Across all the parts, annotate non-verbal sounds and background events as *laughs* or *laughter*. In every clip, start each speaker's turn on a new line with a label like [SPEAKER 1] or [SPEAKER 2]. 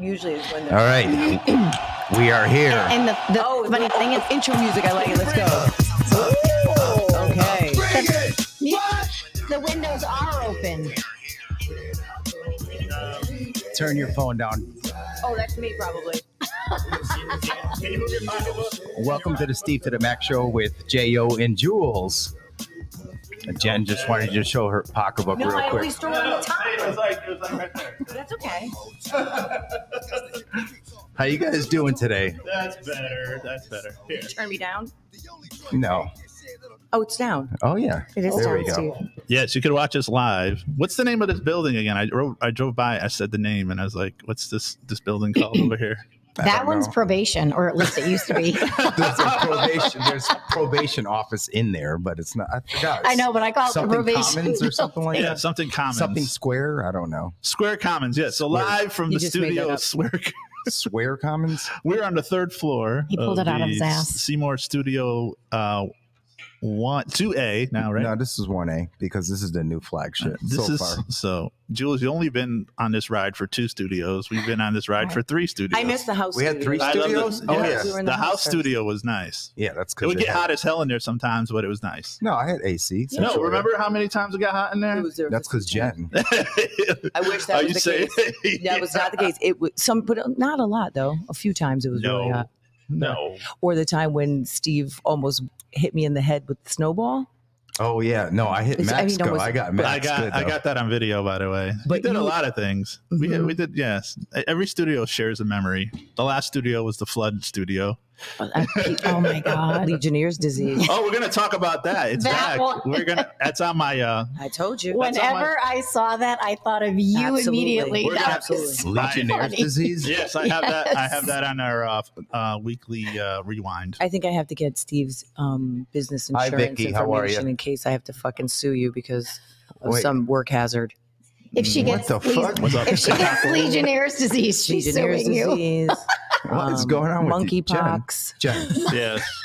[SPEAKER 1] usually is when
[SPEAKER 2] All
[SPEAKER 1] they're.
[SPEAKER 2] right. *clears throat* We are here.
[SPEAKER 3] And the, the
[SPEAKER 1] Oh,
[SPEAKER 3] funny
[SPEAKER 1] the-
[SPEAKER 3] thing is,
[SPEAKER 1] intro music. I like it. Let's go. Okay.
[SPEAKER 3] the windows are open.
[SPEAKER 2] Turn your phone down.
[SPEAKER 1] Oh, that's me probably.
[SPEAKER 2] Welcome to the Steve to the Max show with J.O. and Jules. Jen just wanted you to show her pocketbook
[SPEAKER 1] No,
[SPEAKER 2] real
[SPEAKER 1] I
[SPEAKER 2] quick.
[SPEAKER 1] always throw it on the top.
[SPEAKER 4] was like, it was like right there.
[SPEAKER 1] That's okay.
[SPEAKER 2] How you guys doing today?
[SPEAKER 4] That's better. That's better. Here.
[SPEAKER 1] Turn me down.
[SPEAKER 2] No.
[SPEAKER 1] Oh, it's down.
[SPEAKER 2] Oh, yeah.
[SPEAKER 3] It is
[SPEAKER 2] There
[SPEAKER 3] down,
[SPEAKER 2] we go.
[SPEAKER 3] Steve.
[SPEAKER 4] Yes, you could watch us live. What's the name of this building again? I drove, I drove by. I said the name, and I was like, "What's this this building called over here?"
[SPEAKER 2] I
[SPEAKER 3] That
[SPEAKER 2] don't
[SPEAKER 3] one's
[SPEAKER 2] know.
[SPEAKER 3] probation, or at least it used
[SPEAKER 2] *laughs*
[SPEAKER 3] to be.
[SPEAKER 2] There's
[SPEAKER 3] *laughs*
[SPEAKER 2] a probation. There's a probation office in there, but it's not. I forgot.
[SPEAKER 3] I know, but I call it the
[SPEAKER 2] Something
[SPEAKER 3] probation. *laughs*
[SPEAKER 2] Commons or something like
[SPEAKER 4] Yeah,
[SPEAKER 2] that.
[SPEAKER 4] something Commons,
[SPEAKER 2] Something square. I don't know.
[SPEAKER 4] Square Commons. Yeah, so
[SPEAKER 2] Square.
[SPEAKER 4] live from
[SPEAKER 1] You
[SPEAKER 4] the
[SPEAKER 1] just made that
[SPEAKER 4] studio
[SPEAKER 1] up.
[SPEAKER 4] Square.
[SPEAKER 2] Square Commons.
[SPEAKER 4] We're on the third floor.
[SPEAKER 3] He pulled it out of his
[SPEAKER 4] the
[SPEAKER 3] ass.
[SPEAKER 4] Seymour Studio uh, one two A *laughs* now, right?
[SPEAKER 2] No, this is one A because this is the new flagship
[SPEAKER 4] this
[SPEAKER 2] so
[SPEAKER 4] is
[SPEAKER 2] far.
[SPEAKER 4] so. Jules, you only been on this ride for two studios. We've been on this ride for three studios.
[SPEAKER 1] I missed the house.
[SPEAKER 2] We had three
[SPEAKER 4] I
[SPEAKER 1] studio.
[SPEAKER 4] love the-
[SPEAKER 2] studios.
[SPEAKER 4] yes,
[SPEAKER 2] Oh
[SPEAKER 1] We
[SPEAKER 2] yeah,
[SPEAKER 1] were
[SPEAKER 4] the,
[SPEAKER 1] in the house
[SPEAKER 4] house
[SPEAKER 1] first.
[SPEAKER 4] studio was nice.
[SPEAKER 2] yeah. That's
[SPEAKER 4] It
[SPEAKER 2] because
[SPEAKER 4] would get hot as hell in there sometimes, but it was nice.
[SPEAKER 2] No, I had AC. so
[SPEAKER 4] No,
[SPEAKER 2] sure.
[SPEAKER 4] remember how many times it got hot in
[SPEAKER 1] It
[SPEAKER 4] there? *laughs*
[SPEAKER 1] was there.
[SPEAKER 2] That's because Jen.
[SPEAKER 1] I wish that was
[SPEAKER 4] Are you
[SPEAKER 1] the
[SPEAKER 4] saying- *laughs*
[SPEAKER 1] case. That was not the case. It was some, but uh, not a lot though. A few times it was really
[SPEAKER 4] No,
[SPEAKER 1] hot.
[SPEAKER 4] no.
[SPEAKER 1] Or the time when Steve almost hit me in the head with the snowball.
[SPEAKER 2] Oh yeah, no, I hit
[SPEAKER 1] It's- I
[SPEAKER 2] Max.
[SPEAKER 1] mean, it
[SPEAKER 2] go.
[SPEAKER 1] was-
[SPEAKER 2] I got
[SPEAKER 4] But
[SPEAKER 2] Max.
[SPEAKER 4] I got
[SPEAKER 2] good,
[SPEAKER 4] I
[SPEAKER 2] though.
[SPEAKER 4] got that on video, by the way. we
[SPEAKER 1] But
[SPEAKER 4] did a
[SPEAKER 1] you-
[SPEAKER 4] lot of things. We We
[SPEAKER 1] Mhm.
[SPEAKER 4] we did yes. E, Every studio shares a memory. The last studio was the flood studio.
[SPEAKER 3] oh my
[SPEAKER 1] *laughs*
[SPEAKER 3] god!
[SPEAKER 1] Legionnaires disease.
[SPEAKER 4] Oh, we're gonna talk about that. It's
[SPEAKER 3] That
[SPEAKER 4] back.
[SPEAKER 3] one.
[SPEAKER 4] We're gonna. That's on my. uh
[SPEAKER 1] I told you.
[SPEAKER 4] That's on my-
[SPEAKER 3] Whenever I saw that, I thought of you
[SPEAKER 1] Absolutely.
[SPEAKER 3] immediately.
[SPEAKER 4] We're
[SPEAKER 3] That
[SPEAKER 4] gonna-
[SPEAKER 3] was-
[SPEAKER 2] Legionnaires
[SPEAKER 3] Funny.
[SPEAKER 2] disease.
[SPEAKER 4] Yes, I have that. I have
[SPEAKER 3] Yes.
[SPEAKER 4] that on our uh, uh weekly uh rewind.
[SPEAKER 1] I think I have to get Steve's um, business
[SPEAKER 2] Hi,
[SPEAKER 1] insurance
[SPEAKER 2] Vicky. How are
[SPEAKER 1] information
[SPEAKER 2] ya?
[SPEAKER 1] in case I have to fucking sue you because of
[SPEAKER 2] Wait.
[SPEAKER 1] some work hazard.
[SPEAKER 3] If she
[SPEAKER 2] What
[SPEAKER 3] gets
[SPEAKER 2] the fuck?
[SPEAKER 4] What's up?
[SPEAKER 3] if she
[SPEAKER 2] *laughs*
[SPEAKER 3] gets Legionnaires disease, she's
[SPEAKER 1] Legionnaires
[SPEAKER 3] suing you.
[SPEAKER 1] disease.
[SPEAKER 2] What is
[SPEAKER 1] um,
[SPEAKER 2] going on with you, Jen?
[SPEAKER 1] Monkeypox.
[SPEAKER 2] Jen.
[SPEAKER 4] yes.
[SPEAKER 3] *laughs*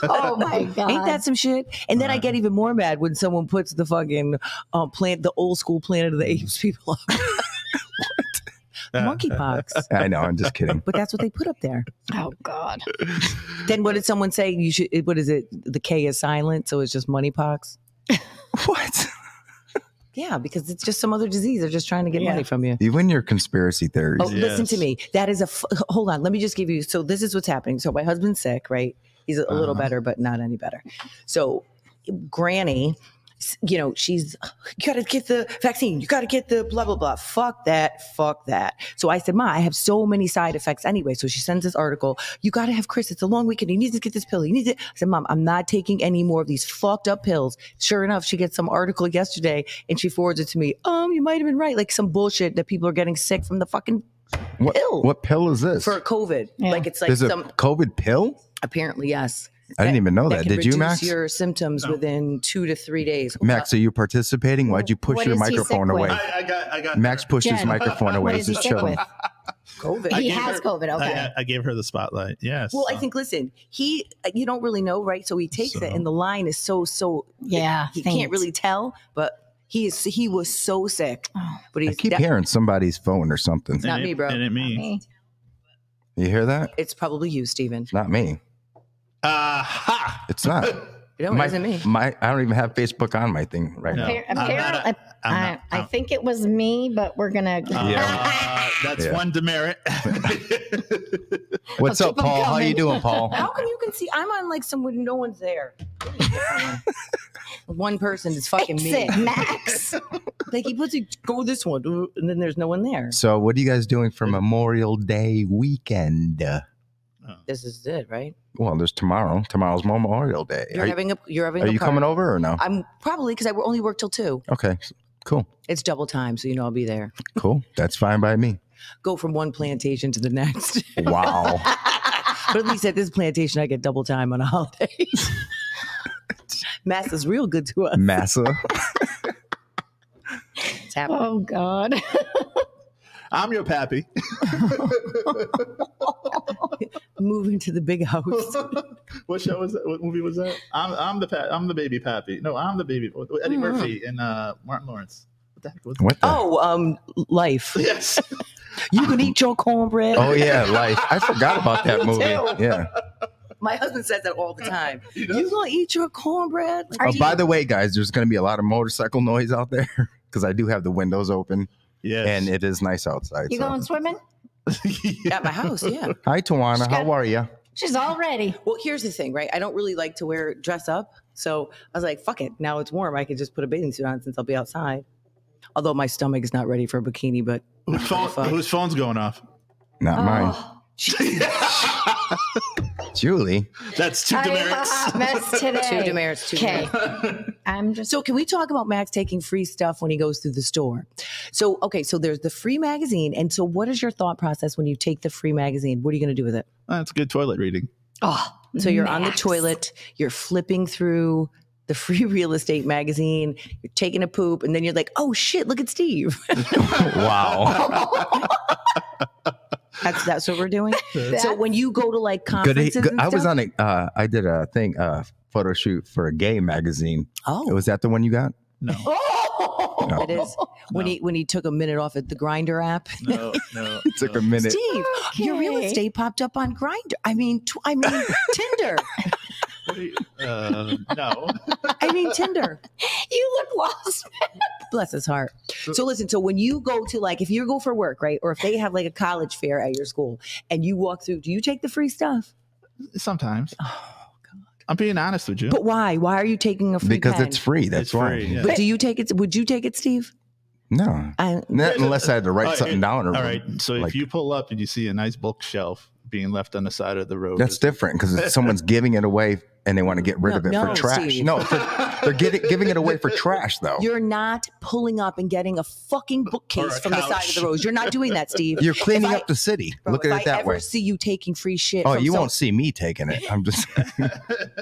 [SPEAKER 4] *laughs*
[SPEAKER 3] Oh my god!
[SPEAKER 1] Ain't that some shit? And then I
[SPEAKER 4] Right.
[SPEAKER 1] get even more mad when someone puts the fucking um, plant, the old school Planet of the Apes people up. *laughs*
[SPEAKER 2] *laughs*
[SPEAKER 1] Monkeypox.
[SPEAKER 2] I know. I'm
[SPEAKER 1] *laughs*
[SPEAKER 2] just kidding.
[SPEAKER 1] But that's what they put up there.
[SPEAKER 3] oh god!
[SPEAKER 1] Then what did someone say? You should. What is it? The K is silent, so it's just moneypox.
[SPEAKER 2] what?
[SPEAKER 1] Yeah, because it's just some other disease. They're just trying to get
[SPEAKER 3] Yeah.
[SPEAKER 1] money from you.
[SPEAKER 2] You win your conspiracy theories.
[SPEAKER 1] Oh, listen to
[SPEAKER 4] Yes.
[SPEAKER 1] me. That is a f- *laughs* hold on. Let me just give you. So this is what's happening. So my husband's sick, right? He's a little
[SPEAKER 2] Uh-huh.
[SPEAKER 1] better, but not any better. So Granny, s- you know, she's you got to get the vaccine. You got to get the blah blah blah. Fuck that. Fuck that. So I said, Ma, I have so many side effects anyway. So she sends this article. You got to have Chris. It's a long weekend. You need to get this pill. You need to. I said, Mom, I'm not taking any more of these fucked up pills. Sure enough, she gets some article yesterday and she forwards it to me. Um, you might have been right. Like some bullshit that people are getting sick from the fucking
[SPEAKER 2] what
[SPEAKER 1] pill.
[SPEAKER 2] What pill is this?
[SPEAKER 1] for COVID.
[SPEAKER 3] Yeah.
[SPEAKER 1] Like it's like
[SPEAKER 2] There's a
[SPEAKER 1] some
[SPEAKER 2] COVID pill.
[SPEAKER 1] apparently yes.
[SPEAKER 2] I didn't even know that.
[SPEAKER 1] can
[SPEAKER 2] Did you,
[SPEAKER 1] reduce
[SPEAKER 2] Max?
[SPEAKER 1] Your symptoms within two to three days.
[SPEAKER 2] Max, are you participating? Why'd you push
[SPEAKER 3] What
[SPEAKER 2] your
[SPEAKER 3] is he sick
[SPEAKER 2] microphone
[SPEAKER 3] with?
[SPEAKER 2] away?
[SPEAKER 4] I, I got. I got.
[SPEAKER 2] Max pushed his
[SPEAKER 3] Jen,
[SPEAKER 2] microphone away.
[SPEAKER 3] What
[SPEAKER 2] He's
[SPEAKER 3] is he
[SPEAKER 2] just
[SPEAKER 3] sick
[SPEAKER 2] chilling.
[SPEAKER 3] with?
[SPEAKER 1] COVID.
[SPEAKER 4] I
[SPEAKER 3] He
[SPEAKER 4] gave
[SPEAKER 3] has
[SPEAKER 4] her-
[SPEAKER 3] COVID.
[SPEAKER 4] I-
[SPEAKER 3] Okay.
[SPEAKER 4] I, I gave her the spotlight. Yes.
[SPEAKER 1] well, I
[SPEAKER 4] so-
[SPEAKER 1] think listen, he uh, you don't really know, right? So he takes it,
[SPEAKER 4] So-
[SPEAKER 1] and the line is so so.
[SPEAKER 3] yeah.
[SPEAKER 1] He
[SPEAKER 3] faint.
[SPEAKER 1] can't really tell, but he is. He was so sick,
[SPEAKER 3] Oh,
[SPEAKER 1] but
[SPEAKER 2] I
[SPEAKER 1] he's
[SPEAKER 2] keep
[SPEAKER 1] that-
[SPEAKER 2] hearing somebody's phone or something.
[SPEAKER 1] It's not
[SPEAKER 4] And
[SPEAKER 1] me,
[SPEAKER 4] it-
[SPEAKER 1] bro.
[SPEAKER 4] And it me.
[SPEAKER 3] me.
[SPEAKER 2] You hear that?
[SPEAKER 1] It's probably you, Steven.
[SPEAKER 2] It's not me.
[SPEAKER 4] Ah ha.
[SPEAKER 2] It's not.
[SPEAKER 1] No, it
[SPEAKER 2] my,
[SPEAKER 1] isn't me.
[SPEAKER 2] My, I don't even have Facebook on my thing right
[SPEAKER 4] No.
[SPEAKER 2] now.
[SPEAKER 3] Appar-
[SPEAKER 4] I'm not
[SPEAKER 3] apparently-
[SPEAKER 4] I'm
[SPEAKER 3] I,
[SPEAKER 4] not-
[SPEAKER 3] I
[SPEAKER 4] I'm-
[SPEAKER 3] think it was me, but we're gonna.
[SPEAKER 4] Uh,
[SPEAKER 2] Yeah.
[SPEAKER 4] *laughs* that's
[SPEAKER 2] Yeah.
[SPEAKER 4] one demerit.
[SPEAKER 2] What's
[SPEAKER 3] I'll
[SPEAKER 2] up,
[SPEAKER 3] keep 'em
[SPEAKER 2] Paul? How you
[SPEAKER 3] coming.
[SPEAKER 2] doing, Paul?
[SPEAKER 1] How come you can see? I'm on like some when no one's
[SPEAKER 2] *laughs*
[SPEAKER 1] there. one person is fucking
[SPEAKER 3] Fix
[SPEAKER 1] me.
[SPEAKER 3] it, Max.
[SPEAKER 1] Like he puts it, go this one, and then there's no one there.
[SPEAKER 2] so, what are you guys doing for Memorial Day weekend?
[SPEAKER 1] This is it, right?
[SPEAKER 2] Well, there's tomorrow. Tomorrow's Memorial Day.
[SPEAKER 1] You're
[SPEAKER 2] Are,
[SPEAKER 1] having a you're having.
[SPEAKER 2] are
[SPEAKER 1] a
[SPEAKER 2] you
[SPEAKER 1] party.
[SPEAKER 2] coming over or no?
[SPEAKER 1] I'm probably because I only work till two.
[SPEAKER 2] okay, cool,
[SPEAKER 1] It's double time, so you know I'll be there.
[SPEAKER 2] cool. That's fine by me.
[SPEAKER 1] Go from one plantation to the next. *laughs*
[SPEAKER 2] Wow.
[SPEAKER 1] but at least at this plantation, I get double time on a *laughs* holiday. Mass is real good to us.
[SPEAKER 2] Massa.
[SPEAKER 1] It's happening.
[SPEAKER 3] *laughs* oh God.
[SPEAKER 4] *laughs* I'm your pappy. *laughs*
[SPEAKER 1] Move into the big
[SPEAKER 2] *laughs*
[SPEAKER 1] house.
[SPEAKER 4] what show was that? What movie was
[SPEAKER 1] Mm-hmm.
[SPEAKER 4] that? I'm, I'm the pa- I'm the baby pappy. No, I'm the baby. Eddie Murphy and uh, Martin Lawrence. What the heck was
[SPEAKER 5] What the?
[SPEAKER 1] Oh, um, life.
[SPEAKER 4] *laughs* Yes.
[SPEAKER 1] You can eat your cornbread.
[SPEAKER 5] Oh, yeah, life. I forgot about that
[SPEAKER 1] *laughs* Me
[SPEAKER 5] movie.
[SPEAKER 1] too.
[SPEAKER 5] Yeah.
[SPEAKER 1] My husband says that all the time. You gonna eat your cornbread? Like,
[SPEAKER 3] Are
[SPEAKER 5] Oh, by
[SPEAKER 3] you-
[SPEAKER 5] the way, guys, there's going to be a lot of motorcycle noise out there
[SPEAKER 2] *laughs*
[SPEAKER 5] because I do have the windows open
[SPEAKER 4] Yes.
[SPEAKER 5] and it is nice outside.
[SPEAKER 3] You
[SPEAKER 5] so.
[SPEAKER 3] going swimming?
[SPEAKER 1] at my house, yeah.
[SPEAKER 5] Hi, Tawana.
[SPEAKER 3] Just
[SPEAKER 5] How
[SPEAKER 3] got-
[SPEAKER 5] are you?
[SPEAKER 3] She's all ready.
[SPEAKER 1] Well, here's the thing, right? I don't really like to wear dress up, so I was like, "Fuck it." Now it's warm. I could just put a bathing suit on since I'll be outside. Although my stomach is not ready for a bikini, but
[SPEAKER 4] *laughs* Whose, phone,
[SPEAKER 1] Fuck.
[SPEAKER 4] whose phone's going off? *laughs*
[SPEAKER 5] Not mine.
[SPEAKER 3] Oh,
[SPEAKER 4] *laughs*
[SPEAKER 5] Julie.
[SPEAKER 4] That's two
[SPEAKER 3] I am a hot
[SPEAKER 4] demerits.
[SPEAKER 3] *laughs* mess today.
[SPEAKER 1] two demerits, two demerits.
[SPEAKER 3] Okay,
[SPEAKER 1] uh,
[SPEAKER 3] I'm just
[SPEAKER 1] So, can we talk about Max taking free stuff when he goes through the store? So, okay, so there's the free magazine. And so, what is your thought process when you take the free magazine? What are you going to do with it?
[SPEAKER 4] *laughs* That's good toilet reading.
[SPEAKER 1] Oh, so you're on the
[SPEAKER 3] Max.
[SPEAKER 1] toilet, you're flipping through the free *laughs* real estate magazine, you're taking a poop, and then you're like, oh shit, look at Steve.
[SPEAKER 5] Wow.
[SPEAKER 4] Oh.
[SPEAKER 1] *laughs* That's, that's what we're doing.
[SPEAKER 3] That's-
[SPEAKER 1] so, when you go to like
[SPEAKER 5] Good, e-,
[SPEAKER 1] conferences,
[SPEAKER 5] good,
[SPEAKER 1] and
[SPEAKER 5] I was
[SPEAKER 1] stuff-
[SPEAKER 5] on a, uh, I did a thing, uh, photo shoot for a gay magazine.
[SPEAKER 1] Oh,
[SPEAKER 5] Was that the one you got?
[SPEAKER 4] No. *laughs*
[SPEAKER 3] Oh,
[SPEAKER 1] it is. When,
[SPEAKER 4] No.
[SPEAKER 1] he, when he took a minute off at the Grinder app.
[SPEAKER 4] No, no.
[SPEAKER 5] It took a minute.
[SPEAKER 1] Steve, your real
[SPEAKER 3] Okay.
[SPEAKER 1] estate popped up on Grinder. I mean, tw-
[SPEAKER 5] *laughs*
[SPEAKER 1] I mean Tinder.
[SPEAKER 4] Wait, uh, no.
[SPEAKER 1] I mean Tinder.
[SPEAKER 3] You look lost.
[SPEAKER 1] Bless his heart. So listen, so when you go to like if you go for work, right? Or if they have like a college fair at your school and you walk through, do you take the free stuff?
[SPEAKER 4] Sometimes.
[SPEAKER 1] Oh, God.
[SPEAKER 4] I'm being honest with you.
[SPEAKER 1] But why? Why are you taking a free
[SPEAKER 5] Because
[SPEAKER 1] pen?
[SPEAKER 5] it's free. That's
[SPEAKER 4] It's
[SPEAKER 5] why.
[SPEAKER 4] free, yeah.
[SPEAKER 1] But do you take it? Would you take it, Steve?
[SPEAKER 5] No.
[SPEAKER 1] I,
[SPEAKER 5] Not
[SPEAKER 4] *laughs*
[SPEAKER 5] unless I had to write
[SPEAKER 4] All right,
[SPEAKER 5] something down. Or,
[SPEAKER 4] All right. So
[SPEAKER 5] like-
[SPEAKER 4] if you pull up and you see a nice bookshelf being left on the side of the road,
[SPEAKER 5] That's different because someone's giving it away and they want to get rid of it
[SPEAKER 1] No,
[SPEAKER 5] for trash.
[SPEAKER 1] Steve.
[SPEAKER 5] No, for, they're getting, giving it away for trash, though. You're,
[SPEAKER 1] you're not pulling up and getting a fucking
[SPEAKER 4] Or
[SPEAKER 1] bookcase
[SPEAKER 4] a
[SPEAKER 1] from the side of the
[SPEAKER 4] couch.
[SPEAKER 1] road. You're not doing that, Steve.
[SPEAKER 5] cleaning
[SPEAKER 1] If I-
[SPEAKER 5] up the city.
[SPEAKER 1] Bro,
[SPEAKER 5] Look at
[SPEAKER 1] if
[SPEAKER 5] it
[SPEAKER 1] I
[SPEAKER 5] that
[SPEAKER 1] ever
[SPEAKER 5] way.
[SPEAKER 1] see you taking free shit.
[SPEAKER 5] Oh,
[SPEAKER 1] from
[SPEAKER 5] you
[SPEAKER 1] some-
[SPEAKER 5] won't see me taking it. I'm just.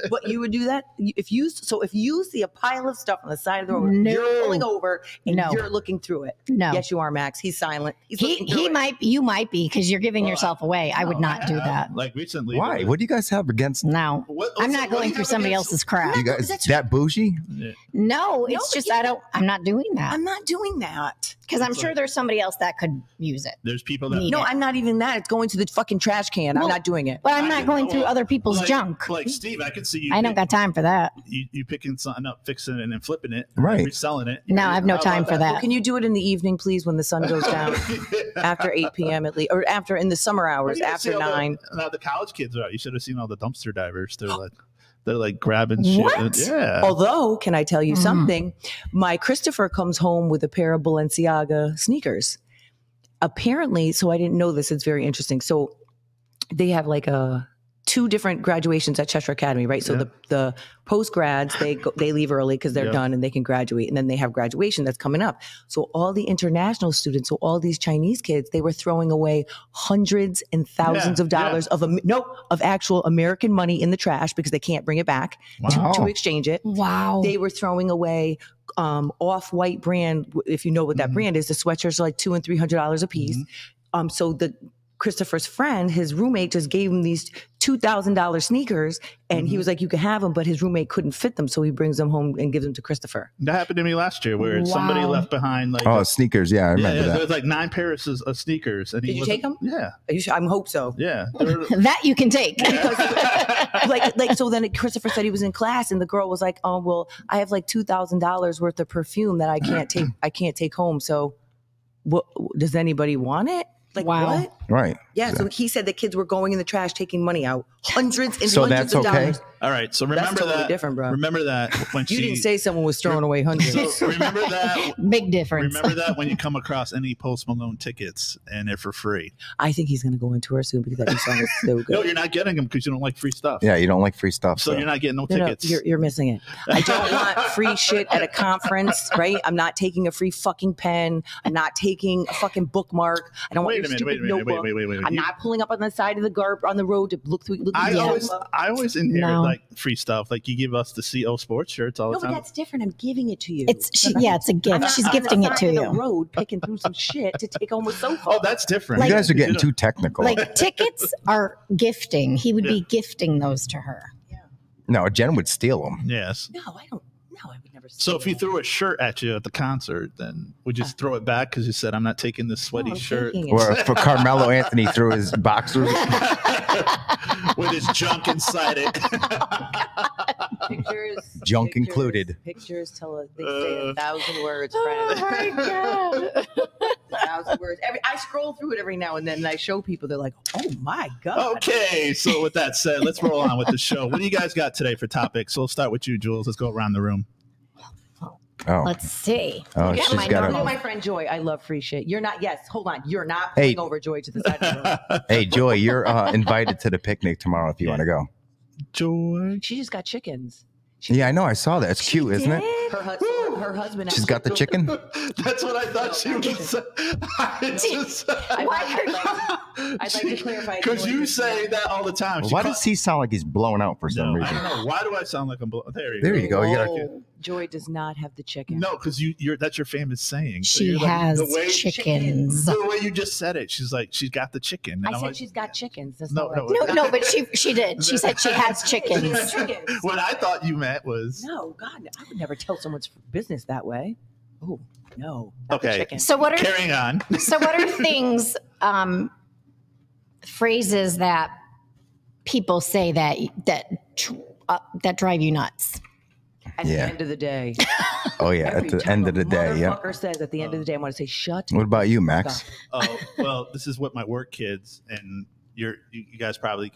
[SPEAKER 1] What you would do that if you so if you see a pile of stuff on the side of the road,
[SPEAKER 3] No.
[SPEAKER 1] you're pulling over and
[SPEAKER 3] No.
[SPEAKER 1] you're looking through it.
[SPEAKER 3] No.
[SPEAKER 1] Yes, you are, Max. He's silent. He's
[SPEAKER 3] he
[SPEAKER 1] looking through
[SPEAKER 3] he
[SPEAKER 1] it.
[SPEAKER 3] might you might be because you're giving
[SPEAKER 4] Well,
[SPEAKER 3] yourself away. I would
[SPEAKER 4] No,
[SPEAKER 3] not do
[SPEAKER 4] I-
[SPEAKER 3] that.
[SPEAKER 4] Like recently.
[SPEAKER 5] Why?
[SPEAKER 4] there-
[SPEAKER 5] What do you guys have against?
[SPEAKER 3] No.
[SPEAKER 4] what-
[SPEAKER 3] I'm
[SPEAKER 4] so
[SPEAKER 3] not
[SPEAKER 4] what do
[SPEAKER 3] going
[SPEAKER 4] you
[SPEAKER 3] through
[SPEAKER 4] have
[SPEAKER 3] somebody
[SPEAKER 4] against-
[SPEAKER 3] else's crap.
[SPEAKER 5] You guys that bougie?
[SPEAKER 4] Yeah.
[SPEAKER 1] No,
[SPEAKER 3] No, it's
[SPEAKER 1] but
[SPEAKER 3] just
[SPEAKER 1] you-
[SPEAKER 3] I don't I'm not doing that.
[SPEAKER 1] I'm not doing that.
[SPEAKER 3] Because I'm
[SPEAKER 4] It's
[SPEAKER 3] sure
[SPEAKER 4] like-
[SPEAKER 3] there's somebody else that could use it.
[SPEAKER 4] There's people that
[SPEAKER 3] Need
[SPEAKER 1] No,
[SPEAKER 3] it.
[SPEAKER 1] I'm not even that. It's going to the fucking trash can.
[SPEAKER 3] Well-
[SPEAKER 1] I'm not doing it.
[SPEAKER 3] But I'm
[SPEAKER 4] I
[SPEAKER 3] not
[SPEAKER 4] don't
[SPEAKER 3] going
[SPEAKER 4] know.
[SPEAKER 3] through other people's
[SPEAKER 4] Like-
[SPEAKER 3] junk.
[SPEAKER 4] Like Steve, I could see you.
[SPEAKER 3] I don't got time for that.
[SPEAKER 4] you, you picking something up, fixing it, and then flipping it,
[SPEAKER 5] Right.
[SPEAKER 4] reselling it.
[SPEAKER 3] No, I have no
[SPEAKER 4] How
[SPEAKER 3] time
[SPEAKER 4] about
[SPEAKER 3] for that.
[SPEAKER 1] Can you do it in the evening, please, when the sun goes
[SPEAKER 4] *laughs*
[SPEAKER 1] down? after 8 p.m. at least, or after in the summer hours,
[SPEAKER 4] You gotta see
[SPEAKER 1] after
[SPEAKER 4] all the-
[SPEAKER 1] nine. Oh.
[SPEAKER 4] now the college kids are out. You should have seen all the dumpster divers. They're like, they're like grabbing shit.
[SPEAKER 1] What? Oh,
[SPEAKER 4] Yeah.
[SPEAKER 1] Although, can I tell you
[SPEAKER 3] Mhm.
[SPEAKER 1] something? My Christopher comes home with a pair of Balenciaga sneakers. Apparently, so I didn't know this. It's very interesting. So they have like a two different graduations at Cheshire Academy, right? So
[SPEAKER 4] Yeah.
[SPEAKER 1] the the post grads they go, they leave early because they're
[SPEAKER 4] Yeah.
[SPEAKER 1] done and they can graduate, and then they have graduation that's coming up. So all the international students, so all these Chinese kids, they were throwing away hundreds and thousands
[SPEAKER 4] Yeah,
[SPEAKER 1] of dollars of Am- no of actual American money in the trash because they can't bring it back to-
[SPEAKER 4] Wow.
[SPEAKER 1] to exchange it
[SPEAKER 3] Wow.
[SPEAKER 1] they were throwing away um, off-white brand. If you know what that
[SPEAKER 4] Mhm.
[SPEAKER 1] brand is, the sweatshirts are like two and three hundred dollars a piece.
[SPEAKER 4] Mhm.
[SPEAKER 1] Um, so the Christopher's friend, his roommate, just gave him these two thousand dollar sneakers, and he
[SPEAKER 4] Mhm.
[SPEAKER 1] was like, "You can have them," but his roommate couldn't fit them, so he brings them home and gives them to Christopher.
[SPEAKER 4] That happened to me last year, where somebody
[SPEAKER 3] Wow.
[SPEAKER 4] left behind like.
[SPEAKER 5] Oh, sneakers. Yeah, I
[SPEAKER 4] yeah,
[SPEAKER 5] remember
[SPEAKER 4] yeah,
[SPEAKER 5] that.
[SPEAKER 4] there's like nine pairs of of sneakers, and he
[SPEAKER 1] Did you
[SPEAKER 4] wasn't-
[SPEAKER 1] take 'em?
[SPEAKER 4] Yeah,
[SPEAKER 1] Are you sure? I hope
[SPEAKER 4] *laughs*
[SPEAKER 1] so. *laughs*
[SPEAKER 4] yeah. They were-
[SPEAKER 3] that you can take. *laughs*
[SPEAKER 1] like, like so. Then Christopher said he was in class, and the girl was like, "Oh, well, I have like two thousand dollars worth of perfume that I can't take. I can't take home. So, what does anybody want it? Like,
[SPEAKER 3] Wow.
[SPEAKER 1] what?
[SPEAKER 5] Right.
[SPEAKER 1] Yeah, so he said the kids were going in the trash, taking money out,
[SPEAKER 5] *laughs*
[SPEAKER 1] hundreds and
[SPEAKER 5] So
[SPEAKER 1] hundreds
[SPEAKER 5] that's
[SPEAKER 1] of
[SPEAKER 5] okay?
[SPEAKER 1] dollars.
[SPEAKER 4] All right, so remember
[SPEAKER 1] That's totally
[SPEAKER 4] that.
[SPEAKER 1] different, bro.
[SPEAKER 4] Remember that when
[SPEAKER 1] *laughs* you
[SPEAKER 4] she,
[SPEAKER 1] didn't say someone was throwing away hundreds. *laughs*
[SPEAKER 4] *laughs* So remember that.
[SPEAKER 3] Big difference.
[SPEAKER 4] Remember that when you come across any Post Malone tickets and they're for free.
[SPEAKER 1] I think he's going to go on tour soon because that new song is so good.
[SPEAKER 4] *laughs* No, you're not getting them because you don't like free stuff.
[SPEAKER 5] Yeah, you don't like free stuff.
[SPEAKER 4] So
[SPEAKER 5] So,
[SPEAKER 4] you're not getting no
[SPEAKER 1] No, no,
[SPEAKER 4] tickets.
[SPEAKER 1] you're, you're missing it. I
[SPEAKER 4] *laughs*
[SPEAKER 1] don't want free shit at a conference, right? I'm not taking a free fucking pen. I'm not taking a fucking bookmark. I don't
[SPEAKER 4] wait, a
[SPEAKER 1] want your
[SPEAKER 4] minute,
[SPEAKER 1] stupid
[SPEAKER 4] wait a minute, wait
[SPEAKER 1] notebook.
[SPEAKER 4] wait, wait, wait, wait.
[SPEAKER 1] I'm
[SPEAKER 4] You-
[SPEAKER 1] not pulling up on the side of the garb on the road to look through. Look
[SPEAKER 4] I
[SPEAKER 1] through the
[SPEAKER 4] always,
[SPEAKER 1] notebook.
[SPEAKER 4] I always inherit
[SPEAKER 3] No.
[SPEAKER 4] like free stuff. Like you give us the CO sports shirts all the
[SPEAKER 1] no, but
[SPEAKER 4] time.
[SPEAKER 1] that's different. I'm giving it to you.
[SPEAKER 3] It's she, yeah, it's a
[SPEAKER 1] I'm
[SPEAKER 3] gift.
[SPEAKER 1] not
[SPEAKER 3] She's
[SPEAKER 1] on the
[SPEAKER 3] gifting it
[SPEAKER 1] side
[SPEAKER 3] to
[SPEAKER 1] of the
[SPEAKER 3] you.
[SPEAKER 1] road, picking through some shit to take home with sofa.
[SPEAKER 4] Oh, that's different.
[SPEAKER 5] you guys are getting too technical.
[SPEAKER 3] Like
[SPEAKER 4] *laughs*
[SPEAKER 3] tickets are gifting. He would be gifting those to her.
[SPEAKER 5] no, Jen would steal them.
[SPEAKER 4] Yes.
[SPEAKER 1] *laughs* No, I don't. No, I would never never seen.
[SPEAKER 4] So if you threw a shirt at you at the concert, then would you just throw it back because you said, "I'm not taking this sweaty
[SPEAKER 1] Uh. I'm
[SPEAKER 4] shirt *laughs*
[SPEAKER 1] taking it.
[SPEAKER 2] Or for Carmelo Anthony
[SPEAKER 1] *laughs*
[SPEAKER 2] threw his boxers.
[SPEAKER 4] with his junk inside it." *laughs*
[SPEAKER 1] pictures,
[SPEAKER 2] Junk
[SPEAKER 1] pictures-
[SPEAKER 2] included.
[SPEAKER 1] Pictures tell us they say
[SPEAKER 4] Uh.
[SPEAKER 1] a thousand words,
[SPEAKER 4] *laughs*
[SPEAKER 3] Oh
[SPEAKER 1] friend.
[SPEAKER 3] my god!
[SPEAKER 1] a thousand words. Every I scroll through it every now and then, and I show people. They're like, "Oh my god!"
[SPEAKER 4] okay, so with that said, let's roll on with the show. What do you guys got today for topics? So we'll start with you, Jules. Let's go around the room.
[SPEAKER 2] Oh,
[SPEAKER 3] *laughs* Let's see.
[SPEAKER 2] oh
[SPEAKER 1] Yeah,
[SPEAKER 2] she's
[SPEAKER 1] my,
[SPEAKER 2] got
[SPEAKER 1] normally
[SPEAKER 2] a.
[SPEAKER 1] my friend Joy. I love free shit. You're not. Yes, hold on. You're not
[SPEAKER 2] Hey.
[SPEAKER 1] pulling over Joy to the side of the
[SPEAKER 2] *laughs*
[SPEAKER 1] road.
[SPEAKER 2] Hey, Joy, you're uh, invited to the picnic tomorrow if you want to go.
[SPEAKER 4] Joy.
[SPEAKER 1] She just got chickens.
[SPEAKER 2] Yeah, I know. I saw that. It's cute, isn't it?
[SPEAKER 1] Her, hus- so
[SPEAKER 4] *gasps*
[SPEAKER 1] her husband.
[SPEAKER 2] She's
[SPEAKER 1] actually
[SPEAKER 2] got the
[SPEAKER 1] built-
[SPEAKER 2] chicken.
[SPEAKER 4] *laughs* That's what I thought she was. *laughs*
[SPEAKER 1] I'd like- I'd like- I'd like to clarify,
[SPEAKER 4] Because
[SPEAKER 1] Joy
[SPEAKER 4] you
[SPEAKER 1] is
[SPEAKER 4] say
[SPEAKER 1] not-
[SPEAKER 4] that all the time. *laughs* She
[SPEAKER 2] Why
[SPEAKER 4] call-
[SPEAKER 2] does he sound like he's blown out for some
[SPEAKER 4] No, I
[SPEAKER 2] reason?
[SPEAKER 4] don't *laughs* know. Why do I sound like I'm? Blo- there you
[SPEAKER 2] There
[SPEAKER 4] go.
[SPEAKER 2] you go. You gotta,
[SPEAKER 1] Whoa. Joy does not have the chicken.
[SPEAKER 4] No, because you, you're that's your famous saying. So
[SPEAKER 3] She
[SPEAKER 4] you're like-
[SPEAKER 3] has
[SPEAKER 4] the way,
[SPEAKER 3] chickens.
[SPEAKER 4] The way you just said it, she's like, she's got the chicken. And
[SPEAKER 1] I
[SPEAKER 4] I'm
[SPEAKER 1] said
[SPEAKER 4] like,
[SPEAKER 1] she's got chickens. That's
[SPEAKER 4] No,
[SPEAKER 1] not what I
[SPEAKER 4] no.
[SPEAKER 1] said.
[SPEAKER 3] No, no, but she she did. She said she
[SPEAKER 4] *laughs*
[SPEAKER 3] has
[SPEAKER 1] She
[SPEAKER 3] chickens.
[SPEAKER 1] has chickens.
[SPEAKER 4] What I thought you meant was
[SPEAKER 1] No, God, no. I would never tell someone's business that way. Oh no. not the
[SPEAKER 4] Okay.
[SPEAKER 1] chicken.
[SPEAKER 3] So what are
[SPEAKER 1] *laughs*
[SPEAKER 4] carrying on.
[SPEAKER 3] so what
[SPEAKER 4] *laughs*
[SPEAKER 3] are things um phrases that people say that that tr- uh, that drive you nuts?
[SPEAKER 1] At
[SPEAKER 2] Yeah.
[SPEAKER 1] the end of the day.
[SPEAKER 2] oh yeah, at
[SPEAKER 1] every
[SPEAKER 2] the
[SPEAKER 1] time
[SPEAKER 2] end
[SPEAKER 1] a
[SPEAKER 2] of the day. Yeah.
[SPEAKER 1] Motherfucker says at the end of the day, I want to say, shut.
[SPEAKER 2] What about you, Max?
[SPEAKER 4] Oh well, this is what my work kids and you're you, you guys probably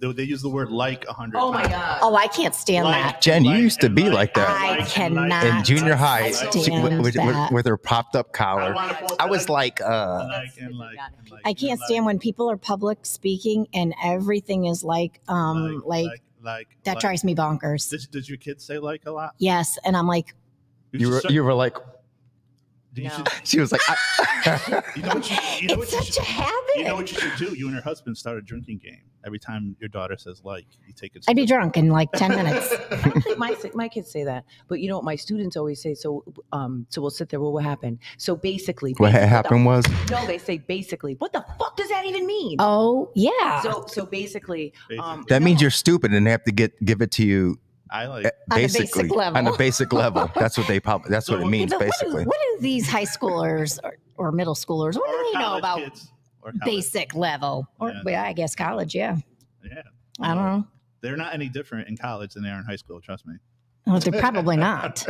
[SPEAKER 4] they, they use the word like a hundred.
[SPEAKER 1] Oh my
[SPEAKER 4] times.
[SPEAKER 1] God.
[SPEAKER 3] Oh, I can't stand
[SPEAKER 4] Like,
[SPEAKER 3] that.
[SPEAKER 2] Jen, you
[SPEAKER 4] like,
[SPEAKER 2] used to
[SPEAKER 4] and
[SPEAKER 2] be like that.
[SPEAKER 3] I
[SPEAKER 4] and
[SPEAKER 3] cannot
[SPEAKER 4] like,
[SPEAKER 2] In junior high,
[SPEAKER 4] like,
[SPEAKER 2] she,
[SPEAKER 3] stand
[SPEAKER 2] with, with,
[SPEAKER 3] that.
[SPEAKER 2] with her popped up collar,
[SPEAKER 4] wanna pull
[SPEAKER 2] I was
[SPEAKER 4] back,
[SPEAKER 2] like, uh,
[SPEAKER 4] like, and like, and like,
[SPEAKER 3] I can't
[SPEAKER 4] and
[SPEAKER 3] stand when people are public speaking and everything is like um like,
[SPEAKER 4] like
[SPEAKER 3] that
[SPEAKER 4] like.
[SPEAKER 3] drives me bonkers.
[SPEAKER 4] Did, did your kids say like a lot?
[SPEAKER 3] Yes, and I'm like
[SPEAKER 2] you were,
[SPEAKER 4] should-
[SPEAKER 2] you were like,
[SPEAKER 4] you
[SPEAKER 1] No.
[SPEAKER 4] should-
[SPEAKER 2] she was *laughs* like, I,
[SPEAKER 4] you know what you,
[SPEAKER 3] *laughs*
[SPEAKER 4] you know
[SPEAKER 3] it's
[SPEAKER 4] what you
[SPEAKER 3] such
[SPEAKER 4] should,
[SPEAKER 3] a habit.
[SPEAKER 4] you know what you should do. You and her husband start a drinking game. Every time your daughter says like, you take it.
[SPEAKER 3] I'd be drunk in like 10 minutes.
[SPEAKER 1] my my kids say that, but you know what my students always say. So, um, so we'll sit there. Well, what happened? So basically,
[SPEAKER 2] what
[SPEAKER 1] basically-
[SPEAKER 2] happened was,
[SPEAKER 1] No, they say basically. What the fuck does that even mean?
[SPEAKER 3] Oh,
[SPEAKER 2] ah.
[SPEAKER 3] yeah.
[SPEAKER 1] So, so basically, um,
[SPEAKER 4] *laughs* Basically.
[SPEAKER 2] that means
[SPEAKER 1] no.
[SPEAKER 2] you're stupid and they have to get give it to you
[SPEAKER 4] I like.
[SPEAKER 2] eh,
[SPEAKER 3] On a basic
[SPEAKER 2] basically
[SPEAKER 3] level.
[SPEAKER 2] on a basic
[SPEAKER 3] *laughs*
[SPEAKER 2] level. That's what they pop. That's
[SPEAKER 4] So
[SPEAKER 2] what it
[SPEAKER 4] what-
[SPEAKER 2] means,
[SPEAKER 3] But what do-
[SPEAKER 2] basically.
[SPEAKER 3] What do these high schoolers or, or middle schoolers, what
[SPEAKER 4] or
[SPEAKER 3] do they know
[SPEAKER 4] college
[SPEAKER 3] about
[SPEAKER 4] kids, or college.
[SPEAKER 3] basic level? Or,
[SPEAKER 4] Yeah.
[SPEAKER 3] well, I guess college, yeah.
[SPEAKER 4] Yeah,
[SPEAKER 3] I don't know.
[SPEAKER 4] they're not any different in college than they are in high school. Trust me,
[SPEAKER 3] Well, they're
[SPEAKER 4] *laughs*
[SPEAKER 3] probably not.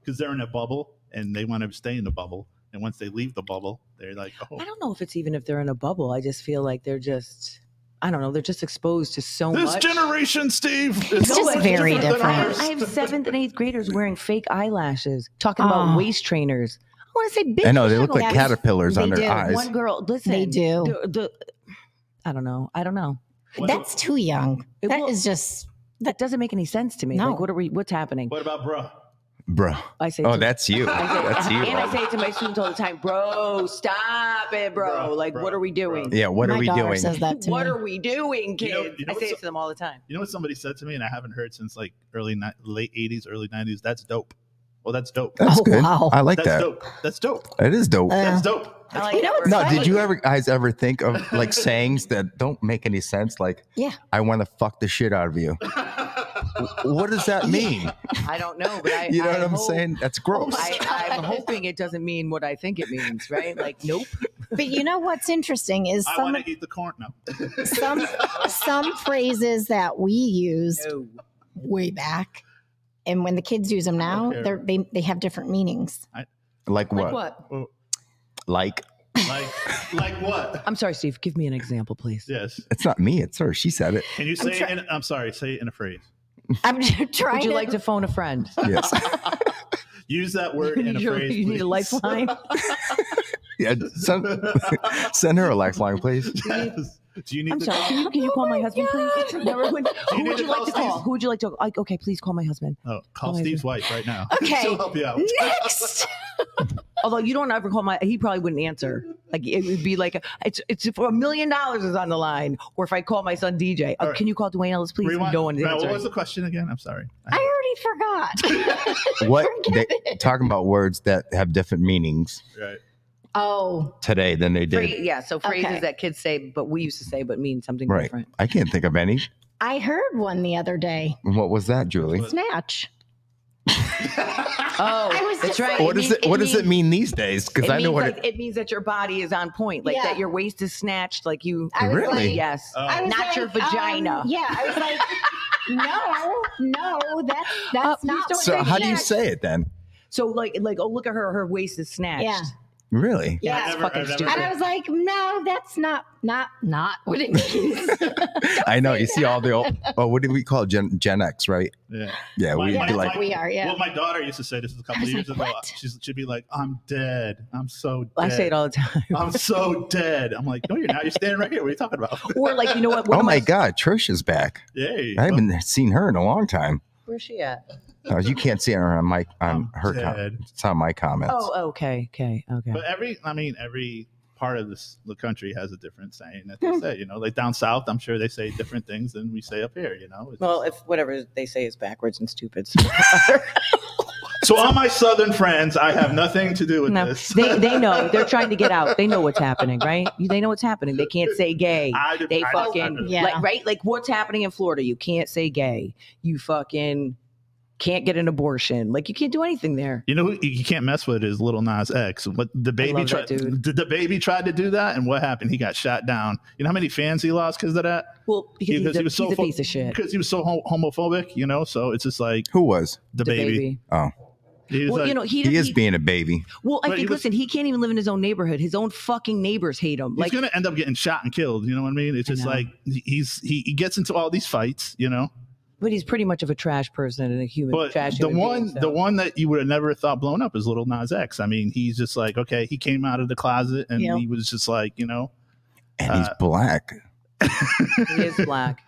[SPEAKER 4] because they're in a bubble and they want to stay in the bubble. And once they leave the bubble, they're like, oh,
[SPEAKER 1] I don't know if it's even if they're in a bubble. I just feel like they're just, I don't know, they're just exposed to so
[SPEAKER 4] this
[SPEAKER 1] much.
[SPEAKER 4] generation, Steve.
[SPEAKER 3] It's
[SPEAKER 1] No,
[SPEAKER 3] just
[SPEAKER 1] it's
[SPEAKER 3] very
[SPEAKER 1] different than
[SPEAKER 3] different.
[SPEAKER 1] ours. I have seventh and eighth graders wearing fake eyelashes, talking
[SPEAKER 3] Oh.
[SPEAKER 1] about waist trainers. I want to say, bitch,
[SPEAKER 2] I know they
[SPEAKER 1] you're
[SPEAKER 2] look
[SPEAKER 1] not
[SPEAKER 2] like
[SPEAKER 1] gonna-
[SPEAKER 3] That's-
[SPEAKER 2] caterpillars on
[SPEAKER 3] they
[SPEAKER 2] their
[SPEAKER 3] do.
[SPEAKER 2] eyes.
[SPEAKER 1] One girl, listen,
[SPEAKER 3] They do.
[SPEAKER 1] the- the- I don't know. I don't know.
[SPEAKER 4] What-
[SPEAKER 3] That's too young.
[SPEAKER 1] It
[SPEAKER 3] That
[SPEAKER 1] will-
[SPEAKER 3] is just,
[SPEAKER 1] That doesn't make any sense to me.
[SPEAKER 3] No.
[SPEAKER 1] Like, what are we? What's happening?
[SPEAKER 4] what about bruh?
[SPEAKER 2] Bruh.
[SPEAKER 1] I say.
[SPEAKER 2] Oh,
[SPEAKER 1] to-
[SPEAKER 2] that's you.
[SPEAKER 1] I say,
[SPEAKER 2] That's you.
[SPEAKER 1] And I say it to my students all the time, bro, stop it, bro.
[SPEAKER 4] Bro,
[SPEAKER 1] like,
[SPEAKER 4] bro,
[SPEAKER 1] what are we doing?
[SPEAKER 4] bro.
[SPEAKER 2] Yeah, what
[SPEAKER 3] my
[SPEAKER 2] are we
[SPEAKER 3] daughter
[SPEAKER 2] doing?
[SPEAKER 3] says that to
[SPEAKER 1] What
[SPEAKER 3] me.
[SPEAKER 1] are we doing,
[SPEAKER 4] You
[SPEAKER 1] kids?
[SPEAKER 4] know- you know
[SPEAKER 1] I say
[SPEAKER 4] what's-
[SPEAKER 1] it to them all the time.
[SPEAKER 4] You know what somebody said to me, and I haven't heard since like early ni- late '80s, early '90s. That's dope. Well, that's dope.
[SPEAKER 2] That's
[SPEAKER 3] Oh,
[SPEAKER 2] good.
[SPEAKER 3] wow.
[SPEAKER 2] I like
[SPEAKER 4] that's
[SPEAKER 2] that.
[SPEAKER 4] dope. That's dope.
[SPEAKER 2] It is dope.
[SPEAKER 3] Uh,
[SPEAKER 4] *laughs* That's dope.
[SPEAKER 1] *laughs* I like
[SPEAKER 3] You
[SPEAKER 1] that
[SPEAKER 3] know what's
[SPEAKER 1] word.
[SPEAKER 2] no, did you ever guys ever think of like sayings that don't make any sense? Like,
[SPEAKER 3] Yeah.
[SPEAKER 2] I want to fuck the shit out of you. what does that mean?
[SPEAKER 1] I don't know,
[SPEAKER 2] *laughs*
[SPEAKER 1] but I,
[SPEAKER 2] you know
[SPEAKER 1] I
[SPEAKER 2] what I'm
[SPEAKER 1] hope-
[SPEAKER 2] saying? That's gross.
[SPEAKER 4] *laughs*
[SPEAKER 1] I, I'm hoping it doesn't mean what I think it means, right? Like, nope.
[SPEAKER 3] But you know what's interesting is
[SPEAKER 4] I
[SPEAKER 3] some
[SPEAKER 4] want to eat the corn. No.
[SPEAKER 3] some some phrases that we used
[SPEAKER 1] No.
[SPEAKER 3] way back, and when the kids use them now,
[SPEAKER 4] Okay.
[SPEAKER 3] they're, they they have different meanings.
[SPEAKER 2] like
[SPEAKER 1] Like
[SPEAKER 2] what?
[SPEAKER 1] what?
[SPEAKER 2] Like
[SPEAKER 4] like like what?
[SPEAKER 1] I'm sorry, Steve. Give me an example, please.
[SPEAKER 4] Yes.
[SPEAKER 2] it's not me. It's her. She said it.
[SPEAKER 4] Can you say?
[SPEAKER 3] try-
[SPEAKER 4] it in, I'm sorry. Say it in a phrase.
[SPEAKER 3] I'm just trying.
[SPEAKER 1] Would you like to phone a
[SPEAKER 4] *laughs*
[SPEAKER 1] friend?
[SPEAKER 2] Yes.
[SPEAKER 4] Use that
[SPEAKER 1] *laughs*
[SPEAKER 4] word
[SPEAKER 1] You
[SPEAKER 4] in a
[SPEAKER 1] need your-
[SPEAKER 4] phrase.
[SPEAKER 1] you need
[SPEAKER 4] please.
[SPEAKER 1] a
[SPEAKER 4] *laughs*
[SPEAKER 1] lifeline.
[SPEAKER 2] yeah.
[SPEAKER 5] *laughs*
[SPEAKER 2] Send, send her a lifeline, please.
[SPEAKER 1] *laughs*
[SPEAKER 4] Yes. Do you need
[SPEAKER 1] I'm
[SPEAKER 4] to
[SPEAKER 1] sorry.
[SPEAKER 4] call-
[SPEAKER 1] Can you, can you
[SPEAKER 3] Oh
[SPEAKER 1] call my
[SPEAKER 3] my
[SPEAKER 1] husband, please?
[SPEAKER 3] God.
[SPEAKER 1] Never would-
[SPEAKER 4] *laughs* you
[SPEAKER 1] Who
[SPEAKER 4] need
[SPEAKER 1] would
[SPEAKER 4] to
[SPEAKER 1] you like to
[SPEAKER 4] call
[SPEAKER 1] call?
[SPEAKER 4] Steve?
[SPEAKER 1] Who would you like to? Like, okay, please call my husband.
[SPEAKER 4] Oh, call
[SPEAKER 1] Oh, I
[SPEAKER 4] Steve's wife right now.
[SPEAKER 3] Okay.
[SPEAKER 4] She'll help you out.
[SPEAKER 3] next?
[SPEAKER 1] Although you don't ever call my, he probably wouldn't answer. Like it would be like it's it's for a million dollars is on the line. Or if I call my son DJ,
[SPEAKER 4] All
[SPEAKER 1] oh,
[SPEAKER 4] right.
[SPEAKER 1] can you call Dwayne Ellis, please?
[SPEAKER 4] Rewind.
[SPEAKER 1] No one's
[SPEAKER 4] Now, what was
[SPEAKER 1] answering.
[SPEAKER 4] the question again? I'm sorry. I-
[SPEAKER 3] I already forgot. *laughs*
[SPEAKER 2] What they,
[SPEAKER 3] Forget it.
[SPEAKER 2] talking about words that have different meanings
[SPEAKER 4] right.
[SPEAKER 3] Oh,
[SPEAKER 2] today than they did.
[SPEAKER 1] Phra- yeah, so phrases
[SPEAKER 3] Okay.
[SPEAKER 1] that kids say, but we used to say, but mean something
[SPEAKER 2] Right.
[SPEAKER 1] different.
[SPEAKER 2] I can't think of any.
[SPEAKER 3] I heard one the other day.
[SPEAKER 2] What was that, Julie?
[SPEAKER 4] What-
[SPEAKER 3] Snatch.
[SPEAKER 1] Oh,
[SPEAKER 3] I was
[SPEAKER 1] that's
[SPEAKER 3] just
[SPEAKER 1] right.
[SPEAKER 3] like-
[SPEAKER 5] What does
[SPEAKER 3] mean-
[SPEAKER 5] it, what
[SPEAKER 3] it
[SPEAKER 5] does it mean these days? Because
[SPEAKER 1] it
[SPEAKER 5] I know
[SPEAKER 1] means
[SPEAKER 5] what
[SPEAKER 1] like,
[SPEAKER 5] it,
[SPEAKER 1] it, means that your body is on point, like that
[SPEAKER 3] Yeah.
[SPEAKER 1] your waist is snatched, like you.
[SPEAKER 3] I was
[SPEAKER 5] Really?
[SPEAKER 3] like,
[SPEAKER 1] yes.
[SPEAKER 4] Oh.
[SPEAKER 3] I was
[SPEAKER 1] Not your
[SPEAKER 3] like, um,
[SPEAKER 1] vagina.
[SPEAKER 3] yeah, I was like, no, no, that's
[SPEAKER 1] Uh,
[SPEAKER 3] that's
[SPEAKER 1] please
[SPEAKER 3] not.
[SPEAKER 1] don't
[SPEAKER 5] So
[SPEAKER 1] say
[SPEAKER 5] how do you
[SPEAKER 1] yes.
[SPEAKER 5] say it then?
[SPEAKER 1] So like, like, oh, look at her. Her waist is snatched.
[SPEAKER 3] Yeah.
[SPEAKER 1] *laughs*
[SPEAKER 5] Really?
[SPEAKER 3] Yeah.
[SPEAKER 1] That's
[SPEAKER 4] I've never-
[SPEAKER 1] fucking
[SPEAKER 4] I've never-
[SPEAKER 1] stupid.
[SPEAKER 3] And I was like, no, that's not not not what it *laughs* means.
[SPEAKER 5] I know. You see all the old, oh, what do we call it? Gen, Gen X, right?
[SPEAKER 4] Yeah.
[SPEAKER 5] Yeah,
[SPEAKER 4] My-
[SPEAKER 5] we'd be
[SPEAKER 4] my-
[SPEAKER 3] that's
[SPEAKER 5] like,
[SPEAKER 3] what we are. Yeah.
[SPEAKER 4] Well, my daughter used to say this a couple
[SPEAKER 3] was
[SPEAKER 4] years
[SPEAKER 3] like,
[SPEAKER 4] ago.
[SPEAKER 3] "What?"
[SPEAKER 4] She's, she'd be like, "I'm dead. I'm so dead.
[SPEAKER 1] I say it all
[SPEAKER 5] *laughs*
[SPEAKER 1] the time.
[SPEAKER 4] I'm so dead." I'm like, "No, you're not. You're standing right here. What are you talking about?" *laughs*
[SPEAKER 1] Or like, you know what? one
[SPEAKER 5] oh
[SPEAKER 1] of
[SPEAKER 5] my God, Trisha's back.
[SPEAKER 4] Yay!
[SPEAKER 5] I haven't seen her in a long time.
[SPEAKER 1] Where's she at?
[SPEAKER 5] No, you can't see her on my on
[SPEAKER 4] I'm
[SPEAKER 5] her. Com-
[SPEAKER 4] dead.
[SPEAKER 5] it's on my comments.
[SPEAKER 1] Oh, okay, okay, okay.
[SPEAKER 4] But every, I mean, every part of this the country has a different saying that
[SPEAKER 3] Hmm.
[SPEAKER 4] they say. You know, like down south, I'm sure they say different things than we say up here. You know. It's-
[SPEAKER 1] Well, if whatever they say is backwards and stupid,
[SPEAKER 4] so all my southern friends, I have nothing to do with
[SPEAKER 1] no,
[SPEAKER 4] this.
[SPEAKER 1] they they know they're trying to get out. They know what's happening, right? They know what's happening. They can't say gay.
[SPEAKER 4] *laughs* I did-
[SPEAKER 1] They
[SPEAKER 4] I- I-
[SPEAKER 1] fucking
[SPEAKER 3] Yeah.
[SPEAKER 1] like right like what's happening in Florida. You can't say gay. You fucking can't get an abortion. Like you can't do anything there.
[SPEAKER 4] You know who you can't mess with is Little Nas X. What the baby
[SPEAKER 1] love that
[SPEAKER 4] tried,
[SPEAKER 1] dude.
[SPEAKER 4] the, the baby tried to do that, and what happened? He got shot down. You know how many fans he lost because of that?
[SPEAKER 1] Well, because
[SPEAKER 4] Because
[SPEAKER 1] he's a,
[SPEAKER 4] he was so
[SPEAKER 1] he's a
[SPEAKER 4] fu-
[SPEAKER 1] piece of shit.
[SPEAKER 4] Because he was so hom- homophobic, you know. So it's just like
[SPEAKER 5] Who was?
[SPEAKER 4] the,
[SPEAKER 1] The
[SPEAKER 4] baby.
[SPEAKER 5] Oh,
[SPEAKER 4] He was
[SPEAKER 1] Well,
[SPEAKER 4] like-
[SPEAKER 1] you know he,
[SPEAKER 5] he
[SPEAKER 1] he
[SPEAKER 5] is being a baby.
[SPEAKER 1] Well, I
[SPEAKER 4] But
[SPEAKER 1] think
[SPEAKER 4] he was-
[SPEAKER 1] listen, he can't even live in his own neighborhood. His own fucking neighbors hate him.
[SPEAKER 4] he's
[SPEAKER 1] Like
[SPEAKER 4] gonna end up getting shot and killed. You know what I mean? It's
[SPEAKER 1] I
[SPEAKER 4] just
[SPEAKER 1] know.
[SPEAKER 4] like he- he's he, he gets into all these fights, you know.
[SPEAKER 1] But he's pretty much of a trash person and a human
[SPEAKER 4] But
[SPEAKER 1] trash.
[SPEAKER 4] the
[SPEAKER 1] human
[SPEAKER 4] one
[SPEAKER 1] being, so.
[SPEAKER 4] the one that you would have never thought blown up is Little Nas X. I mean, he's just like okay, he came out of the closet and
[SPEAKER 1] Yeah.
[SPEAKER 4] he was just like you know.
[SPEAKER 5] And he's
[SPEAKER 4] Uh,
[SPEAKER 5] black.
[SPEAKER 1] he is
[SPEAKER 4] *laughs*
[SPEAKER 1] black.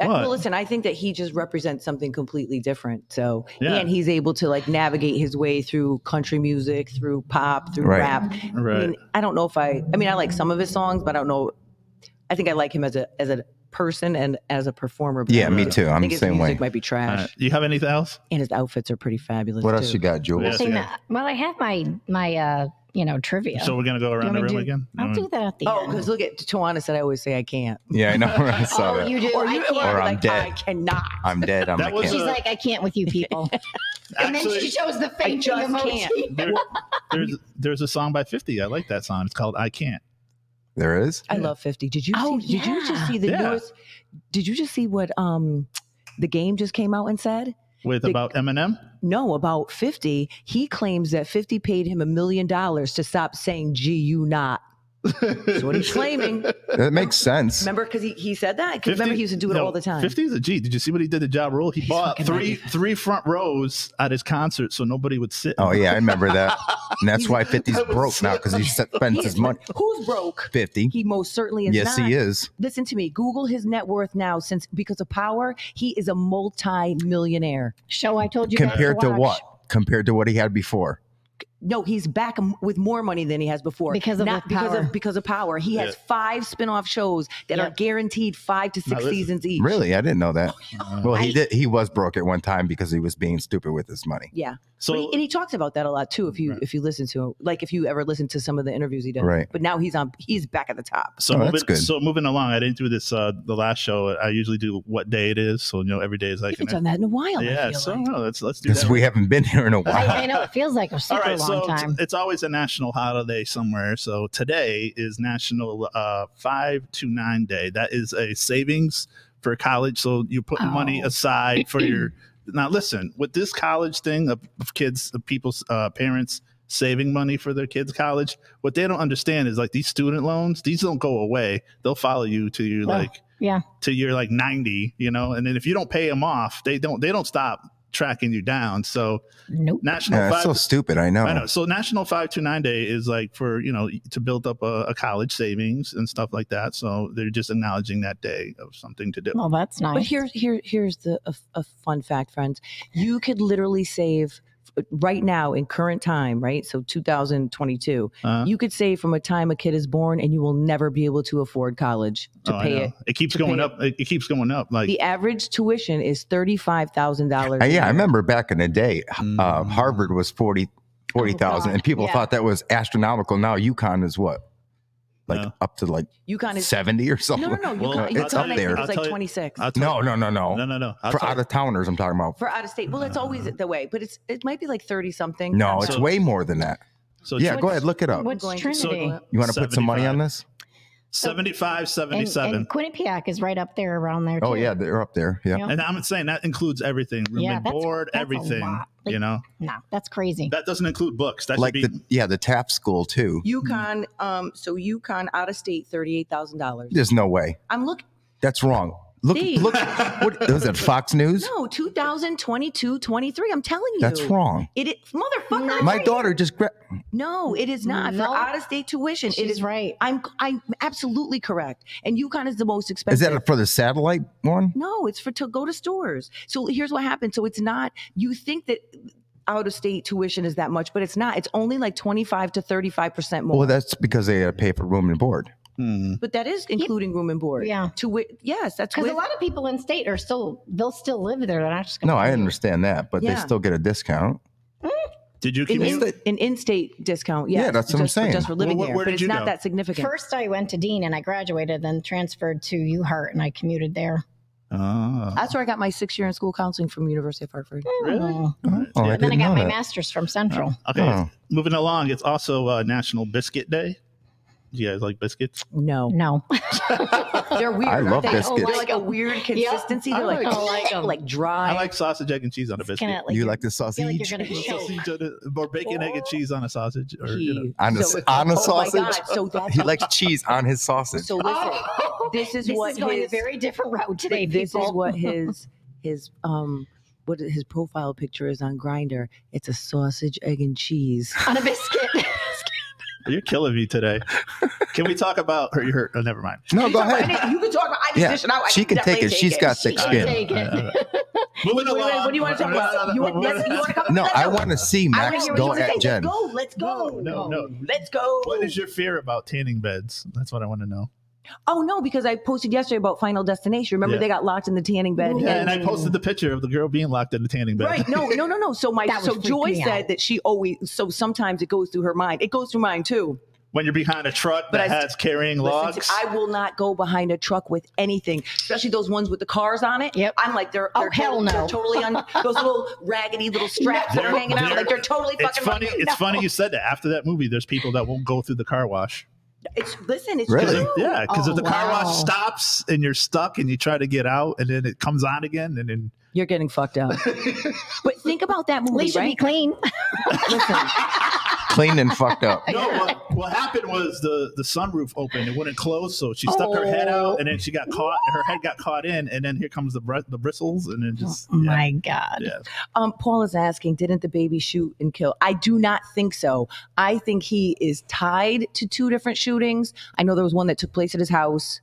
[SPEAKER 1] Uh,
[SPEAKER 4] What?
[SPEAKER 1] Well, listen, I think that he just represents something completely different. So,
[SPEAKER 4] Yeah.
[SPEAKER 1] and he's able to like navigate his way through country music, through pop, through
[SPEAKER 5] Right.
[SPEAKER 1] rap. I mean, I don't know if I. I mean, I like some of his songs, but I don't know. I think I like him as a as a person and as a performer. but I
[SPEAKER 5] Yeah,
[SPEAKER 1] don't
[SPEAKER 5] me
[SPEAKER 1] know.
[SPEAKER 5] too.
[SPEAKER 1] I
[SPEAKER 5] I'm
[SPEAKER 1] think
[SPEAKER 5] the
[SPEAKER 1] his
[SPEAKER 5] same
[SPEAKER 1] music
[SPEAKER 5] way.
[SPEAKER 1] might be trash,
[SPEAKER 4] Uh, you have anything else?
[SPEAKER 1] and his outfits are pretty fabulous.
[SPEAKER 5] What
[SPEAKER 1] too.
[SPEAKER 5] else you got, Jules?
[SPEAKER 4] Yes,
[SPEAKER 3] Nothing
[SPEAKER 4] yeah.
[SPEAKER 3] that- well, I have my my uh you know trivia.
[SPEAKER 4] So we're gonna go around
[SPEAKER 3] want me
[SPEAKER 4] the room
[SPEAKER 3] to-
[SPEAKER 4] again.
[SPEAKER 3] I'll do that at the
[SPEAKER 1] Oh,
[SPEAKER 3] end.
[SPEAKER 1] because look at Tawana said I always say I can't,
[SPEAKER 5] Yeah, I know. *laughs* I saw
[SPEAKER 3] oh,
[SPEAKER 5] that.
[SPEAKER 3] you do.
[SPEAKER 1] or,
[SPEAKER 3] I
[SPEAKER 1] you,
[SPEAKER 3] can't.
[SPEAKER 1] or,
[SPEAKER 5] Or I'm
[SPEAKER 1] like
[SPEAKER 5] dead.
[SPEAKER 1] I cannot.
[SPEAKER 5] I'm dead. I'm
[SPEAKER 4] That
[SPEAKER 5] like,
[SPEAKER 4] was
[SPEAKER 5] yeah.
[SPEAKER 3] She's like, I can't with you
[SPEAKER 1] *laughs*
[SPEAKER 3] people. and then
[SPEAKER 4] Actually-
[SPEAKER 3] she chose the
[SPEAKER 1] I
[SPEAKER 3] fainting
[SPEAKER 1] just
[SPEAKER 3] emoji.
[SPEAKER 1] can't. *laughs*
[SPEAKER 4] There- there's there's a song by Fifty. I like that song. It's called "I Can't."
[SPEAKER 5] there is.
[SPEAKER 1] I love 50. Did you
[SPEAKER 3] Oh,
[SPEAKER 1] see, did you just
[SPEAKER 3] yeah.
[SPEAKER 1] see the
[SPEAKER 4] Yeah.
[SPEAKER 1] newest did you just see what um the game just came out and said?
[SPEAKER 4] with
[SPEAKER 1] The-
[SPEAKER 4] about Eminem.
[SPEAKER 1] No, about 50. He claims that 50 paid him a million dollars to stop saying G you not. That's what he's claiming.
[SPEAKER 5] *laughs* That makes sense.
[SPEAKER 1] Remember because he, he said that? 'Cause remember he used to do it all the time.
[SPEAKER 4] Fifty is a G. Did you see what he did to Ja Rule? He bought
[SPEAKER 1] fucking
[SPEAKER 4] three three front rows at his concert so nobody would sit.
[SPEAKER 5] Oh yeah, I remember that. And that's why 50's
[SPEAKER 4] That was
[SPEAKER 5] broke now because he spends his money.
[SPEAKER 1] Who's broke?
[SPEAKER 5] 50.
[SPEAKER 1] He most certainly is
[SPEAKER 5] Yes,
[SPEAKER 1] not.
[SPEAKER 5] he is.
[SPEAKER 1] Listen to me. Google his net worth now since because of power, he is a multi-millionaire.
[SPEAKER 3] Show I told you guys
[SPEAKER 5] Compared to what?
[SPEAKER 3] watch.
[SPEAKER 5] Compared to what he had before.
[SPEAKER 1] No, he's back m- with more money than he has before
[SPEAKER 3] Because of the
[SPEAKER 1] because
[SPEAKER 3] power.
[SPEAKER 1] of because of power. He has
[SPEAKER 4] Yeah.
[SPEAKER 1] five spin-off shows that
[SPEAKER 3] Yeah.
[SPEAKER 1] are guaranteed five to
[SPEAKER 4] Now
[SPEAKER 1] six
[SPEAKER 4] listen,
[SPEAKER 1] seasons each.
[SPEAKER 5] Really? I didn't know that.
[SPEAKER 4] Uh,
[SPEAKER 5] Well, he
[SPEAKER 3] I-
[SPEAKER 5] did. He was broke at one time because he was being stupid with his money.
[SPEAKER 1] Yeah. So
[SPEAKER 4] So
[SPEAKER 1] and he talks about that a lot too. If you
[SPEAKER 4] Right.
[SPEAKER 1] if you listen to him, like if you ever listen to some of the interviews he does.
[SPEAKER 5] Right.
[SPEAKER 1] But now he's on. He's back at the top.
[SPEAKER 4] so
[SPEAKER 5] Oh, that's
[SPEAKER 4] moving,
[SPEAKER 5] good.
[SPEAKER 4] so moving along. I didn't do this uh, the last show. I usually do what day it is. So you know every day is
[SPEAKER 1] I
[SPEAKER 4] like
[SPEAKER 1] haven't done that in a while. I
[SPEAKER 4] yeah.
[SPEAKER 1] feel
[SPEAKER 4] So
[SPEAKER 1] like.
[SPEAKER 4] no, let's let's do
[SPEAKER 5] Because
[SPEAKER 4] that.
[SPEAKER 5] we haven't been here in a
[SPEAKER 3] *laughs* I,
[SPEAKER 5] while.
[SPEAKER 3] I know it feels like a super long
[SPEAKER 4] so
[SPEAKER 3] time.
[SPEAKER 4] It's, it's always a national holiday somewhere. So today is National uh, Five to Nine Day. That is a savings for college. So you put money
[SPEAKER 3] Oh.
[SPEAKER 4] aside
[SPEAKER 3] *clears throat*
[SPEAKER 4] for your. Now listen, with this college thing of, of kids, of people's uh, parents saving money for their kids' college, what they don't understand is like these student loans. These don't go away. They'll follow you to your
[SPEAKER 3] Oh,
[SPEAKER 4] like
[SPEAKER 3] yeah.
[SPEAKER 4] to your like ninety, you know. And then if you don't pay them off, they don't they don't stop tracking you down. So
[SPEAKER 3] nope.
[SPEAKER 4] national
[SPEAKER 5] Yeah, that's
[SPEAKER 4] five
[SPEAKER 5] so stupid. I know.
[SPEAKER 2] Oh.
[SPEAKER 4] I know. So National 529 Day is like for, you know, to build up a, a college savings and stuff like that. So they're just acknowledging that day of something to do.
[SPEAKER 3] Well, that's nice.
[SPEAKER 1] But here, here, here's the a, a fun fact, friends. You could literally save right now in current time, right? So 2022.
[SPEAKER 4] Uh,
[SPEAKER 1] you could save from a time a kid is born and you will never be able to afford college to
[SPEAKER 4] oh, I
[SPEAKER 1] pay
[SPEAKER 4] know.
[SPEAKER 1] it.
[SPEAKER 4] keeps
[SPEAKER 1] to pay
[SPEAKER 4] going
[SPEAKER 1] it.
[SPEAKER 4] up. It, it keeps going up. Like,
[SPEAKER 1] The average tuition is $35,000.
[SPEAKER 5] Uh, yeah,
[SPEAKER 1] a year.
[SPEAKER 5] I remember back in the day, uh,
[SPEAKER 2] Um,
[SPEAKER 4] Mm.
[SPEAKER 5] Harvard was 40 40,000
[SPEAKER 3] God.
[SPEAKER 1] Oh,
[SPEAKER 5] and people
[SPEAKER 3] Yeah.
[SPEAKER 5] thought that was astronomical. Now UConn is what?
[SPEAKER 2] like
[SPEAKER 4] No.
[SPEAKER 2] up to like
[SPEAKER 1] You kind of
[SPEAKER 2] seventy or something.
[SPEAKER 1] no, no, no. You
[SPEAKER 4] Well,
[SPEAKER 1] got- you
[SPEAKER 2] it's
[SPEAKER 1] got
[SPEAKER 2] up
[SPEAKER 1] like-
[SPEAKER 2] there.
[SPEAKER 1] It was
[SPEAKER 4] I'll tell
[SPEAKER 1] like
[SPEAKER 4] you-
[SPEAKER 1] twenty six
[SPEAKER 4] I'll
[SPEAKER 2] No,
[SPEAKER 4] tell
[SPEAKER 2] no, no, no.
[SPEAKER 4] No, no, no. I'll
[SPEAKER 2] For
[SPEAKER 4] tell-
[SPEAKER 2] out of towners, I'm talking about.
[SPEAKER 1] for out of state. Well, it's always the way, but it's it might be like thirty something.
[SPEAKER 2] Uh, No,
[SPEAKER 1] I'm
[SPEAKER 2] it's
[SPEAKER 1] sorry.
[SPEAKER 4] So-
[SPEAKER 2] way more than that.
[SPEAKER 4] so
[SPEAKER 2] Yeah,
[SPEAKER 4] it's
[SPEAKER 2] go ahead, look it up.
[SPEAKER 3] What's
[SPEAKER 1] going to-
[SPEAKER 3] Trinity?
[SPEAKER 4] So-
[SPEAKER 2] You want to put some money
[SPEAKER 4] 75.
[SPEAKER 2] on this?
[SPEAKER 4] 75,
[SPEAKER 3] and,
[SPEAKER 4] 77.
[SPEAKER 3] and Quinnipiac is right up there around there.
[SPEAKER 2] Oh
[SPEAKER 3] too.
[SPEAKER 2] yeah, they're up there. Yeah.
[SPEAKER 3] Yeah.
[SPEAKER 4] And I'm saying that includes everything, room
[SPEAKER 3] Yeah,
[SPEAKER 4] and
[SPEAKER 3] that's-
[SPEAKER 4] board,
[SPEAKER 3] that's a
[SPEAKER 4] everything.
[SPEAKER 3] lot. Like-
[SPEAKER 4] you know,
[SPEAKER 3] no, that's crazy.
[SPEAKER 4] that doesn't include books. That
[SPEAKER 2] like
[SPEAKER 4] should be
[SPEAKER 2] the yeah the tap school too.
[SPEAKER 1] UConn, um, so UConn out of state, thirty-eight thousand dollars.
[SPEAKER 2] There's no way.
[SPEAKER 1] I'm looking.
[SPEAKER 2] That's wrong. Look
[SPEAKER 1] Dave.
[SPEAKER 2] look. What was that? Fox News.
[SPEAKER 1] *laughs* No, 2022, 23. I'm telling you,
[SPEAKER 2] That's wrong.
[SPEAKER 1] It is, motherfucker. I'm
[SPEAKER 2] My
[SPEAKER 1] right.
[SPEAKER 2] daughter just gra-
[SPEAKER 1] No, it is not
[SPEAKER 3] No.
[SPEAKER 1] for out of state tuition.
[SPEAKER 3] She's
[SPEAKER 1] it is.
[SPEAKER 3] right.
[SPEAKER 1] I'm I'm absolutely correct. And UConn is the most
[SPEAKER 2] is
[SPEAKER 1] expensive.
[SPEAKER 2] that for the satellite one?
[SPEAKER 1] No, it's for to go to stores. So here's what happened. So it's not you think that out of state tuition is that much, but it's not. It's only like 25 to 35% more.
[SPEAKER 2] Well, that's because they had to pay for room and board.
[SPEAKER 4] *laughs* Hmm.
[SPEAKER 1] but that is including room and board.
[SPEAKER 3] Yeah.
[SPEAKER 1] To wit- yes, that's
[SPEAKER 3] Because
[SPEAKER 1] with,
[SPEAKER 3] a lot of people in state are still they'll still live there. They're not just gonna
[SPEAKER 2] No, I
[SPEAKER 3] leave.
[SPEAKER 2] understand that, but they
[SPEAKER 1] Yeah.
[SPEAKER 2] still get a discount.
[SPEAKER 4] Did you
[SPEAKER 1] an,
[SPEAKER 4] commute?
[SPEAKER 1] in, an in-state discount. Yes,
[SPEAKER 2] Yeah, that's what I'm
[SPEAKER 1] just for-
[SPEAKER 2] saying.
[SPEAKER 1] just for living
[SPEAKER 4] Well, wh-
[SPEAKER 1] there,
[SPEAKER 4] where
[SPEAKER 1] but
[SPEAKER 4] did
[SPEAKER 1] it's
[SPEAKER 4] you
[SPEAKER 1] not
[SPEAKER 4] go?
[SPEAKER 1] that significant.
[SPEAKER 3] First, I went to Dean and I graduated, then transferred to UHart and I commuted there.
[SPEAKER 4] Ah.
[SPEAKER 1] that's where I got my six year in school counseling from University of Hartford.
[SPEAKER 4] Really?
[SPEAKER 2] Oh, I
[SPEAKER 4] Yeah.
[SPEAKER 3] And then I
[SPEAKER 2] didn't
[SPEAKER 3] got
[SPEAKER 2] know
[SPEAKER 3] my
[SPEAKER 2] that.
[SPEAKER 3] master's from Central.
[SPEAKER 4] Okay,
[SPEAKER 2] Oh.
[SPEAKER 4] moving along. It's also uh, National Biscuit Day. Do you guys like biscuits?
[SPEAKER 2] Oh.
[SPEAKER 1] No,
[SPEAKER 3] No,
[SPEAKER 1] they're weird.
[SPEAKER 2] I
[SPEAKER 1] aren't
[SPEAKER 2] love
[SPEAKER 1] they?
[SPEAKER 2] biscuits.
[SPEAKER 1] They're like a weird consistency.
[SPEAKER 4] I
[SPEAKER 1] They're like,
[SPEAKER 3] like- I like 'em.
[SPEAKER 1] like dry.
[SPEAKER 4] I like sausage, egg, and cheese on a biscuit. *laughs*
[SPEAKER 3] Kinda
[SPEAKER 2] you
[SPEAKER 3] *laughs*
[SPEAKER 2] like the
[SPEAKER 3] feel like you're
[SPEAKER 2] sausage
[SPEAKER 3] gonna choke.
[SPEAKER 4] Sausage
[SPEAKER 1] *laughs*
[SPEAKER 4] on a- or bacon, egg, and cheese on a sausage. Or, you know.
[SPEAKER 1] He-
[SPEAKER 2] on a
[SPEAKER 1] so-
[SPEAKER 2] on
[SPEAKER 1] Oh
[SPEAKER 2] a
[SPEAKER 1] my
[SPEAKER 2] sausage.
[SPEAKER 1] God, so that's
[SPEAKER 2] *laughs* he likes cheese on his sausage.
[SPEAKER 1] so listen. Oh, This is
[SPEAKER 3] this is
[SPEAKER 1] what
[SPEAKER 3] going
[SPEAKER 1] his-
[SPEAKER 3] a very different route today.
[SPEAKER 1] But this
[SPEAKER 3] people.
[SPEAKER 1] is
[SPEAKER 3] *laughs*
[SPEAKER 1] what his his um what his profile picture is on Grinder. It's a sausage, egg, and *laughs* cheese.
[SPEAKER 3] on a biscuit.
[SPEAKER 4] You're killing me *laughs* today. Can we talk about? Or you're, oh, never mind.
[SPEAKER 2] no, go ahead.
[SPEAKER 1] you can talk about any
[SPEAKER 2] Yeah,
[SPEAKER 1] dish, and I- I
[SPEAKER 2] she can take
[SPEAKER 1] definitely
[SPEAKER 2] it. She's got thick
[SPEAKER 3] She
[SPEAKER 2] skin. Uh,
[SPEAKER 3] take it. *laughs*
[SPEAKER 1] Wait,
[SPEAKER 4] Moving
[SPEAKER 1] wait,
[SPEAKER 4] along.
[SPEAKER 1] what do you want to talk about? You want, that's- you want to come?
[SPEAKER 2] No,
[SPEAKER 1] let's
[SPEAKER 2] I
[SPEAKER 1] go.
[SPEAKER 2] want to see
[SPEAKER 1] I wanna
[SPEAKER 2] Max
[SPEAKER 1] hear what you
[SPEAKER 2] go
[SPEAKER 1] wanna say.
[SPEAKER 2] at Jen.
[SPEAKER 1] Let's go. Let's go.
[SPEAKER 4] No, no, no.
[SPEAKER 1] Let's go.
[SPEAKER 4] *laughs* What is your fear about tanning beds? That's what I want to know.
[SPEAKER 1] oh no, because I posted yesterday about Final Destination. Remember
[SPEAKER 4] Yeah.
[SPEAKER 1] they got locked in the tanning bed.
[SPEAKER 4] Yeah, and I posted the picture of the girl being locked in the tanning bed.
[SPEAKER 1] mm. Right. No, no, no, no. So my
[SPEAKER 3] That was
[SPEAKER 1] so
[SPEAKER 3] freaking
[SPEAKER 1] Joy
[SPEAKER 3] me
[SPEAKER 1] said
[SPEAKER 3] out.
[SPEAKER 1] that she always so sometimes it goes through her mind. It goes through mine too.
[SPEAKER 4] when you're behind a truck
[SPEAKER 1] But
[SPEAKER 4] that
[SPEAKER 1] I-
[SPEAKER 4] has carrying
[SPEAKER 1] Listen
[SPEAKER 4] logs.
[SPEAKER 1] to- I will not go behind a truck with anything, especially those ones with the cars on it.
[SPEAKER 3] Yep.
[SPEAKER 1] I'm like they're,
[SPEAKER 3] Oh,
[SPEAKER 1] they're
[SPEAKER 3] hell
[SPEAKER 1] tot-
[SPEAKER 3] no.
[SPEAKER 1] they're totally on those little raggedy little straps that are
[SPEAKER 4] They're-
[SPEAKER 1] hanging out.
[SPEAKER 4] they're-
[SPEAKER 1] Like they're totally
[SPEAKER 4] it's
[SPEAKER 1] fucking.
[SPEAKER 4] funny.
[SPEAKER 1] running.
[SPEAKER 4] It's funny you said that. After that movie, there's people that won't go through the car wash.
[SPEAKER 1] It's listen. It's
[SPEAKER 2] Really?
[SPEAKER 1] true.
[SPEAKER 4] Yeah, because
[SPEAKER 3] Oh,
[SPEAKER 4] if the car
[SPEAKER 3] wow.
[SPEAKER 4] wash stops and you're stuck and you try to get out and then it comes on again and then
[SPEAKER 1] You're getting fucked up. but think about that
[SPEAKER 3] At
[SPEAKER 1] movie,
[SPEAKER 3] least you'll be
[SPEAKER 1] right?
[SPEAKER 3] clean.
[SPEAKER 1] Listen,
[SPEAKER 2] Clean and fucked up.
[SPEAKER 4] *laughs* no. What, what happened was the the sunroof opened. It wouldn't close, so she stuck her head
[SPEAKER 3] Oh.
[SPEAKER 4] out and then she got caught. Her head got caught in, and then here comes the br- the bristles and then just yeah.
[SPEAKER 3] Oh My God.
[SPEAKER 4] Yeah.
[SPEAKER 1] um, Paul is asking, didn't the baby shoot and kill? I do not think so. I think he is tied to two different shootings. I know there was one that took place at his house.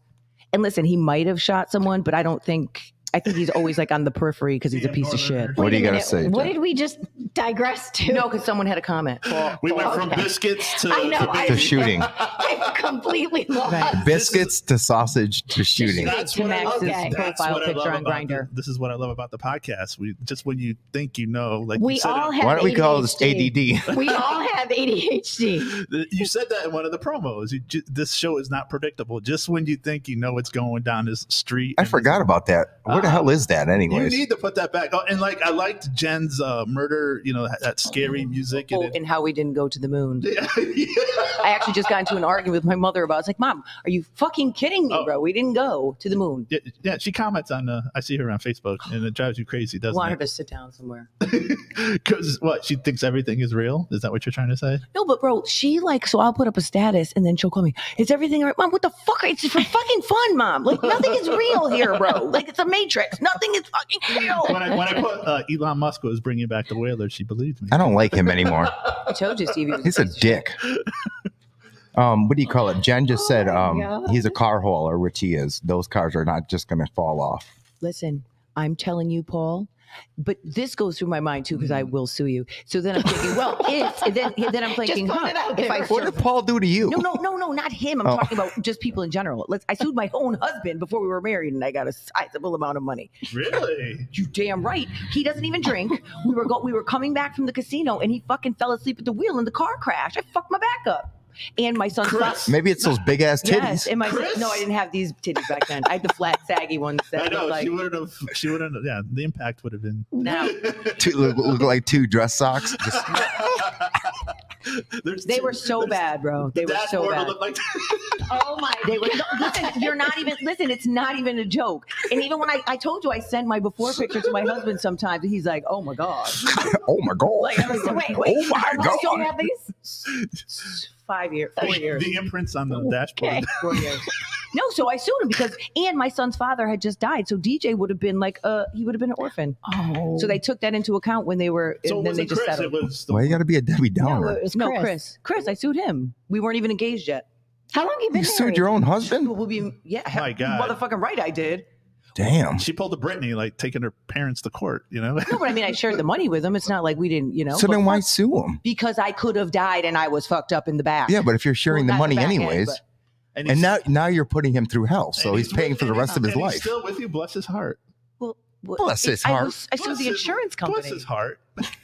[SPEAKER 1] And listen, he might have shot someone, but I don't think. I think he's always like on the periphery because he's a piece of shit.
[SPEAKER 2] What do
[SPEAKER 3] Wait
[SPEAKER 2] you
[SPEAKER 3] a
[SPEAKER 2] gotta
[SPEAKER 3] minute,
[SPEAKER 2] say,
[SPEAKER 3] What
[SPEAKER 2] Jen?
[SPEAKER 3] did we just digress to? *laughs*
[SPEAKER 1] No, because someone had a comment.
[SPEAKER 4] We went from biscuits to,
[SPEAKER 3] I know,
[SPEAKER 4] to
[SPEAKER 3] I-
[SPEAKER 2] To
[SPEAKER 4] baby. *laughs*
[SPEAKER 2] shooting
[SPEAKER 3] I'm completely lost.
[SPEAKER 1] Right.
[SPEAKER 2] biscuits to sausage to shooting.
[SPEAKER 4] That's
[SPEAKER 1] to
[SPEAKER 4] what I-
[SPEAKER 1] Max's
[SPEAKER 4] okay.
[SPEAKER 1] profile
[SPEAKER 4] That's what I
[SPEAKER 1] picture
[SPEAKER 4] love
[SPEAKER 1] on
[SPEAKER 4] about
[SPEAKER 1] Grindr.
[SPEAKER 4] the- This is what I love about the podcast. We just when you think you know, like you
[SPEAKER 3] We
[SPEAKER 4] said,
[SPEAKER 3] all have.
[SPEAKER 2] Why don't we call this
[SPEAKER 3] ADHD.
[SPEAKER 2] ADD?
[SPEAKER 3] we all
[SPEAKER 1] *laughs*
[SPEAKER 3] have ADHD.
[SPEAKER 4] you said that in one of the promos. You ju- this show is not predictable. Just when you think you know it's going down this street,
[SPEAKER 2] I
[SPEAKER 4] and-
[SPEAKER 2] forgot about that. Where the
[SPEAKER 4] Ah.
[SPEAKER 2] hell is that,
[SPEAKER 4] You
[SPEAKER 2] anyways?
[SPEAKER 4] need to put that back. Oh, and like I liked Jen's uh, murder. You know that, that scary music.
[SPEAKER 1] Oh,
[SPEAKER 4] And it,
[SPEAKER 1] and how we didn't go to the moon.
[SPEAKER 4] *laughs* yeah,
[SPEAKER 1] I actually just got into an argument with my mother about. It's like, mom, are you fucking kidding me,
[SPEAKER 4] Oh.
[SPEAKER 1] bro? We didn't go to the moon.
[SPEAKER 4] yeah, yeah, she comments on. Uh, I see her on Facebook, and it drives you crazy,
[SPEAKER 1] I want her
[SPEAKER 4] doesn't
[SPEAKER 1] to sit down somewhere.
[SPEAKER 4] it? Because what she thinks everything is real. Is that what you're trying
[SPEAKER 1] *laughs*
[SPEAKER 4] to say?
[SPEAKER 1] No, but bro, she like so I'll put up a status and then she'll call me. Is everything all right, mom? What the fuck? It's for fucking fun, mom. Like nothing is real here, bro. Like it's a matrix. Nothing is fucking real.
[SPEAKER 4] When I when I put uh, Elon Musk was bringing back the whaler, she
[SPEAKER 1] *laughs*
[SPEAKER 4] believed me.
[SPEAKER 2] I don't like him anymore.
[SPEAKER 1] I told you, Stevie. was
[SPEAKER 2] He's a
[SPEAKER 1] piece of
[SPEAKER 2] dick. Um, what do you call it? Jen just said
[SPEAKER 3] Oh my
[SPEAKER 2] um,
[SPEAKER 3] God.
[SPEAKER 2] he's a car hauler, which he is. Those cars are not just going to fall off.
[SPEAKER 1] listen, I'm telling you, Paul. But this goes through my mind too because
[SPEAKER 2] Mm.
[SPEAKER 1] I will sue you. So then I'm thinking, *laughs* well, if then then I'm thinking,
[SPEAKER 3] put
[SPEAKER 1] huh?
[SPEAKER 3] it out
[SPEAKER 1] If I
[SPEAKER 3] there.
[SPEAKER 2] What did Paul do to you?
[SPEAKER 1] no, no, no, no, not him.
[SPEAKER 2] Oh.
[SPEAKER 1] I'm talking about just people in general. Let's. I sued my own husband before we were married, and I got a sizable amount of money.
[SPEAKER 4] Really?
[SPEAKER 1] You damn right. He doesn't even drink. we were go, we were coming back from the casino, and he fucking fell asleep at the wheel in the car crash. I fucked my back up. And my son's
[SPEAKER 4] Chris.
[SPEAKER 2] Maybe it's those big ass titties.
[SPEAKER 1] Yes, and my no, I didn't have these titties back then. I had the flat, saggy ones that
[SPEAKER 4] *laughs* I know
[SPEAKER 1] looked like
[SPEAKER 4] she wouldn't have. She wouldn't. Have, yeah, the impact would have been.
[SPEAKER 1] now.
[SPEAKER 2] two, look, look like two dress socks. Just,
[SPEAKER 4] There's
[SPEAKER 1] They
[SPEAKER 4] two-
[SPEAKER 1] were so
[SPEAKER 4] *laughs* there's-
[SPEAKER 1] bad, bro. They were so
[SPEAKER 4] dashboard will
[SPEAKER 1] bad.
[SPEAKER 4] look like-
[SPEAKER 1] Oh my! They were
[SPEAKER 4] *laughs*
[SPEAKER 1] no, listen. You're not even listen. It's not even a joke. And even when I, I told you, I send my before picture to my
[SPEAKER 4] *laughs*
[SPEAKER 1] husband sometimes. He's like, "Oh my god!"
[SPEAKER 2] oh my god!
[SPEAKER 1] Like, I was like, wait,
[SPEAKER 4] *laughs*
[SPEAKER 1] wait.
[SPEAKER 2] oh my
[SPEAKER 1] I still
[SPEAKER 2] god!
[SPEAKER 1] have these. Five years, four years,
[SPEAKER 4] the imprints on the dashboard.
[SPEAKER 1] four years. *laughs* No, so I sued him because, and my son's father had just died, so DJ would have been like, uh, he would have been an orphan.
[SPEAKER 3] Oh,
[SPEAKER 1] So they took that into account when they were, and
[SPEAKER 4] So
[SPEAKER 1] then
[SPEAKER 4] it
[SPEAKER 1] they
[SPEAKER 4] wasn't
[SPEAKER 1] just
[SPEAKER 4] Chris. It
[SPEAKER 1] settled.
[SPEAKER 4] was the
[SPEAKER 2] Why you gotta be a Debbie
[SPEAKER 3] no,
[SPEAKER 2] Downer?
[SPEAKER 3] it was
[SPEAKER 1] no,
[SPEAKER 3] Chris.
[SPEAKER 1] Chris, Chris, I sued him. We weren't even engaged yet.
[SPEAKER 3] Oh. How long you been
[SPEAKER 2] you
[SPEAKER 3] married?
[SPEAKER 2] sued
[SPEAKER 3] *laughs*
[SPEAKER 2] your own husband?
[SPEAKER 1] We'll be, yeah,
[SPEAKER 4] My God.
[SPEAKER 1] motherfucking right, I did.
[SPEAKER 2] Damn.
[SPEAKER 4] She pulled a Brittany, like taking her parents to court. You know,
[SPEAKER 1] No, but I mean, I shared the money with him. It's not like we didn't, you know.
[SPEAKER 2] So
[SPEAKER 1] but
[SPEAKER 2] then why
[SPEAKER 1] fuck-
[SPEAKER 2] sue him?
[SPEAKER 1] Because I could have died and I was fucked up in the back.
[SPEAKER 2] Yeah, but if you're
[SPEAKER 1] Well,
[SPEAKER 2] sharing
[SPEAKER 1] not
[SPEAKER 2] the money
[SPEAKER 1] back end,
[SPEAKER 2] anyways,
[SPEAKER 1] but-
[SPEAKER 2] and
[SPEAKER 4] he's-
[SPEAKER 2] now now you're putting him through hell, so
[SPEAKER 4] and
[SPEAKER 2] he's paying for the
[SPEAKER 4] and
[SPEAKER 2] rest of
[SPEAKER 4] he's-
[SPEAKER 2] his
[SPEAKER 4] and he's
[SPEAKER 2] life.
[SPEAKER 4] Still with you, bless his heart.
[SPEAKER 1] well, well,
[SPEAKER 2] Bless
[SPEAKER 1] it-
[SPEAKER 2] his
[SPEAKER 1] I
[SPEAKER 2] heart.
[SPEAKER 1] was- I sued
[SPEAKER 4] Bless
[SPEAKER 1] the
[SPEAKER 4] his-
[SPEAKER 1] insurance
[SPEAKER 4] Bless
[SPEAKER 1] company.
[SPEAKER 4] his heart.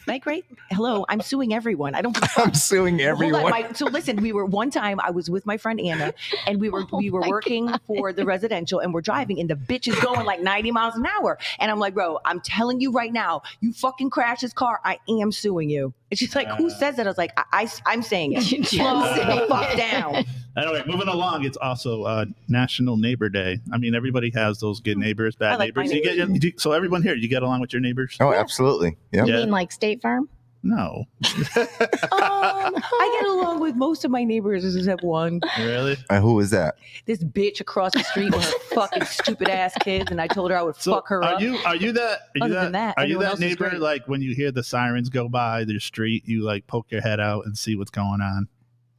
[SPEAKER 1] Like, right? Hello, I'm suing everyone. I don't.
[SPEAKER 2] *laughs* *laughs* I'm suing
[SPEAKER 1] Well, hold on,
[SPEAKER 2] everyone.
[SPEAKER 1] my- so listen, we were one time. I was with my friend Anna, and
[SPEAKER 3] *laughs*
[SPEAKER 1] we were
[SPEAKER 3] Oh
[SPEAKER 1] we were
[SPEAKER 3] my
[SPEAKER 1] working for the residential, and we're driving, and the bitch is going like 90 miles an hour, and I'm like, bro, I'm telling you right now, you fucking crash this car, I am suing you. And she's like, who says that? I was like, I, I am saying *laughs* it.
[SPEAKER 3] *laughs* You just
[SPEAKER 1] Slow the
[SPEAKER 3] said
[SPEAKER 1] fuck
[SPEAKER 3] it. *laughs*
[SPEAKER 1] down.
[SPEAKER 4] Anyway, moving along, it's also uh, National Neighbor Day. I mean, everybody has those good neighbors,
[SPEAKER 1] Hmm. I
[SPEAKER 4] bad
[SPEAKER 1] like my
[SPEAKER 4] neighbors. You get, you, so everyone here, you get along with your neighbors?
[SPEAKER 2] oh, absolutely. Yeah.
[SPEAKER 3] You
[SPEAKER 4] Yeah.
[SPEAKER 3] mean like State Farm?
[SPEAKER 4] No,
[SPEAKER 1] Um, I get along with most of my neighbors except one.
[SPEAKER 4] really.
[SPEAKER 2] And Uh, who is that?
[SPEAKER 1] This bitch across the street with her fucking stupid ass kids, and I told her I would
[SPEAKER 4] So
[SPEAKER 1] fuck her
[SPEAKER 4] are
[SPEAKER 1] up.
[SPEAKER 4] you are you that are you
[SPEAKER 1] Other
[SPEAKER 4] that,
[SPEAKER 1] than that,
[SPEAKER 4] are you
[SPEAKER 1] everyone
[SPEAKER 4] that
[SPEAKER 1] else is
[SPEAKER 4] neighbor
[SPEAKER 1] great.
[SPEAKER 4] like when you hear the sirens go by the street you like poke your head out and see what's going on?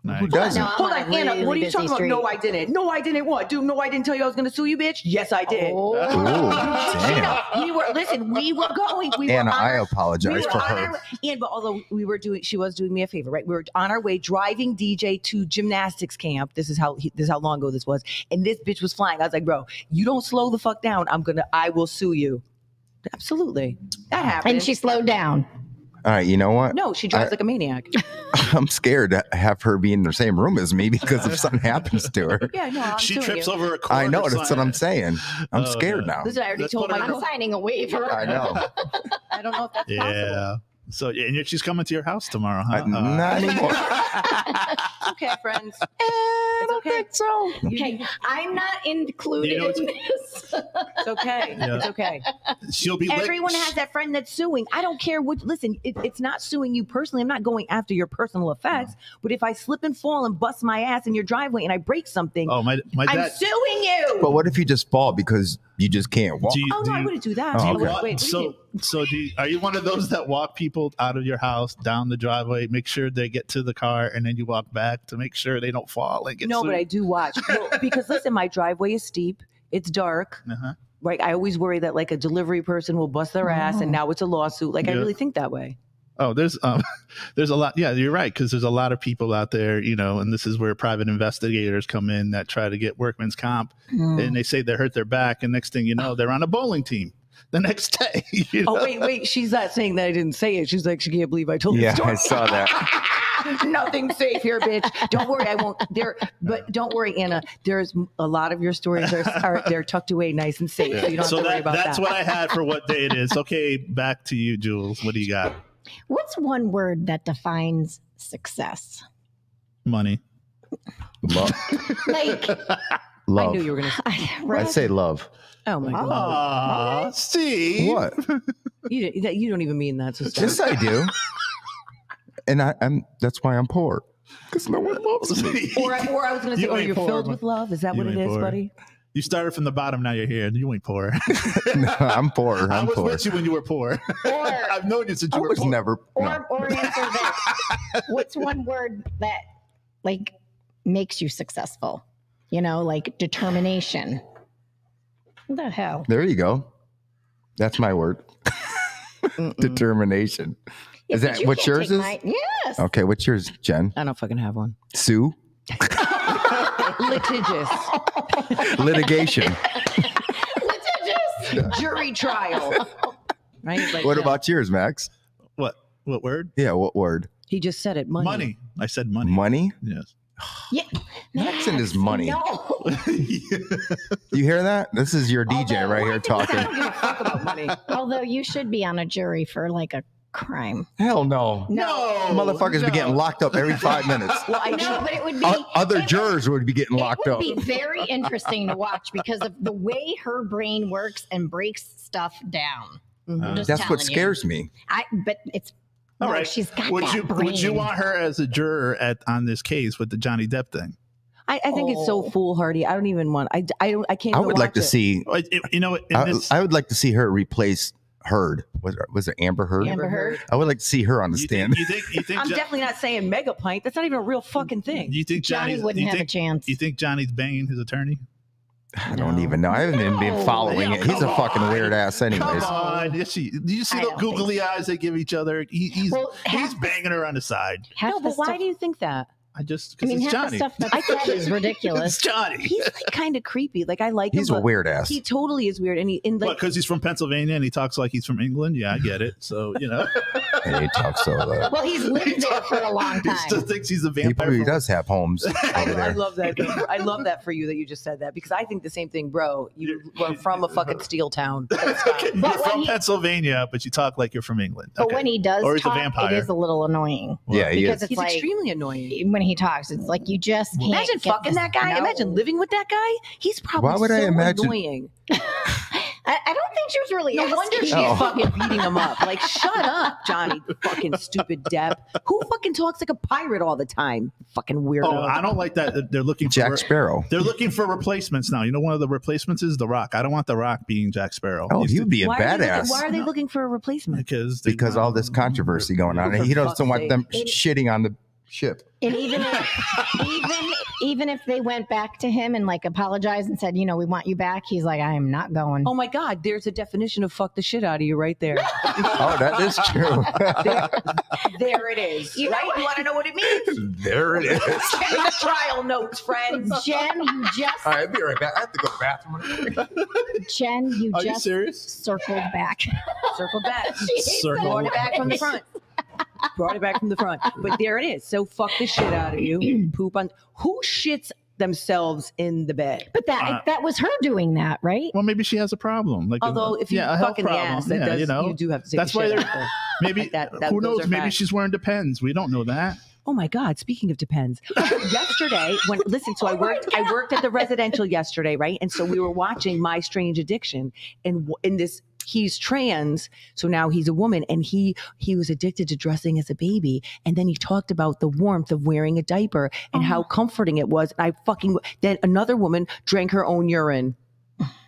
[SPEAKER 4] Like,
[SPEAKER 2] Who doesn't?
[SPEAKER 3] No, I'm
[SPEAKER 1] Hold
[SPEAKER 3] a
[SPEAKER 1] on, Anna. What are
[SPEAKER 3] really
[SPEAKER 1] you
[SPEAKER 3] busy
[SPEAKER 1] talking
[SPEAKER 3] street.
[SPEAKER 1] about? No, I didn't. No, I didn't. What, dude? No, I didn't tell you I was going to sue you, bitch. Yes, I did.
[SPEAKER 4] *laughs*
[SPEAKER 2] Oh, damn.
[SPEAKER 1] We were listen. We were going. We
[SPEAKER 2] Anna,
[SPEAKER 1] were on
[SPEAKER 2] I
[SPEAKER 1] our, we
[SPEAKER 2] apologize
[SPEAKER 1] were
[SPEAKER 2] for
[SPEAKER 1] on
[SPEAKER 4] *laughs*
[SPEAKER 2] her.
[SPEAKER 1] our- and but although we were doing, she was doing me a favor, right? We were on our way driving DJ to gymnastics camp. This is how he- this is how long ago this was, and this bitch was flying. I was like, bro, you don't slow the fuck down. I'm gonna, I will sue you. Absolutely, that happened.
[SPEAKER 3] And she slowed down.
[SPEAKER 2] All right, you know what?
[SPEAKER 1] no, she drives like a maniac.
[SPEAKER 2] *laughs* I'm scared to have her be in the same room as me because if something happens to her,
[SPEAKER 4] *laughs*
[SPEAKER 1] Yeah, no, I'm
[SPEAKER 4] she
[SPEAKER 1] suing
[SPEAKER 4] trips
[SPEAKER 1] you.
[SPEAKER 4] over a cord.
[SPEAKER 2] I know
[SPEAKER 4] or
[SPEAKER 2] that's what
[SPEAKER 4] something.
[SPEAKER 2] I'm saying. I'm
[SPEAKER 4] Oh,
[SPEAKER 2] scared
[SPEAKER 4] yeah.
[SPEAKER 2] now.
[SPEAKER 1] Listen, I already
[SPEAKER 4] Let's
[SPEAKER 1] told
[SPEAKER 4] put her
[SPEAKER 1] my.
[SPEAKER 4] in
[SPEAKER 3] I'm signing a waiver.
[SPEAKER 2] I
[SPEAKER 4] *laughs*
[SPEAKER 2] know.
[SPEAKER 1] I don't know if that's possible.
[SPEAKER 4] Yeah. So yeah, and she's coming to your house tomorrow, huh? Uh,
[SPEAKER 2] I- not
[SPEAKER 4] *laughs*
[SPEAKER 2] anymore.
[SPEAKER 1] *laughs* It's okay, friends. It's okay.
[SPEAKER 2] so.
[SPEAKER 3] Okay, I'm not included
[SPEAKER 4] You know,
[SPEAKER 3] in this.
[SPEAKER 1] It's okay.
[SPEAKER 4] Yeah.
[SPEAKER 1] It's
[SPEAKER 4] *laughs*
[SPEAKER 1] okay.
[SPEAKER 4] she'll be. lick-
[SPEAKER 1] Everyone has that friend that's suing. I don't care what. Listen, it, it's not suing you personally. I'm not going after your personal effects. But if I slip and fall and bust my ass in your driveway and I break something,
[SPEAKER 4] Oh my my
[SPEAKER 1] I'm
[SPEAKER 4] dad.
[SPEAKER 1] suing you.
[SPEAKER 2] But what if you just fall because you just can't walk?
[SPEAKER 4] Do you,
[SPEAKER 1] oh
[SPEAKER 4] do
[SPEAKER 1] no, I
[SPEAKER 4] you-
[SPEAKER 1] wouldn't do that.
[SPEAKER 2] do
[SPEAKER 1] I
[SPEAKER 2] you
[SPEAKER 1] would-
[SPEAKER 2] want-
[SPEAKER 1] wait, what do you
[SPEAKER 4] so
[SPEAKER 1] mean?
[SPEAKER 4] so do you, are you one of those that walk people out of your house down the driveway, make sure they get to the car, and then you walk back to make sure they don't fall and get
[SPEAKER 1] no,
[SPEAKER 4] sued?
[SPEAKER 1] but I do watch
[SPEAKER 4] *laughs*
[SPEAKER 1] Well, because listen, my driveway is steep. It's dark.
[SPEAKER 4] Uh-huh.
[SPEAKER 1] Right, I always worry that like a delivery person will bust their ass, and now it's a lawsuit. Like I
[SPEAKER 4] Oh. Yeah.
[SPEAKER 1] really think that
[SPEAKER 4] *laughs*
[SPEAKER 1] way.
[SPEAKER 4] Oh, there's um, *laughs* there's a lot. Yeah, you're right because there's a lot of people out there, you know, and this is where private investigators come in that try to get workman's comp,
[SPEAKER 1] Mm.
[SPEAKER 4] and they say they hurt their back, and next thing you know, they're on a bowling team *laughs* the next day. *laughs* you know?
[SPEAKER 1] Oh wait, wait, she's not saying that I didn't say it. She's like she can't believe I told
[SPEAKER 2] *laughs* Yeah,
[SPEAKER 1] the
[SPEAKER 4] *laughs*
[SPEAKER 1] story.
[SPEAKER 2] I saw that.
[SPEAKER 1] *laughs* Nothing safe here, bitch. Don't worry, I won't. There, but don't worry, Anna. There's a lot of your stories are, are they're tucked away, nice and safe, so you don't have
[SPEAKER 4] so
[SPEAKER 1] to worry
[SPEAKER 4] that,
[SPEAKER 1] about
[SPEAKER 4] that's
[SPEAKER 1] that.
[SPEAKER 4] what I had for what day
[SPEAKER 1] *laughs*
[SPEAKER 4] it is. Okay, back to you, Jules. What do you got?
[SPEAKER 3] What's one word that defines success?
[SPEAKER 4] Money.
[SPEAKER 2] Lo-
[SPEAKER 3] Like,
[SPEAKER 1] I
[SPEAKER 2] love.
[SPEAKER 1] knew you were gonna. Say,
[SPEAKER 3] I,
[SPEAKER 2] I say love.
[SPEAKER 1] oh my god,
[SPEAKER 4] Aw, Steve.
[SPEAKER 2] What?
[SPEAKER 1] you, don't- you don't even mean that. So stop.
[SPEAKER 2] *laughs* Yes, I do. And I, I'm. That's why I'm poor. *laughs* Because no one loves me.
[SPEAKER 1] or, I- or I was gonna say,
[SPEAKER 4] You
[SPEAKER 1] or
[SPEAKER 4] ain't
[SPEAKER 1] you're
[SPEAKER 4] poor,
[SPEAKER 1] filled
[SPEAKER 4] but-
[SPEAKER 1] with love. Is that
[SPEAKER 4] You
[SPEAKER 1] what it
[SPEAKER 4] ain't
[SPEAKER 1] is,
[SPEAKER 4] poor.
[SPEAKER 1] buddy?
[SPEAKER 4] You started from the bottom. Now you're here. You ain't poor.
[SPEAKER 2] No, I'm poor.
[SPEAKER 4] *laughs* I
[SPEAKER 2] I'm
[SPEAKER 4] was
[SPEAKER 2] poor.
[SPEAKER 4] with you when you were poor. *laughs* I've known you since you
[SPEAKER 2] I
[SPEAKER 4] were
[SPEAKER 2] was
[SPEAKER 4] poor.
[SPEAKER 2] never.
[SPEAKER 3] or,
[SPEAKER 2] no.
[SPEAKER 3] or answer this. What's one word that, like, makes you successful? You know, like determination. the hell?
[SPEAKER 2] There you go. That's my word. Mm. Determination. Is
[SPEAKER 3] but
[SPEAKER 2] that
[SPEAKER 3] you
[SPEAKER 2] what
[SPEAKER 3] can't
[SPEAKER 2] yours
[SPEAKER 3] take
[SPEAKER 2] is?
[SPEAKER 3] my- yes.
[SPEAKER 2] Okay, what's yours, Jen?
[SPEAKER 1] I don't fucking have one.
[SPEAKER 2] *laughs* Sue? *laughs*
[SPEAKER 1] Litigious
[SPEAKER 2] Litigation.
[SPEAKER 3] Litigious.
[SPEAKER 1] jury trial. Right? Like,
[SPEAKER 2] what
[SPEAKER 1] yeah.
[SPEAKER 2] about yours, Max?
[SPEAKER 4] What? What word?
[SPEAKER 2] Yeah, what word?
[SPEAKER 1] He just said it. Money.
[SPEAKER 4] Money. I said money.
[SPEAKER 2] Money?
[SPEAKER 4] Yes.
[SPEAKER 3] Yeah,
[SPEAKER 2] Max and his money.
[SPEAKER 3] No,
[SPEAKER 2] You hear that? This is your DJ right here
[SPEAKER 1] I
[SPEAKER 2] talking.
[SPEAKER 1] don't give a fuck about money.
[SPEAKER 3] although you should be on a jury for like a crime.
[SPEAKER 2] *laughs* Hell *laughs* no.
[SPEAKER 3] No,
[SPEAKER 2] Motherfuckers be
[SPEAKER 4] no.
[SPEAKER 2] getting locked up every *laughs* five minutes.
[SPEAKER 1] Well, I
[SPEAKER 3] no,
[SPEAKER 1] know.
[SPEAKER 3] but it would be
[SPEAKER 2] O- Other
[SPEAKER 3] it would-
[SPEAKER 2] jurors would be getting locked
[SPEAKER 3] it
[SPEAKER 2] up.
[SPEAKER 3] would be very interesting to watch because of the way her brain works and breaks stuff down.
[SPEAKER 1] Mhm.
[SPEAKER 3] Just
[SPEAKER 2] That's what
[SPEAKER 3] telling you.
[SPEAKER 2] scares me.
[SPEAKER 3] I but it's
[SPEAKER 4] All
[SPEAKER 3] all
[SPEAKER 4] right.
[SPEAKER 3] She's got
[SPEAKER 4] Would
[SPEAKER 3] that
[SPEAKER 4] you
[SPEAKER 3] brain.
[SPEAKER 4] would you want her as a juror at on this case with the Johnny Depp thing?
[SPEAKER 1] I, I think it's so
[SPEAKER 3] Oh.
[SPEAKER 1] foolhardy. I don't even want. I I, don't, I can't.
[SPEAKER 2] I
[SPEAKER 1] even
[SPEAKER 2] would like
[SPEAKER 1] watch
[SPEAKER 2] to
[SPEAKER 1] it.
[SPEAKER 2] see.
[SPEAKER 4] Like, it- you know, in
[SPEAKER 2] I,
[SPEAKER 4] this,
[SPEAKER 2] I would like to see her replace Heard. Was, was it Amber Heard?
[SPEAKER 3] Amber Heard.
[SPEAKER 2] I would like to see her on the
[SPEAKER 4] you
[SPEAKER 2] stand.
[SPEAKER 4] think you think you think
[SPEAKER 1] I'm
[SPEAKER 4] Jo-
[SPEAKER 1] definitely not saying mega pint. That's not even a real fucking thing.
[SPEAKER 4] you think
[SPEAKER 3] Johnny
[SPEAKER 4] Johnny's-
[SPEAKER 3] wouldn't
[SPEAKER 4] you
[SPEAKER 3] have
[SPEAKER 4] think,
[SPEAKER 3] a chance.
[SPEAKER 4] You think Johnny's banging his attorney?
[SPEAKER 2] I don't
[SPEAKER 1] No.
[SPEAKER 2] even know. I haven't even been
[SPEAKER 3] No.
[SPEAKER 2] following
[SPEAKER 4] Yeah,
[SPEAKER 2] it. He's a
[SPEAKER 4] come
[SPEAKER 2] fucking
[SPEAKER 4] on.
[SPEAKER 2] weird ass, anyways.
[SPEAKER 4] Come on, yes, she, do you see
[SPEAKER 3] I
[SPEAKER 4] the
[SPEAKER 3] don't think
[SPEAKER 4] googly eyes they give each other? He, he's
[SPEAKER 3] well, half
[SPEAKER 4] he's
[SPEAKER 3] the-
[SPEAKER 4] banging her on the side.
[SPEAKER 3] half
[SPEAKER 1] no,
[SPEAKER 3] the
[SPEAKER 1] but why
[SPEAKER 3] stuff-
[SPEAKER 1] do you think that?
[SPEAKER 4] I
[SPEAKER 3] I
[SPEAKER 4] just because
[SPEAKER 3] mean,
[SPEAKER 4] it's
[SPEAKER 3] half
[SPEAKER 4] Johnny.
[SPEAKER 3] the stuff that I said is
[SPEAKER 4] It's *laughs*
[SPEAKER 3] ridiculous.
[SPEAKER 4] Johnny.
[SPEAKER 1] He's like kind of creepy. Like I like
[SPEAKER 2] He's
[SPEAKER 1] him.
[SPEAKER 2] a
[SPEAKER 1] but
[SPEAKER 2] weird ass.
[SPEAKER 1] He totally is weird, and he and
[SPEAKER 4] What?
[SPEAKER 1] like
[SPEAKER 4] Because he's from Pennsylvania and he talks like he's from England. Yeah, I get it. So you know,
[SPEAKER 2] And he talks *laughs* so loud.
[SPEAKER 3] Well, he's lived there for a long
[SPEAKER 4] he
[SPEAKER 3] time.
[SPEAKER 4] still thinks *laughs* he's a
[SPEAKER 2] He
[SPEAKER 4] vampire.
[SPEAKER 2] probably
[SPEAKER 4] from-
[SPEAKER 2] does have *laughs* homes
[SPEAKER 1] I,
[SPEAKER 2] over
[SPEAKER 1] I
[SPEAKER 2] there.
[SPEAKER 1] love that. though. I love that for you that you just said that because I think the same thing, bro. You *laughs* are from a fucking steel
[SPEAKER 4] *laughs*
[SPEAKER 1] town. That's not-
[SPEAKER 4] Okay,
[SPEAKER 3] But
[SPEAKER 4] you're
[SPEAKER 3] when
[SPEAKER 4] from
[SPEAKER 3] he-
[SPEAKER 4] Pennsylvania, but you talk like you're from England.
[SPEAKER 3] But
[SPEAKER 4] Okay.
[SPEAKER 3] when he does
[SPEAKER 4] Or he's a
[SPEAKER 3] talk, it
[SPEAKER 4] vampire.
[SPEAKER 3] is a little annoying
[SPEAKER 2] Yeah, he
[SPEAKER 3] because
[SPEAKER 2] is.
[SPEAKER 3] it's
[SPEAKER 1] He's
[SPEAKER 3] like
[SPEAKER 1] extremely annoying.
[SPEAKER 3] when he talks, it's like you just can't
[SPEAKER 1] Imagine
[SPEAKER 3] get
[SPEAKER 1] fucking
[SPEAKER 3] this-
[SPEAKER 1] that guy.
[SPEAKER 3] No.
[SPEAKER 1] Imagine living with that guy. He's probably
[SPEAKER 2] Why would
[SPEAKER 1] so
[SPEAKER 2] I imagine-
[SPEAKER 1] annoying.
[SPEAKER 3] I, I don't think she was really.
[SPEAKER 1] No wonder
[SPEAKER 3] asking.
[SPEAKER 1] she's
[SPEAKER 2] Oh.
[SPEAKER 3] *laughs*
[SPEAKER 1] fucking beating him up. Like, shut up, Johnny. Fucking stupid Depp. Who fucking talks like a pirate all the time? Fucking weirdo.
[SPEAKER 4] oh, I don't like that. They're looking for
[SPEAKER 2] Jack Sparrow.
[SPEAKER 4] they're looking for replacements now. You know, one of the replacements is The Rock. I don't want The Rock being Jack Sparrow.
[SPEAKER 2] Oh,
[SPEAKER 4] He's
[SPEAKER 2] he would be a
[SPEAKER 1] why, Are they
[SPEAKER 2] badass.
[SPEAKER 1] looking, why are they looking for a replacement?
[SPEAKER 4] because they
[SPEAKER 2] because
[SPEAKER 4] want-
[SPEAKER 2] all this controversy going on.
[SPEAKER 1] For
[SPEAKER 2] and He
[SPEAKER 1] fuck's
[SPEAKER 2] doesn't want
[SPEAKER 1] sake.
[SPEAKER 2] them shitting on the ship.
[SPEAKER 3] And even *laughs* if, even even if they went back to him and like apologized and said, you know, we want you back, he's like, I am not going.
[SPEAKER 1] Oh my God, there's a definition of fuck the shit out of you right there.
[SPEAKER 2] Oh, that is true.
[SPEAKER 1] *laughs* there it is.
[SPEAKER 3] You know
[SPEAKER 1] right? You want to know what it means?
[SPEAKER 2] *laughs* there it is.
[SPEAKER 1] Check the trial notes, friends.
[SPEAKER 3] Jen, you
[SPEAKER 2] *laughs*
[SPEAKER 3] just
[SPEAKER 2] All right, I'll be right back. I have to go to the bathroom.
[SPEAKER 3] Jen, you
[SPEAKER 4] Are you
[SPEAKER 3] just
[SPEAKER 4] serious?
[SPEAKER 3] circled *laughs* back.
[SPEAKER 1] *laughs* Circle back.
[SPEAKER 4] Circle.
[SPEAKER 1] Brought it back from the front. Brought it back from the front. But there it is. So fuck the shit out of *clears throat* you. Poop on. Who shits themselves in the bed?
[SPEAKER 3] But that
[SPEAKER 4] Uh,
[SPEAKER 3] that was her doing that, right?
[SPEAKER 4] Well, maybe she has a problem. Like,
[SPEAKER 1] Although if you
[SPEAKER 4] yeah, a health
[SPEAKER 1] fuck in the
[SPEAKER 4] problem.
[SPEAKER 1] ass, that
[SPEAKER 4] yeah,
[SPEAKER 1] does,
[SPEAKER 4] you
[SPEAKER 1] you,
[SPEAKER 4] know,
[SPEAKER 1] do have to take
[SPEAKER 4] That's
[SPEAKER 1] the
[SPEAKER 4] why
[SPEAKER 1] shit
[SPEAKER 4] they're-
[SPEAKER 1] out there.
[SPEAKER 4] maybe
[SPEAKER 1] like that- that-
[SPEAKER 4] who
[SPEAKER 1] those
[SPEAKER 4] knows?
[SPEAKER 1] are
[SPEAKER 4] Maybe
[SPEAKER 1] facts.
[SPEAKER 4] she's wearing Depends. We don't know that.
[SPEAKER 1] Oh my God! Speaking of depends, yesterday when listen, so I worked I worked at the residential yesterday, right? And so we were watching My Strange Addiction, and w- in this he's trans, so now he's a woman, and he he was addicted to dressing as a baby, and then he talked about the warmth of wearing a diaper and how comforting it was. I fucking then another woman drank her own urine.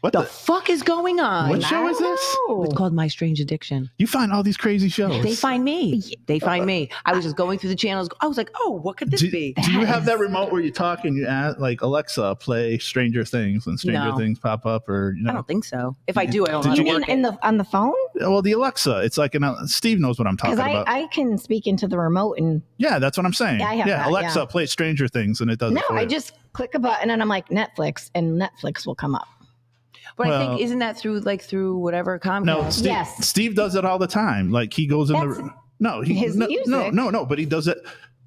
[SPEAKER 4] What
[SPEAKER 1] The
[SPEAKER 4] the?
[SPEAKER 1] fuck is going on?
[SPEAKER 4] what show is this?
[SPEAKER 1] It's called My Strange Addiction.
[SPEAKER 4] You find all these crazy shows.
[SPEAKER 1] They find me. They find me. I was just going through the channels. I was like, oh, what could this
[SPEAKER 4] do,
[SPEAKER 1] be?
[SPEAKER 4] do you have that remote where you talk and you ask, like Alexa, play Stranger Things, and Stranger
[SPEAKER 1] No.
[SPEAKER 4] Things pop up, or you
[SPEAKER 1] I
[SPEAKER 4] know?
[SPEAKER 1] don't think so. If I do, I don't know how
[SPEAKER 3] You
[SPEAKER 1] to
[SPEAKER 3] mean
[SPEAKER 1] work
[SPEAKER 3] in
[SPEAKER 1] it.
[SPEAKER 3] the on the phone?
[SPEAKER 4] Well, the Alexa, it's like an uh, Steve knows what I'm talking
[SPEAKER 3] Because I,
[SPEAKER 4] about.
[SPEAKER 3] I can speak into the remote and
[SPEAKER 4] yeah, that's what I'm saying.
[SPEAKER 3] Yeah, I have that,
[SPEAKER 4] Alexa,
[SPEAKER 3] yeah.
[SPEAKER 4] play Stranger Things, and it does.
[SPEAKER 3] no,
[SPEAKER 4] it for
[SPEAKER 3] I
[SPEAKER 4] you.
[SPEAKER 3] just click a button and I'm like Netflix, and Netflix will come up.
[SPEAKER 1] But I
[SPEAKER 4] Well-
[SPEAKER 1] think isn't that through like through whatever Comcast?
[SPEAKER 4] no. Steve,
[SPEAKER 3] Yes.
[SPEAKER 4] Steve does it all the time. Like he goes in
[SPEAKER 3] That's
[SPEAKER 4] the no, he,
[SPEAKER 3] his
[SPEAKER 4] no,
[SPEAKER 3] music.
[SPEAKER 4] no, no, no, but he does it.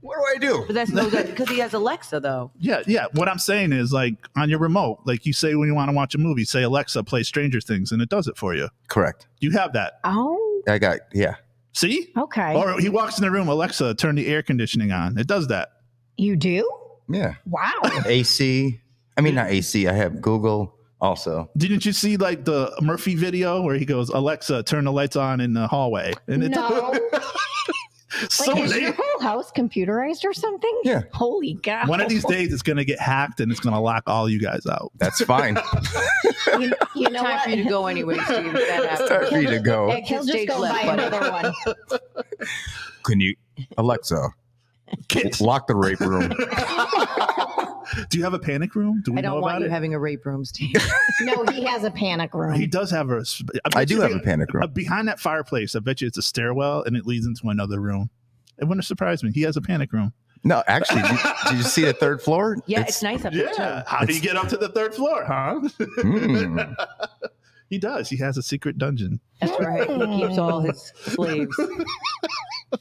[SPEAKER 2] What do I do?
[SPEAKER 1] But that's no good because he has Alexa though.
[SPEAKER 4] Yeah, yeah. What I'm saying is like on your remote, like you say when you want to watch a movie, say Alexa, play Stranger Things, and it does it for you.
[SPEAKER 2] Correct.
[SPEAKER 4] You have that.
[SPEAKER 3] Oh,
[SPEAKER 2] I got, yeah.
[SPEAKER 4] See?
[SPEAKER 3] okay.
[SPEAKER 4] Or he walks in the room, Alexa, turn the air conditioning on. It does that.
[SPEAKER 3] you do?
[SPEAKER 2] Yeah.
[SPEAKER 3] Wow.
[SPEAKER 2] AC. I mean, not AC. I have Google also.
[SPEAKER 4] Didn't you see like the Murphy video where he goes, Alexa, turn the lights on in the hallway? And it
[SPEAKER 3] no.
[SPEAKER 4] *laughs* so
[SPEAKER 3] like, is your
[SPEAKER 4] late.
[SPEAKER 3] whole house computerized or something?
[SPEAKER 2] Yeah.
[SPEAKER 3] Holy God.
[SPEAKER 4] One of these days it's gonna get hacked and it's gonna lock all you guys out.
[SPEAKER 2] That's *laughs* fine.
[SPEAKER 3] you, you know
[SPEAKER 1] Time
[SPEAKER 3] what?
[SPEAKER 1] for you to go anyway, Steve. if that
[SPEAKER 2] It's
[SPEAKER 1] happens.
[SPEAKER 2] time for you to go.
[SPEAKER 1] Exit
[SPEAKER 3] He'll just
[SPEAKER 1] stage
[SPEAKER 3] go buy
[SPEAKER 1] left, buddy.
[SPEAKER 3] another one.
[SPEAKER 2] Can you, Alexa,
[SPEAKER 4] Kids,
[SPEAKER 2] lock the rape room?
[SPEAKER 4] do you have a panic room? Do we
[SPEAKER 1] I
[SPEAKER 4] know
[SPEAKER 1] don't
[SPEAKER 4] about
[SPEAKER 1] want you
[SPEAKER 4] it?
[SPEAKER 1] having a rape room, Steve.
[SPEAKER 3] No, he has a panic room.
[SPEAKER 4] he does have a. sp- bet
[SPEAKER 2] I do
[SPEAKER 4] you
[SPEAKER 2] have
[SPEAKER 4] be-
[SPEAKER 2] a panic
[SPEAKER 4] uh,
[SPEAKER 2] room.
[SPEAKER 4] behind that fireplace. I bet you it's a stairwell and it leads into another room. It wouldn't surprise me. He has a panic room.
[SPEAKER 2] No, actually, did, did you see the third floor?
[SPEAKER 1] Yeah, it's, nice up there too.
[SPEAKER 4] How do you get up to the third floor, huh? *laughs*
[SPEAKER 2] Mm.
[SPEAKER 4] He does. He has a secret dungeon.
[SPEAKER 1] That's right. He keeps all his slaves.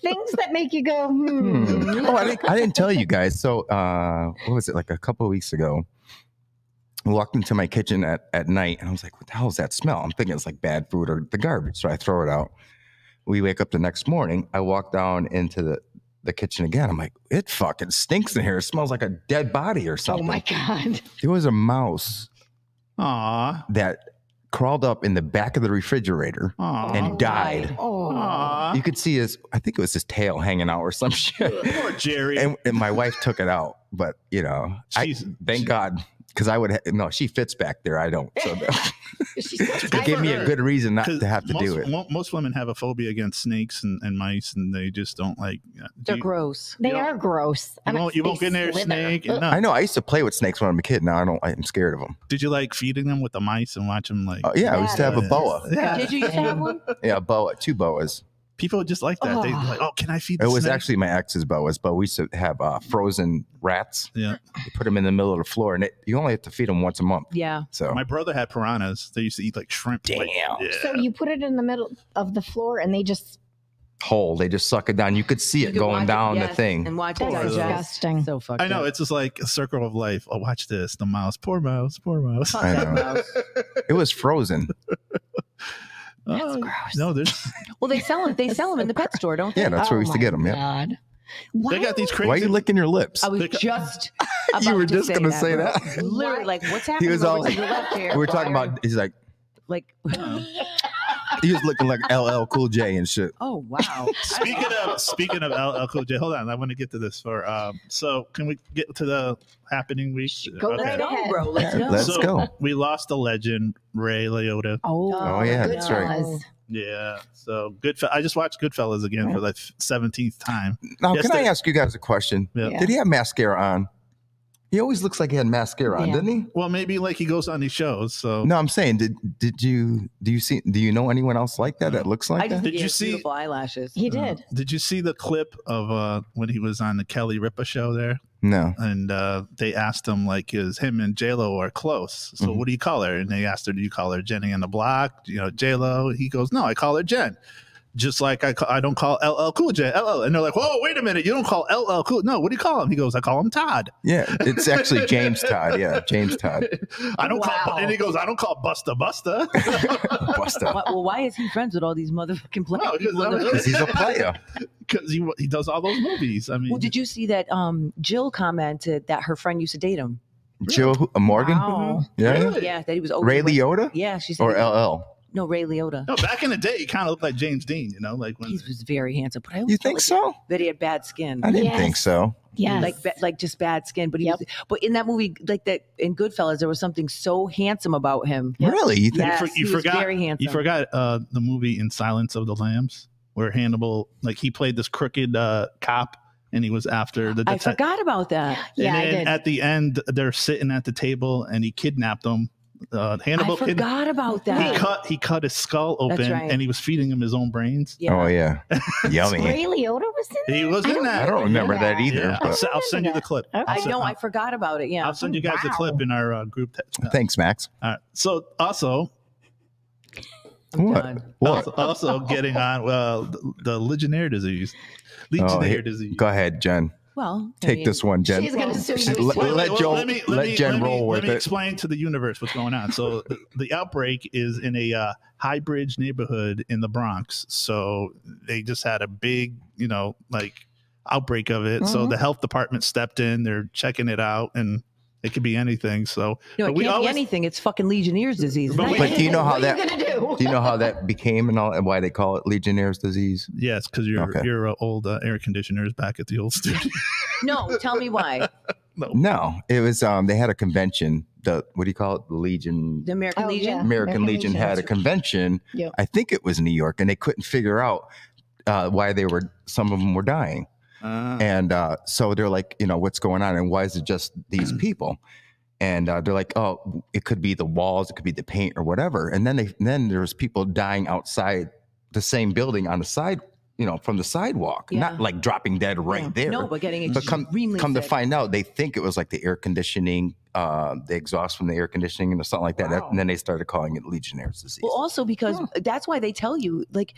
[SPEAKER 3] Things that make you go, hmm.
[SPEAKER 2] Hmm. Oh, I didn't, I didn't tell you guys. So, uh, what was it like a couple of weeks ago? I walked into my kitchen at, at night and I was like, what the hell is that smell? I'm thinking it's like bad food or the garbage. So I throw it out. We wake up the next morning. I walk down into the, the kitchen again. I'm like, it fucking stinks in here. It smells like a dead body or
[SPEAKER 3] Oh
[SPEAKER 2] something.
[SPEAKER 3] my God.
[SPEAKER 2] There was a mouse
[SPEAKER 4] Aw.
[SPEAKER 2] that crawled up in the back of the refrigerator.
[SPEAKER 4] Aw.
[SPEAKER 2] And died.
[SPEAKER 3] Oh.
[SPEAKER 4] Aw.
[SPEAKER 2] *laughs* You could see his, I think it was his tail hanging out or
[SPEAKER 4] *laughs*
[SPEAKER 2] some shit.
[SPEAKER 4] Poor Jerry.
[SPEAKER 2] and, and my wife took it out, but you know, I,
[SPEAKER 4] She's-
[SPEAKER 2] thank God, because I would ha- no. She fits back there. I don't.
[SPEAKER 4] *laughs*
[SPEAKER 2] So that-
[SPEAKER 3] She's
[SPEAKER 2] it gave me a good reason not
[SPEAKER 4] 'Cause
[SPEAKER 2] to have to
[SPEAKER 4] most,
[SPEAKER 2] do it.
[SPEAKER 4] mo- Most women have a phobia against snakes and, and mice, and they just don't like. uh, do
[SPEAKER 1] They're
[SPEAKER 4] you,
[SPEAKER 1] gross.
[SPEAKER 3] They
[SPEAKER 4] You
[SPEAKER 3] are gross. I
[SPEAKER 4] You
[SPEAKER 3] mean,
[SPEAKER 4] won't, you won't
[SPEAKER 3] they
[SPEAKER 4] get near a
[SPEAKER 3] slither.
[SPEAKER 4] snake.
[SPEAKER 3] *laughs*
[SPEAKER 4] And,
[SPEAKER 3] Ugh.
[SPEAKER 4] no.
[SPEAKER 2] I know. I used to play with snakes when I'm a kid. Now I don't. I'm scared of them.
[SPEAKER 4] Did you like feeding them with the mice and watch them like?
[SPEAKER 2] Oh, yeah, I used to have a
[SPEAKER 4] Yeah.
[SPEAKER 2] boa.
[SPEAKER 4] Yeah.
[SPEAKER 1] Did you used to have one?
[SPEAKER 2] Yeah, a boa, two boas.
[SPEAKER 4] People just like that. They
[SPEAKER 3] Ugh.
[SPEAKER 4] like, oh, can I feed?
[SPEAKER 2] It
[SPEAKER 4] the
[SPEAKER 2] was
[SPEAKER 4] snake?"
[SPEAKER 2] actually my ex's boas, but we used to have uh, frozen rats.
[SPEAKER 4] Yeah.
[SPEAKER 2] You put them in the middle of the floor, and it, you only have to feed them once a month.
[SPEAKER 1] Yeah.
[SPEAKER 2] So
[SPEAKER 4] My brother had piranhas. They used to eat like shrimp. Like,
[SPEAKER 2] oh. Damn.
[SPEAKER 4] yeah.
[SPEAKER 3] So you put it in the middle of the floor and they just,
[SPEAKER 2] whole, they just suck it down. You could see
[SPEAKER 1] You
[SPEAKER 2] it
[SPEAKER 1] could watch
[SPEAKER 2] going down the
[SPEAKER 1] yes,
[SPEAKER 2] thing.
[SPEAKER 1] And watch it
[SPEAKER 3] that's
[SPEAKER 4] Poor little-
[SPEAKER 1] digest.
[SPEAKER 3] disgusting.
[SPEAKER 1] So fucked
[SPEAKER 4] I know
[SPEAKER 1] up.
[SPEAKER 4] it's just like a circle of life. Oh, watch this. The mouse. Poor mouse. Poor mouse.
[SPEAKER 2] I know. It was frozen.
[SPEAKER 3] That's
[SPEAKER 4] Oh,
[SPEAKER 3] gross.
[SPEAKER 4] No, there's.
[SPEAKER 1] Well, they sell them. They sell them in the pet store, don't they?
[SPEAKER 2] Yeah, that's where we
[SPEAKER 1] Oh
[SPEAKER 2] used to get them. Yeah.
[SPEAKER 3] Oh God. Why?
[SPEAKER 4] They got these crazy.
[SPEAKER 2] Why are you licking your lips?
[SPEAKER 1] I was
[SPEAKER 4] They got-
[SPEAKER 1] just. About
[SPEAKER 2] *laughs* You were
[SPEAKER 1] to
[SPEAKER 2] just
[SPEAKER 1] say
[SPEAKER 2] gonna
[SPEAKER 1] that,
[SPEAKER 2] say
[SPEAKER 1] bro.
[SPEAKER 2] that.
[SPEAKER 1] Literally, like, what's happening?
[SPEAKER 2] was
[SPEAKER 1] over
[SPEAKER 2] all-
[SPEAKER 1] to the left here,
[SPEAKER 2] we were talking
[SPEAKER 1] Byron?
[SPEAKER 2] about. He's like,
[SPEAKER 1] like,
[SPEAKER 4] *laughs*
[SPEAKER 2] he was looking
[SPEAKER 1] *laughs*
[SPEAKER 2] like LL Cool J and shit.
[SPEAKER 1] oh wow.
[SPEAKER 4] Speaking of speaking of LL Cool J, hold on. I want to get to this for. Um, so can we get to the happening week?
[SPEAKER 3] Go
[SPEAKER 1] Let's
[SPEAKER 3] right
[SPEAKER 1] go,
[SPEAKER 3] ahead.
[SPEAKER 1] bro. Let's go.
[SPEAKER 2] Let's
[SPEAKER 4] So-
[SPEAKER 2] go.
[SPEAKER 4] We lost the legend Ray Liotta.
[SPEAKER 3] Oh,
[SPEAKER 1] Oh,
[SPEAKER 2] yeah,
[SPEAKER 1] that's right.
[SPEAKER 3] Goodfellas.
[SPEAKER 4] Yeah. So good. I just watched Goodfellas again for the seventeenth time.
[SPEAKER 2] Now,
[SPEAKER 4] Yes,
[SPEAKER 2] can I
[SPEAKER 4] the-
[SPEAKER 2] ask you guys a question?
[SPEAKER 4] Yeah.
[SPEAKER 3] Yeah.
[SPEAKER 2] Did he have mascara on? He always looks like he had mascara on,
[SPEAKER 3] Yeah.
[SPEAKER 2] didn't he?
[SPEAKER 4] Well, maybe like he goes on these shows.
[SPEAKER 1] Oh.
[SPEAKER 4] So
[SPEAKER 2] No, I'm saying, did did you do you see do you know anyone else like that that looks
[SPEAKER 1] I
[SPEAKER 2] like
[SPEAKER 1] just
[SPEAKER 2] that?
[SPEAKER 1] think
[SPEAKER 4] Did
[SPEAKER 1] he
[SPEAKER 4] you
[SPEAKER 1] has
[SPEAKER 4] see-
[SPEAKER 1] beautiful eyelashes.
[SPEAKER 3] He
[SPEAKER 4] Uh,
[SPEAKER 3] did.
[SPEAKER 4] did you see the clip of uh when he was on the Kelly Ripa show there?
[SPEAKER 2] No.
[SPEAKER 4] And uh they asked him like is him and J Lo are close. So
[SPEAKER 1] Mm-hmm.
[SPEAKER 2] Mhm.
[SPEAKER 4] what do you call her? And they asked her, Do you call her Jenny on the block? You know, J Lo? He goes, No, I call her Jen. Just like I, ca- I don't call LL Cool J LL, and they're like, "Whoa, wait a minute! You don't call LL Cool? No, what do you call him?" He goes, "I call him Todd." *laughs*
[SPEAKER 2] Yeah,
[SPEAKER 1] *laughs*
[SPEAKER 2] it's actually James Todd. Yeah, James Todd.
[SPEAKER 4] I don't
[SPEAKER 1] Wow.
[SPEAKER 4] call, and he goes, "I don't call Busta Busta." *laughs*
[SPEAKER 1] *laughs*
[SPEAKER 2] Busta.
[SPEAKER 1] Why- well, why is he friends with all these motherfucking black
[SPEAKER 4] No, 'cause
[SPEAKER 1] people?
[SPEAKER 4] that
[SPEAKER 1] in the hood?
[SPEAKER 2] Because
[SPEAKER 4] was-
[SPEAKER 2] he's a player.
[SPEAKER 4] because he he does all those movies. I mean,
[SPEAKER 1] Well, did you see that um, Jill commented that her friend used to date him?
[SPEAKER 2] Jill who- uh, Morgan.
[SPEAKER 1] Wow.
[SPEAKER 2] Yeah. yeah.
[SPEAKER 4] Really?
[SPEAKER 1] Yeah, that he was
[SPEAKER 2] Ray
[SPEAKER 1] overweight.
[SPEAKER 2] Liotta
[SPEAKER 1] Yeah, she said.
[SPEAKER 2] or LL.
[SPEAKER 1] No, Ray Liotta.
[SPEAKER 4] No, back in the day, he kind of looked like James Dean. You know, like when
[SPEAKER 1] He was very handsome. But I always
[SPEAKER 2] You
[SPEAKER 1] felt
[SPEAKER 2] think
[SPEAKER 1] like
[SPEAKER 2] so?
[SPEAKER 1] That he had bad skin.
[SPEAKER 2] I didn't
[SPEAKER 3] Yes.
[SPEAKER 2] think so.
[SPEAKER 3] Yes.
[SPEAKER 1] Like, ba- like just bad skin, but he
[SPEAKER 3] Yep.
[SPEAKER 1] was, but in that movie, like that in Goodfellas, there was something so handsome about him.
[SPEAKER 2] Really? You think
[SPEAKER 1] Yes,
[SPEAKER 4] for- you
[SPEAKER 1] he
[SPEAKER 4] forgot-
[SPEAKER 1] was very handsome.
[SPEAKER 4] you forgot uh, the movie in Silence of the Lambs, where Hannibal like he played this crooked uh, cop, and he was after the
[SPEAKER 1] I
[SPEAKER 4] detective.
[SPEAKER 1] forgot about that.
[SPEAKER 3] yeah,
[SPEAKER 4] and
[SPEAKER 3] I
[SPEAKER 4] then
[SPEAKER 3] did.
[SPEAKER 4] at the end, they're sitting at the table, and he kidnapped them. Uh, Hannibal
[SPEAKER 1] I
[SPEAKER 4] kid-
[SPEAKER 1] forgot about
[SPEAKER 4] he
[SPEAKER 1] that.
[SPEAKER 4] cut he cut his skull
[SPEAKER 1] That's
[SPEAKER 4] open,
[SPEAKER 1] right.
[SPEAKER 4] and he was feeding him his own brains.
[SPEAKER 1] yeah.
[SPEAKER 2] Oh yeah.
[SPEAKER 1] *laughs*
[SPEAKER 2] Yummy.
[SPEAKER 3] Ray Liotta was in
[SPEAKER 4] He was
[SPEAKER 3] I
[SPEAKER 4] in
[SPEAKER 3] don't-
[SPEAKER 2] I
[SPEAKER 4] that.
[SPEAKER 2] don't remember that
[SPEAKER 3] Yeah.
[SPEAKER 2] either.
[SPEAKER 4] Yeah. I'll,
[SPEAKER 2] But
[SPEAKER 4] se- I'll send you the clip.
[SPEAKER 3] Okay.
[SPEAKER 4] I'll
[SPEAKER 1] I
[SPEAKER 4] se-
[SPEAKER 1] know. I
[SPEAKER 4] I'll,
[SPEAKER 1] forgot about it. Yeah.
[SPEAKER 4] I'll send you guys the
[SPEAKER 3] Wow.
[SPEAKER 4] clip in our uh, group. text.
[SPEAKER 2] Thanks, Max.
[SPEAKER 4] All right. So also,
[SPEAKER 1] I'm
[SPEAKER 2] What?
[SPEAKER 1] done.
[SPEAKER 2] What?
[SPEAKER 4] also, also getting on uh, the, the Legionnaire disease,
[SPEAKER 2] Oh,
[SPEAKER 4] Legionnaire
[SPEAKER 2] here-
[SPEAKER 4] disease.
[SPEAKER 2] Go ahead, Jen.
[SPEAKER 1] Well, I
[SPEAKER 2] Take
[SPEAKER 1] mean,
[SPEAKER 2] this one, Jen.
[SPEAKER 3] She's gonna sue
[SPEAKER 2] She's-
[SPEAKER 3] you.
[SPEAKER 2] let- let Joel- let Jen roll
[SPEAKER 4] me,
[SPEAKER 2] with
[SPEAKER 4] Let me
[SPEAKER 2] it.
[SPEAKER 4] explain to the universe what's going on.
[SPEAKER 2] *laughs*
[SPEAKER 4] So the outbreak is in a uh, high bridge neighborhood in the Bronx. So they just had a big, you know, like outbreak of it. So
[SPEAKER 2] Mm-hmm.
[SPEAKER 3] Mhm.
[SPEAKER 4] the health department stepped in. They're checking it out, and it could be anything. So
[SPEAKER 1] No,
[SPEAKER 4] but
[SPEAKER 1] it can't
[SPEAKER 4] we
[SPEAKER 1] be
[SPEAKER 4] always-
[SPEAKER 1] anything. It's fucking Legionnaire's disease.
[SPEAKER 4] But
[SPEAKER 1] It's
[SPEAKER 4] we-
[SPEAKER 1] not
[SPEAKER 2] But do you know how
[SPEAKER 3] what
[SPEAKER 2] that?
[SPEAKER 3] Are you gonna
[SPEAKER 2] do
[SPEAKER 3] do?
[SPEAKER 2] you know how that became and all, and why they call it Legionnaire's disease?
[SPEAKER 4] yes, because your
[SPEAKER 2] Okay.
[SPEAKER 4] your uh, old uh, air conditioner is back at the old
[SPEAKER 2] *laughs*
[SPEAKER 4] studio.
[SPEAKER 1] *laughs* No, tell me why.
[SPEAKER 2] No, it was. Um, they had a convention. The what do you call it? The Legion.
[SPEAKER 1] The American
[SPEAKER 3] Oh,
[SPEAKER 1] Legion.
[SPEAKER 3] yeah.
[SPEAKER 2] American,
[SPEAKER 3] American
[SPEAKER 2] Legion
[SPEAKER 3] Legion.
[SPEAKER 2] had a convention.
[SPEAKER 3] Yeah.
[SPEAKER 2] I think it was New York, and they couldn't figure out uh, why they were. Some of them were dying,
[SPEAKER 1] Mm.
[SPEAKER 4] Ah.
[SPEAKER 2] and uh, so they're like, you know, what's going on, and why is it just these
[SPEAKER 1] Mm.
[SPEAKER 2] people? And uh, they're like, oh, it could be the walls, it could be the paint, or whatever. And then they, then there was people dying outside the same building on the side, you know, from the sidewalk,
[SPEAKER 1] Yeah.
[SPEAKER 2] not like dropping dead right
[SPEAKER 3] Yeah.
[SPEAKER 2] there.
[SPEAKER 1] No, but getting
[SPEAKER 2] But come-
[SPEAKER 1] extremely
[SPEAKER 2] come to
[SPEAKER 1] sick.
[SPEAKER 2] find out they think it was like the air conditioning uh the exhaust from the air conditioning and something like that
[SPEAKER 1] Wow.
[SPEAKER 2] and then they started calling it legionnaires disease
[SPEAKER 1] Well, also because
[SPEAKER 3] Huh.
[SPEAKER 1] that's why they tell you like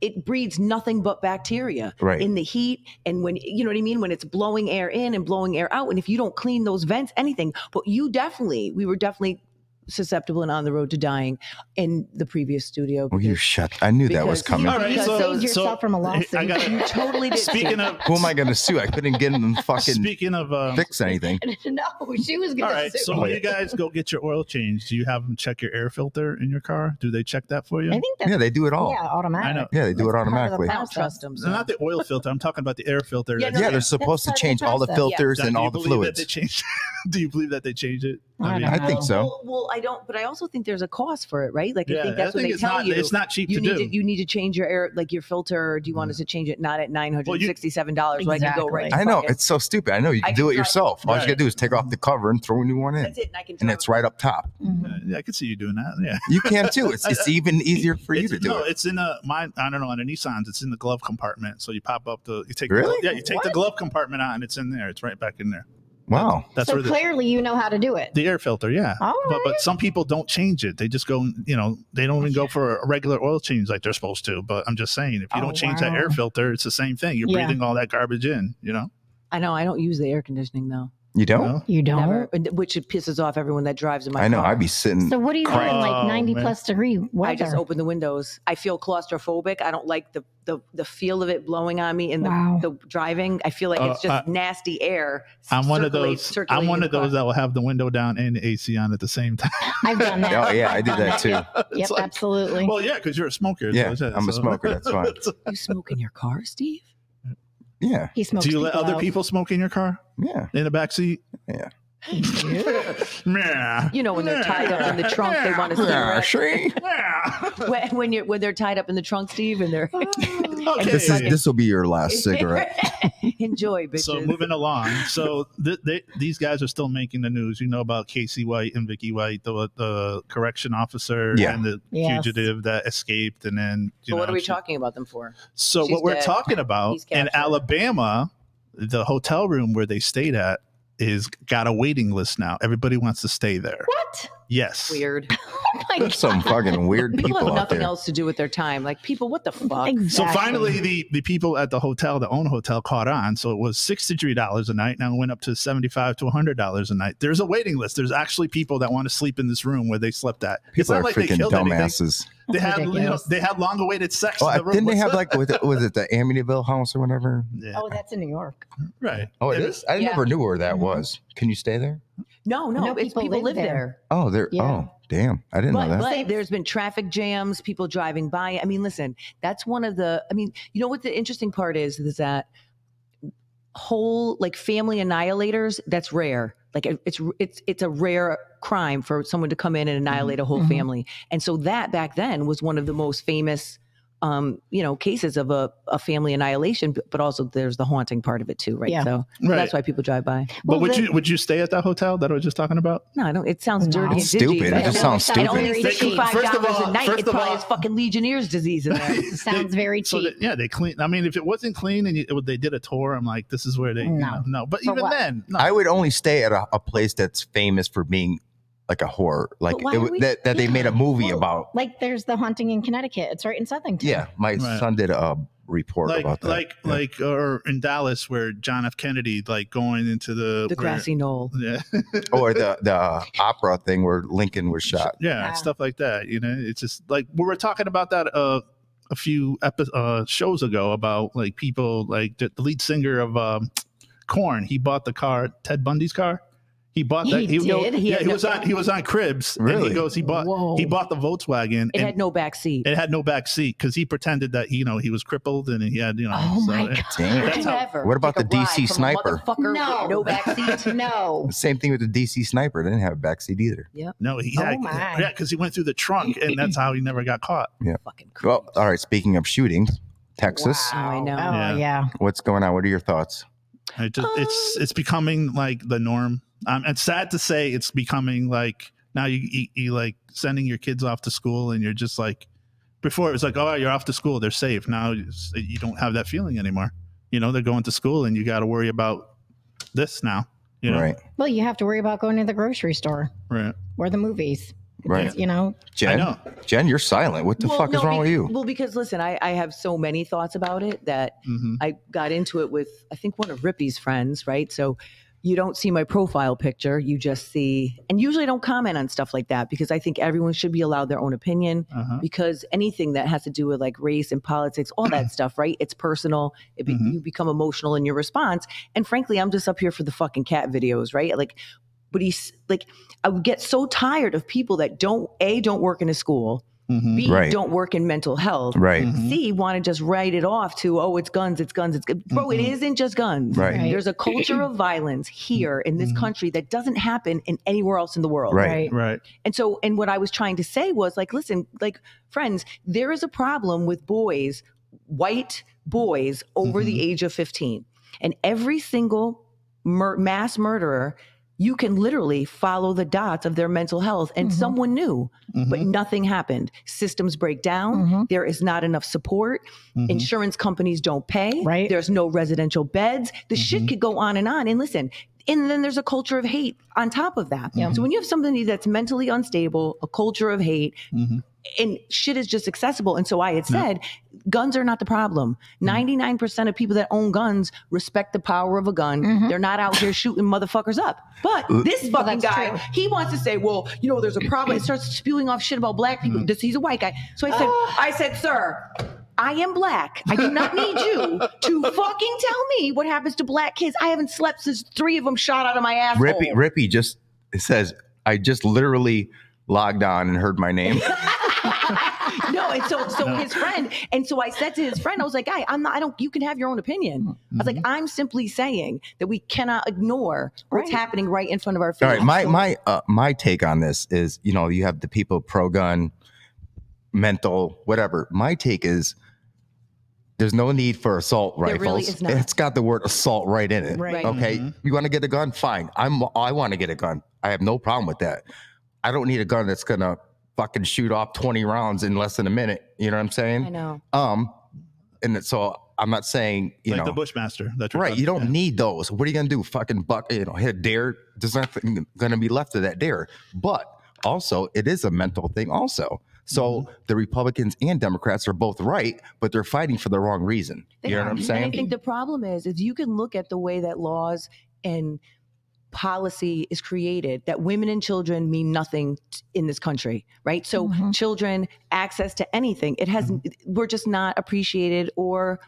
[SPEAKER 1] it breeds nothing but bacteria
[SPEAKER 2] Right.
[SPEAKER 1] in the heat and when you know what I mean when it's blowing air in and blowing air out and if you don't clean those vents anything but you definitely we were definitely susceptible and on the road to dying in the previous studio
[SPEAKER 2] Well, you
[SPEAKER 1] because
[SPEAKER 2] shut. I knew that was
[SPEAKER 1] Because-
[SPEAKER 2] coming.
[SPEAKER 1] All right.
[SPEAKER 3] You
[SPEAKER 1] so-
[SPEAKER 3] saved yourself from a lawsuit.
[SPEAKER 4] I got
[SPEAKER 1] you totally did
[SPEAKER 4] Speaking of
[SPEAKER 2] Who am I going to sue? I couldn't
[SPEAKER 1] *laughs*
[SPEAKER 2] get them to fucking
[SPEAKER 4] speaking of um,
[SPEAKER 2] fix anything.
[SPEAKER 3] *laughs* no, she was
[SPEAKER 4] all
[SPEAKER 3] gonna
[SPEAKER 4] right,
[SPEAKER 3] sue.
[SPEAKER 4] so when you guys go get your oil changed, do you have them check your air filter in your car? Do they check that for you?
[SPEAKER 3] I think that's
[SPEAKER 2] Yeah, they do it all.
[SPEAKER 3] yeah, automatic.
[SPEAKER 4] I know.
[SPEAKER 2] Yeah, they do it automatically.
[SPEAKER 1] I don't trust them
[SPEAKER 4] *laughs* So not the oil filter. I'm talking about the air filter.
[SPEAKER 1] Yeah,
[SPEAKER 4] that's-
[SPEAKER 1] no,
[SPEAKER 2] Yeah,
[SPEAKER 1] yeah,
[SPEAKER 2] they're supposed to
[SPEAKER 3] part of the
[SPEAKER 2] change all the
[SPEAKER 3] process.
[SPEAKER 2] filters
[SPEAKER 4] Now,
[SPEAKER 2] and
[SPEAKER 4] do you
[SPEAKER 2] all the
[SPEAKER 4] believe that
[SPEAKER 2] fluids.
[SPEAKER 4] they changed- *laughs* do you believe that they changed it?
[SPEAKER 3] I
[SPEAKER 2] I think
[SPEAKER 3] No.
[SPEAKER 2] so.
[SPEAKER 1] well, well, I don't but I also think there's a cost for it right like I think
[SPEAKER 4] I
[SPEAKER 1] that's what
[SPEAKER 4] think
[SPEAKER 1] they
[SPEAKER 4] it's
[SPEAKER 1] tell
[SPEAKER 4] not,
[SPEAKER 1] you
[SPEAKER 4] It's not cheap
[SPEAKER 1] you
[SPEAKER 4] to
[SPEAKER 1] need
[SPEAKER 4] do.
[SPEAKER 1] to you need to change your air like your filter or do
[SPEAKER 2] Mm.
[SPEAKER 1] you want us to change it not at $967 where I can go right
[SPEAKER 3] Exactly.
[SPEAKER 1] to
[SPEAKER 2] I know
[SPEAKER 1] fucking-
[SPEAKER 2] it's so stupid. I know you
[SPEAKER 1] I
[SPEAKER 2] can
[SPEAKER 1] can
[SPEAKER 2] do it
[SPEAKER 1] try-
[SPEAKER 2] yourself. All you
[SPEAKER 4] Right.
[SPEAKER 2] got to do is take off the cover and throw a new one in,
[SPEAKER 1] that's it and I can
[SPEAKER 2] and
[SPEAKER 1] drive
[SPEAKER 2] it's right up top.
[SPEAKER 3] Mhm.
[SPEAKER 4] Yeah, I could see you doing that. Yeah.
[SPEAKER 2] You can too. It's it's even easier for you
[SPEAKER 4] It's-
[SPEAKER 2] to do
[SPEAKER 4] no,
[SPEAKER 2] it.
[SPEAKER 4] it's in a mine. I don't know on a Nissan's. It's in the glove compartment. So you pop up the. You take
[SPEAKER 2] Really?
[SPEAKER 4] The, yeah, you take the glove compartment out, and it's in there. It's right back in there.
[SPEAKER 2] Wow.
[SPEAKER 4] That's
[SPEAKER 3] so
[SPEAKER 4] where the,
[SPEAKER 3] clearly you know how to do it.
[SPEAKER 4] the air filter. Yeah.
[SPEAKER 3] All
[SPEAKER 4] But but some people don't change it. They just go. You know, they don't even go for a regular oil change like they're supposed to. But I'm just saying, if you
[SPEAKER 3] Oh,
[SPEAKER 4] don't change that
[SPEAKER 3] wow.
[SPEAKER 4] air filter, it's the same thing. You're
[SPEAKER 3] Yeah.
[SPEAKER 4] breathing all that garbage in. You know.
[SPEAKER 1] I know I don't use the air conditioning though.
[SPEAKER 2] You
[SPEAKER 4] You
[SPEAKER 2] don't?
[SPEAKER 4] know?
[SPEAKER 3] You don't.
[SPEAKER 1] Never, and- which it pisses off everyone that drives in my
[SPEAKER 2] I know.
[SPEAKER 1] car.
[SPEAKER 2] I'd be sitting.
[SPEAKER 3] So what do you doing
[SPEAKER 4] Crap.
[SPEAKER 3] like
[SPEAKER 4] Oh,
[SPEAKER 3] 90
[SPEAKER 4] man.
[SPEAKER 3] plus degree weather?
[SPEAKER 1] I just open the windows. I feel claustrophobic. I don't like the the, the feel of it blowing on me in the,
[SPEAKER 3] Wow.
[SPEAKER 1] the driving. I feel like it's
[SPEAKER 4] Uh,
[SPEAKER 1] just nasty air.
[SPEAKER 4] I'm one of
[SPEAKER 1] circulate-
[SPEAKER 4] those. I'm
[SPEAKER 1] circulating
[SPEAKER 4] one
[SPEAKER 1] in
[SPEAKER 4] of
[SPEAKER 1] the car.
[SPEAKER 4] those that will have the window down and the AC on at the same time.
[SPEAKER 3] I've done that.
[SPEAKER 2] *laughs* Oh *laughs* yeah, I did that
[SPEAKER 1] *laughs*
[SPEAKER 2] too.
[SPEAKER 4] *laughs* It's
[SPEAKER 3] Yep,
[SPEAKER 4] like-
[SPEAKER 3] absolutely.
[SPEAKER 4] *laughs* Well, yeah, because you're a smoker. so
[SPEAKER 2] Yeah,
[SPEAKER 4] it's-
[SPEAKER 2] I'm a
[SPEAKER 4] so-
[SPEAKER 2] smoker, that's
[SPEAKER 4] *laughs*
[SPEAKER 2] why.
[SPEAKER 4] uh,
[SPEAKER 1] You smoke in your car, Steve?
[SPEAKER 2] Yeah,
[SPEAKER 3] he smokes.
[SPEAKER 4] Do you let other
[SPEAKER 3] out. *laughs*
[SPEAKER 4] people smoke in your car
[SPEAKER 2] yeah.
[SPEAKER 4] in the back seat? *laughs*
[SPEAKER 2] Yeah.
[SPEAKER 4] Meh.
[SPEAKER 1] You know when they're tied up in the trunk, they want to
[SPEAKER 2] Yeah,
[SPEAKER 1] cigarette.
[SPEAKER 2] see?
[SPEAKER 4] Meh.
[SPEAKER 1] *laughs*
[SPEAKER 4] *laughs*
[SPEAKER 1] *laughs* When, when you're when they're tied up in the trunk, Steve, and they're
[SPEAKER 3] Oh
[SPEAKER 4] Okay.
[SPEAKER 2] This is this will be your last
[SPEAKER 1] *laughs*
[SPEAKER 2] cigarette.
[SPEAKER 1] Enjoy, bitches.
[SPEAKER 4] So
[SPEAKER 1] *laughs*
[SPEAKER 4] moving along. So th- they, these guys are still making the news. You know about Casey White and Vicky White, the, the correction officer
[SPEAKER 2] Yeah.
[SPEAKER 4] and the
[SPEAKER 3] Yes.
[SPEAKER 4] fugitive that escaped, and then. You
[SPEAKER 1] But what
[SPEAKER 4] know,
[SPEAKER 1] are we
[SPEAKER 4] she-
[SPEAKER 1] talking about them for?
[SPEAKER 4] So
[SPEAKER 1] She's
[SPEAKER 4] what we're
[SPEAKER 1] dead.
[SPEAKER 4] talking about
[SPEAKER 1] He's
[SPEAKER 4] in
[SPEAKER 1] captured.
[SPEAKER 4] Alabama, the hotel room where they stayed at is got a waiting list now. Everybody wants to stay there.
[SPEAKER 3] What?
[SPEAKER 4] Yes.
[SPEAKER 1] Weird.
[SPEAKER 3] Oh my
[SPEAKER 4] *laughs*
[SPEAKER 1] *laughs*
[SPEAKER 2] There's some
[SPEAKER 3] God.
[SPEAKER 2] fucking weird
[SPEAKER 1] People
[SPEAKER 2] people
[SPEAKER 1] have
[SPEAKER 2] out
[SPEAKER 1] nothing
[SPEAKER 2] there.
[SPEAKER 1] else to do with their time. Like people, what the fuck?
[SPEAKER 3] Exactly.
[SPEAKER 4] Uh, So finally, the, the people at the hotel, the own hotel, caught on. So it was sixty three dollars a night. Now it went up to seventy five to hundred dollars a night. There's a waiting list. There's actually people that want to sleep in this room where they slept at. it's
[SPEAKER 2] People
[SPEAKER 4] not
[SPEAKER 2] are
[SPEAKER 4] like they
[SPEAKER 2] freaking
[SPEAKER 4] killed anything.
[SPEAKER 2] dumbasses.
[SPEAKER 4] They
[SPEAKER 3] That's
[SPEAKER 4] had you know,
[SPEAKER 3] ridiculous.
[SPEAKER 4] they had long awaited sex.
[SPEAKER 2] Oh,
[SPEAKER 4] in
[SPEAKER 2] I-
[SPEAKER 4] the room.
[SPEAKER 2] didn't they
[SPEAKER 4] What's
[SPEAKER 2] have
[SPEAKER 4] that?
[SPEAKER 2] like with was it the Amityville house or whatever?
[SPEAKER 4] Yeah,
[SPEAKER 3] Oh, that's in New York.
[SPEAKER 4] right?
[SPEAKER 2] Oh, it
[SPEAKER 4] And
[SPEAKER 2] is. I
[SPEAKER 1] Yeah. Mm-hmm.
[SPEAKER 2] never knew where that was. Can you stay there?
[SPEAKER 1] No, no,
[SPEAKER 3] No,
[SPEAKER 1] it's people, live, there.
[SPEAKER 2] Oh, there.
[SPEAKER 3] Yeah.
[SPEAKER 2] Oh, damn. I didn't
[SPEAKER 1] But,
[SPEAKER 2] know that.
[SPEAKER 1] but there's been traffic jams, people driving by. I mean, listen, that's one of the. I mean, you know what the interesting part is is that whole like family annihilators. That's rare. Like it- it's it's it's a rare crime for someone to come in and
[SPEAKER 2] Mm-hmm.
[SPEAKER 1] annihilate a whole
[SPEAKER 3] Mhm.
[SPEAKER 1] family. And so that back then was one of the most famous, um, you know, cases of a, a family annihilation. But but also there's the haunting part of it too, right?
[SPEAKER 3] Yeah.
[SPEAKER 1] So
[SPEAKER 4] Right.
[SPEAKER 1] that's why people drive by.
[SPEAKER 4] But
[SPEAKER 3] Well,
[SPEAKER 4] would
[SPEAKER 3] the-
[SPEAKER 4] you would you stay at that hotel that I was just
[SPEAKER 3] *laughs*
[SPEAKER 4] talking about?
[SPEAKER 1] No, I don't. It sounds
[SPEAKER 3] No.
[SPEAKER 1] dirty. and
[SPEAKER 2] It's
[SPEAKER 1] dingy,
[SPEAKER 2] stupid. It
[SPEAKER 1] but-
[SPEAKER 2] just sounds
[SPEAKER 1] It
[SPEAKER 2] stupid.
[SPEAKER 1] only
[SPEAKER 3] Very
[SPEAKER 1] needs
[SPEAKER 4] They could-
[SPEAKER 3] cheap.
[SPEAKER 1] five
[SPEAKER 4] first of
[SPEAKER 1] dollars a
[SPEAKER 4] all-
[SPEAKER 1] night.
[SPEAKER 4] first
[SPEAKER 1] It
[SPEAKER 4] of
[SPEAKER 1] probably
[SPEAKER 4] all-
[SPEAKER 1] has fucking Legionnaire's disease in
[SPEAKER 4] *laughs*
[SPEAKER 1] there.
[SPEAKER 3] Sounds very
[SPEAKER 4] So
[SPEAKER 3] cheap.
[SPEAKER 4] that- yeah, they clean. I mean, if it wasn't clean and you, it- they did a tour, I'm like, this is where they. you
[SPEAKER 3] No.
[SPEAKER 4] know, no. But
[SPEAKER 3] For
[SPEAKER 4] even
[SPEAKER 3] what?
[SPEAKER 4] then, no.
[SPEAKER 2] I would only stay at a, a place that's famous for being like a horror, like
[SPEAKER 1] why
[SPEAKER 2] it,
[SPEAKER 1] are
[SPEAKER 2] w-
[SPEAKER 1] we-
[SPEAKER 2] that that they made a
[SPEAKER 1] yeah.
[SPEAKER 2] movie
[SPEAKER 3] Well,
[SPEAKER 2] about.
[SPEAKER 3] like there's the haunting in Connecticut. It's right in Southington.
[SPEAKER 2] Yeah, my
[SPEAKER 4] Right.
[SPEAKER 2] son did a report
[SPEAKER 4] like
[SPEAKER 2] about that.
[SPEAKER 4] like
[SPEAKER 2] Yeah.
[SPEAKER 4] like or in Dallas where John F. Kennedy like going into the
[SPEAKER 1] The
[SPEAKER 4] where-
[SPEAKER 1] grassy knoll.
[SPEAKER 4] *laughs* yeah
[SPEAKER 2] Oh, or the the opera thing where Lincoln was shot.
[SPEAKER 4] yeah
[SPEAKER 3] Yeah.
[SPEAKER 4] stuff like that. You know, it's just like we were talking about that uh, a few epi- uh, shows ago about like people like the, the lead singer of um, Corn. He bought the car, Ted Bundy's car. He bought that.
[SPEAKER 3] He did? He
[SPEAKER 4] yeah,
[SPEAKER 3] had
[SPEAKER 4] he
[SPEAKER 3] no-
[SPEAKER 4] was on. He was on Cribs. And
[SPEAKER 2] Really?
[SPEAKER 4] he goes. He bought.
[SPEAKER 3] Whoa.
[SPEAKER 4] He bought the Volkswagen.
[SPEAKER 1] It
[SPEAKER 4] and-
[SPEAKER 1] had no back seat.
[SPEAKER 4] It had no back seat because he pretended that you know he was crippled and he had you know.
[SPEAKER 3] Oh
[SPEAKER 4] so-
[SPEAKER 3] my god.
[SPEAKER 2] Damn.
[SPEAKER 4] That's how-
[SPEAKER 1] Never
[SPEAKER 2] What about
[SPEAKER 1] take a
[SPEAKER 2] the
[SPEAKER 1] ride
[SPEAKER 2] DC
[SPEAKER 1] from a
[SPEAKER 2] sniper?
[SPEAKER 1] motherfucker
[SPEAKER 3] No.
[SPEAKER 1] with
[SPEAKER 3] *laughs*
[SPEAKER 1] no back seat.
[SPEAKER 3] No.
[SPEAKER 2] Same thing with the DC sniper. They didn't have a backseat either.
[SPEAKER 4] No, he
[SPEAKER 3] Oh
[SPEAKER 4] had
[SPEAKER 3] my.
[SPEAKER 4] yeah because he went through the trunk and that's how he never got caught.
[SPEAKER 1] Fucking
[SPEAKER 2] Well,
[SPEAKER 1] creeps.
[SPEAKER 2] all right. Speaking of shootings, Texas,
[SPEAKER 1] Wow. I know.
[SPEAKER 3] Oh
[SPEAKER 4] Yeah.
[SPEAKER 3] yeah.
[SPEAKER 2] what's going on? What are your thoughts?
[SPEAKER 4] It just,
[SPEAKER 3] Oh.
[SPEAKER 4] it's it's becoming like the norm. Um, it's sad to say it's becoming like now you, you you like sending your kids off to school and you're just like before it was like oh you're off to school they're safe now it's- you don't have that feeling anymore. You know they're going to school and you got to worry about this now. You know?
[SPEAKER 2] Right.
[SPEAKER 3] Well, you have to worry about going to the grocery store
[SPEAKER 4] Right.
[SPEAKER 3] or the movies.
[SPEAKER 2] Right.
[SPEAKER 3] you know,
[SPEAKER 2] Jen,
[SPEAKER 4] I know.
[SPEAKER 2] Jen, you're silent. What the
[SPEAKER 1] Well,
[SPEAKER 2] fuck is
[SPEAKER 1] no,
[SPEAKER 2] wrong
[SPEAKER 1] be-
[SPEAKER 2] with you?
[SPEAKER 1] Well, because listen, I, I have so many thoughts about it that
[SPEAKER 4] Mhm.
[SPEAKER 1] I got into it with I think one of Rippy's friends, right? So you don't see my profile picture, you just see and usually I don't comment on stuff like that because I think everyone should be allowed their own opinion
[SPEAKER 4] Uh-huh.
[SPEAKER 1] because anything that has to do with like race and politics, all
[SPEAKER 2] *clears throat*
[SPEAKER 1] that stuff, right? It's personal. It be,
[SPEAKER 2] Mm-hmm.
[SPEAKER 4] Mhm.
[SPEAKER 1] You become emotional in your response. And frankly, I'm just up here for the fucking cat videos, right? Like, but he's like, I would get so tired of people that don't a don't work in a school,
[SPEAKER 4] Mhm.
[SPEAKER 1] b
[SPEAKER 2] Mm-hmm. Right.
[SPEAKER 1] don't work in mental health,
[SPEAKER 2] Right. Mm-hmm.
[SPEAKER 4] Mhm.
[SPEAKER 1] C want to just write it off to oh it's guns it's guns it's gu-" bro it
[SPEAKER 4] Mhm.
[SPEAKER 1] isn't just guns
[SPEAKER 2] Mm-hmm. Right. Mm-hmm.
[SPEAKER 3] Right.
[SPEAKER 1] there's a culture of violence here in this
[SPEAKER 4] Mhm.
[SPEAKER 1] country that doesn't happen in anywhere else in the world
[SPEAKER 2] Right.
[SPEAKER 4] Right.
[SPEAKER 1] and so, and what I was trying to say was like, listen, like, friends, there is a problem with boys, white boys over the age of 15. And every single mur- mass murderer, you can literally follow the dots of their mental health. And
[SPEAKER 3] Mhm.
[SPEAKER 1] someone knew, but
[SPEAKER 4] Mhm.
[SPEAKER 1] nothing happened. Systems break down.
[SPEAKER 3] Mhm.
[SPEAKER 1] There is not enough support.
[SPEAKER 4] Mhm.
[SPEAKER 1] Insurance companies don't pay.
[SPEAKER 3] Mm-hmm. Right. Mm-hmm.
[SPEAKER 1] There's no residential beds. The shit could go on and on. And listen, and then there's a culture of hate on top of that.
[SPEAKER 3] Yeah.
[SPEAKER 1] So when you have somebody that's mentally unstable, a culture of hate,
[SPEAKER 4] Mhm.
[SPEAKER 1] and shit is just accessible. And so I had said, guns are not the problem. 99% of people that own guns respect the power of a gun.
[SPEAKER 3] Mm-hmm.
[SPEAKER 1] They're not out here shooting motherfuckers up. But this fucking
[SPEAKER 3] that's
[SPEAKER 1] guy,
[SPEAKER 3] true.
[SPEAKER 1] he wants to say, well, you know, there's a problem. It starts spewing off shit about black people. This, he's a white guy. So I said,
[SPEAKER 3] Ah.
[SPEAKER 1] I said, sir, I am black. I do not need you to fucking tell me what happens to black kids. I haven't slept since three of them shot out of my asshole.
[SPEAKER 2] Rippy, Rippy just says, I just literally logged on and heard my name.
[SPEAKER 1] no, and
[SPEAKER 2] *laughs*
[SPEAKER 1] so so his friend, and so I said to his friend, I was like, "Guy, I'm not. I don't. You can have your own opinion." I was like,
[SPEAKER 2] Mm-hmm.
[SPEAKER 1] "I'm simply saying that we cannot ignore what's
[SPEAKER 3] Right.
[SPEAKER 1] happening right in front of our face."
[SPEAKER 2] All right, my my uh, my take on this is, you know, you have the people pro gun, mental, whatever. My take is, there's no need for assault
[SPEAKER 1] There
[SPEAKER 2] rifles.
[SPEAKER 1] really is not. Mm-hmm.
[SPEAKER 2] It's got the word assault right in it.
[SPEAKER 3] Right.
[SPEAKER 2] Okay, you want to get a gun? Fine. I'm I want to get a gun. I have no problem with that. I don't need a gun that's gonna fucking shoot off 20 rounds in less than a minute. You know what I'm
[SPEAKER 1] I
[SPEAKER 2] saying?
[SPEAKER 1] know.
[SPEAKER 2] Um, and it's- so I'm not saying you
[SPEAKER 4] Like
[SPEAKER 2] know
[SPEAKER 4] the Bushmaster. That's
[SPEAKER 2] Right. You don't need those. What are you going to do? Fucking buck, you know, hit a dare. There's nothing going to be left of that dare. But also, it is a mental thing, also. So
[SPEAKER 4] Mm-hmm.
[SPEAKER 2] the Republicans and Democrats are both right, but they're fighting for the wrong reason.
[SPEAKER 1] They
[SPEAKER 2] you know
[SPEAKER 1] are.
[SPEAKER 2] what I'm
[SPEAKER 1] And I
[SPEAKER 2] saying?
[SPEAKER 1] think the problem is, is you can look at the way that laws and policy is created that women and children mean nothing t- in this country right so
[SPEAKER 2] Mm-hmm.
[SPEAKER 3] Mhm.
[SPEAKER 1] children access to anything it has we're just not appreciated or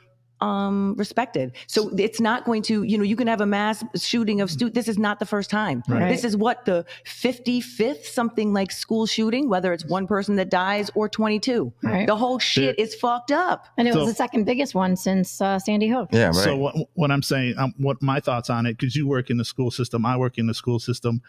[SPEAKER 1] um respected so it's not going to you know you can have a mass shooting of students this is not the first time
[SPEAKER 3] Right.
[SPEAKER 1] this is what the 55th something like school shooting whether it's one person that dies or 22
[SPEAKER 3] Right.
[SPEAKER 1] the whole shit is fucked up
[SPEAKER 3] and it
[SPEAKER 4] So-
[SPEAKER 3] was the second biggest one since uh, Sandy Hook.
[SPEAKER 2] Yeah, right.
[SPEAKER 4] So what, what I'm saying, um, what my thoughts on it, because you work in the school system, I work in the school system.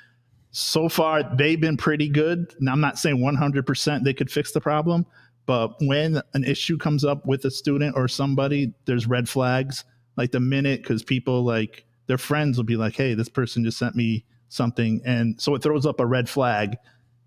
[SPEAKER 4] So far, they've been pretty good. Now, I'm not saying 100% they could fix the problem, but when an issue comes up with a student or somebody, there's red flags. Like the minute, because people like their friends will be like, "Hey, this person just sent me something," and so it throws up a red flag.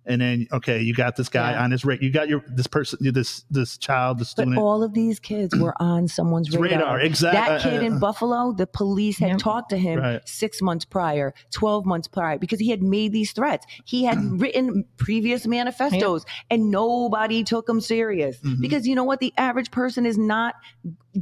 [SPEAKER 4] And then, okay, you got this guy
[SPEAKER 1] Yeah.
[SPEAKER 4] on his rate. You got your this person, this this child, the
[SPEAKER 1] But
[SPEAKER 4] student.
[SPEAKER 1] all of these kids were on someone's
[SPEAKER 4] It's
[SPEAKER 1] radar.
[SPEAKER 4] radar, exact-
[SPEAKER 1] That kid
[SPEAKER 4] uh, uh,
[SPEAKER 1] in Buffalo, the police had
[SPEAKER 3] Yep.
[SPEAKER 1] talked to him
[SPEAKER 4] Right.
[SPEAKER 1] six months prior, 12 months prior, because he had made these threats. He
[SPEAKER 4] *clears throat*
[SPEAKER 1] had written previous manifestos and nobody took him serious.
[SPEAKER 4] Mm-hmm.
[SPEAKER 1] Because you know what? The average person is not,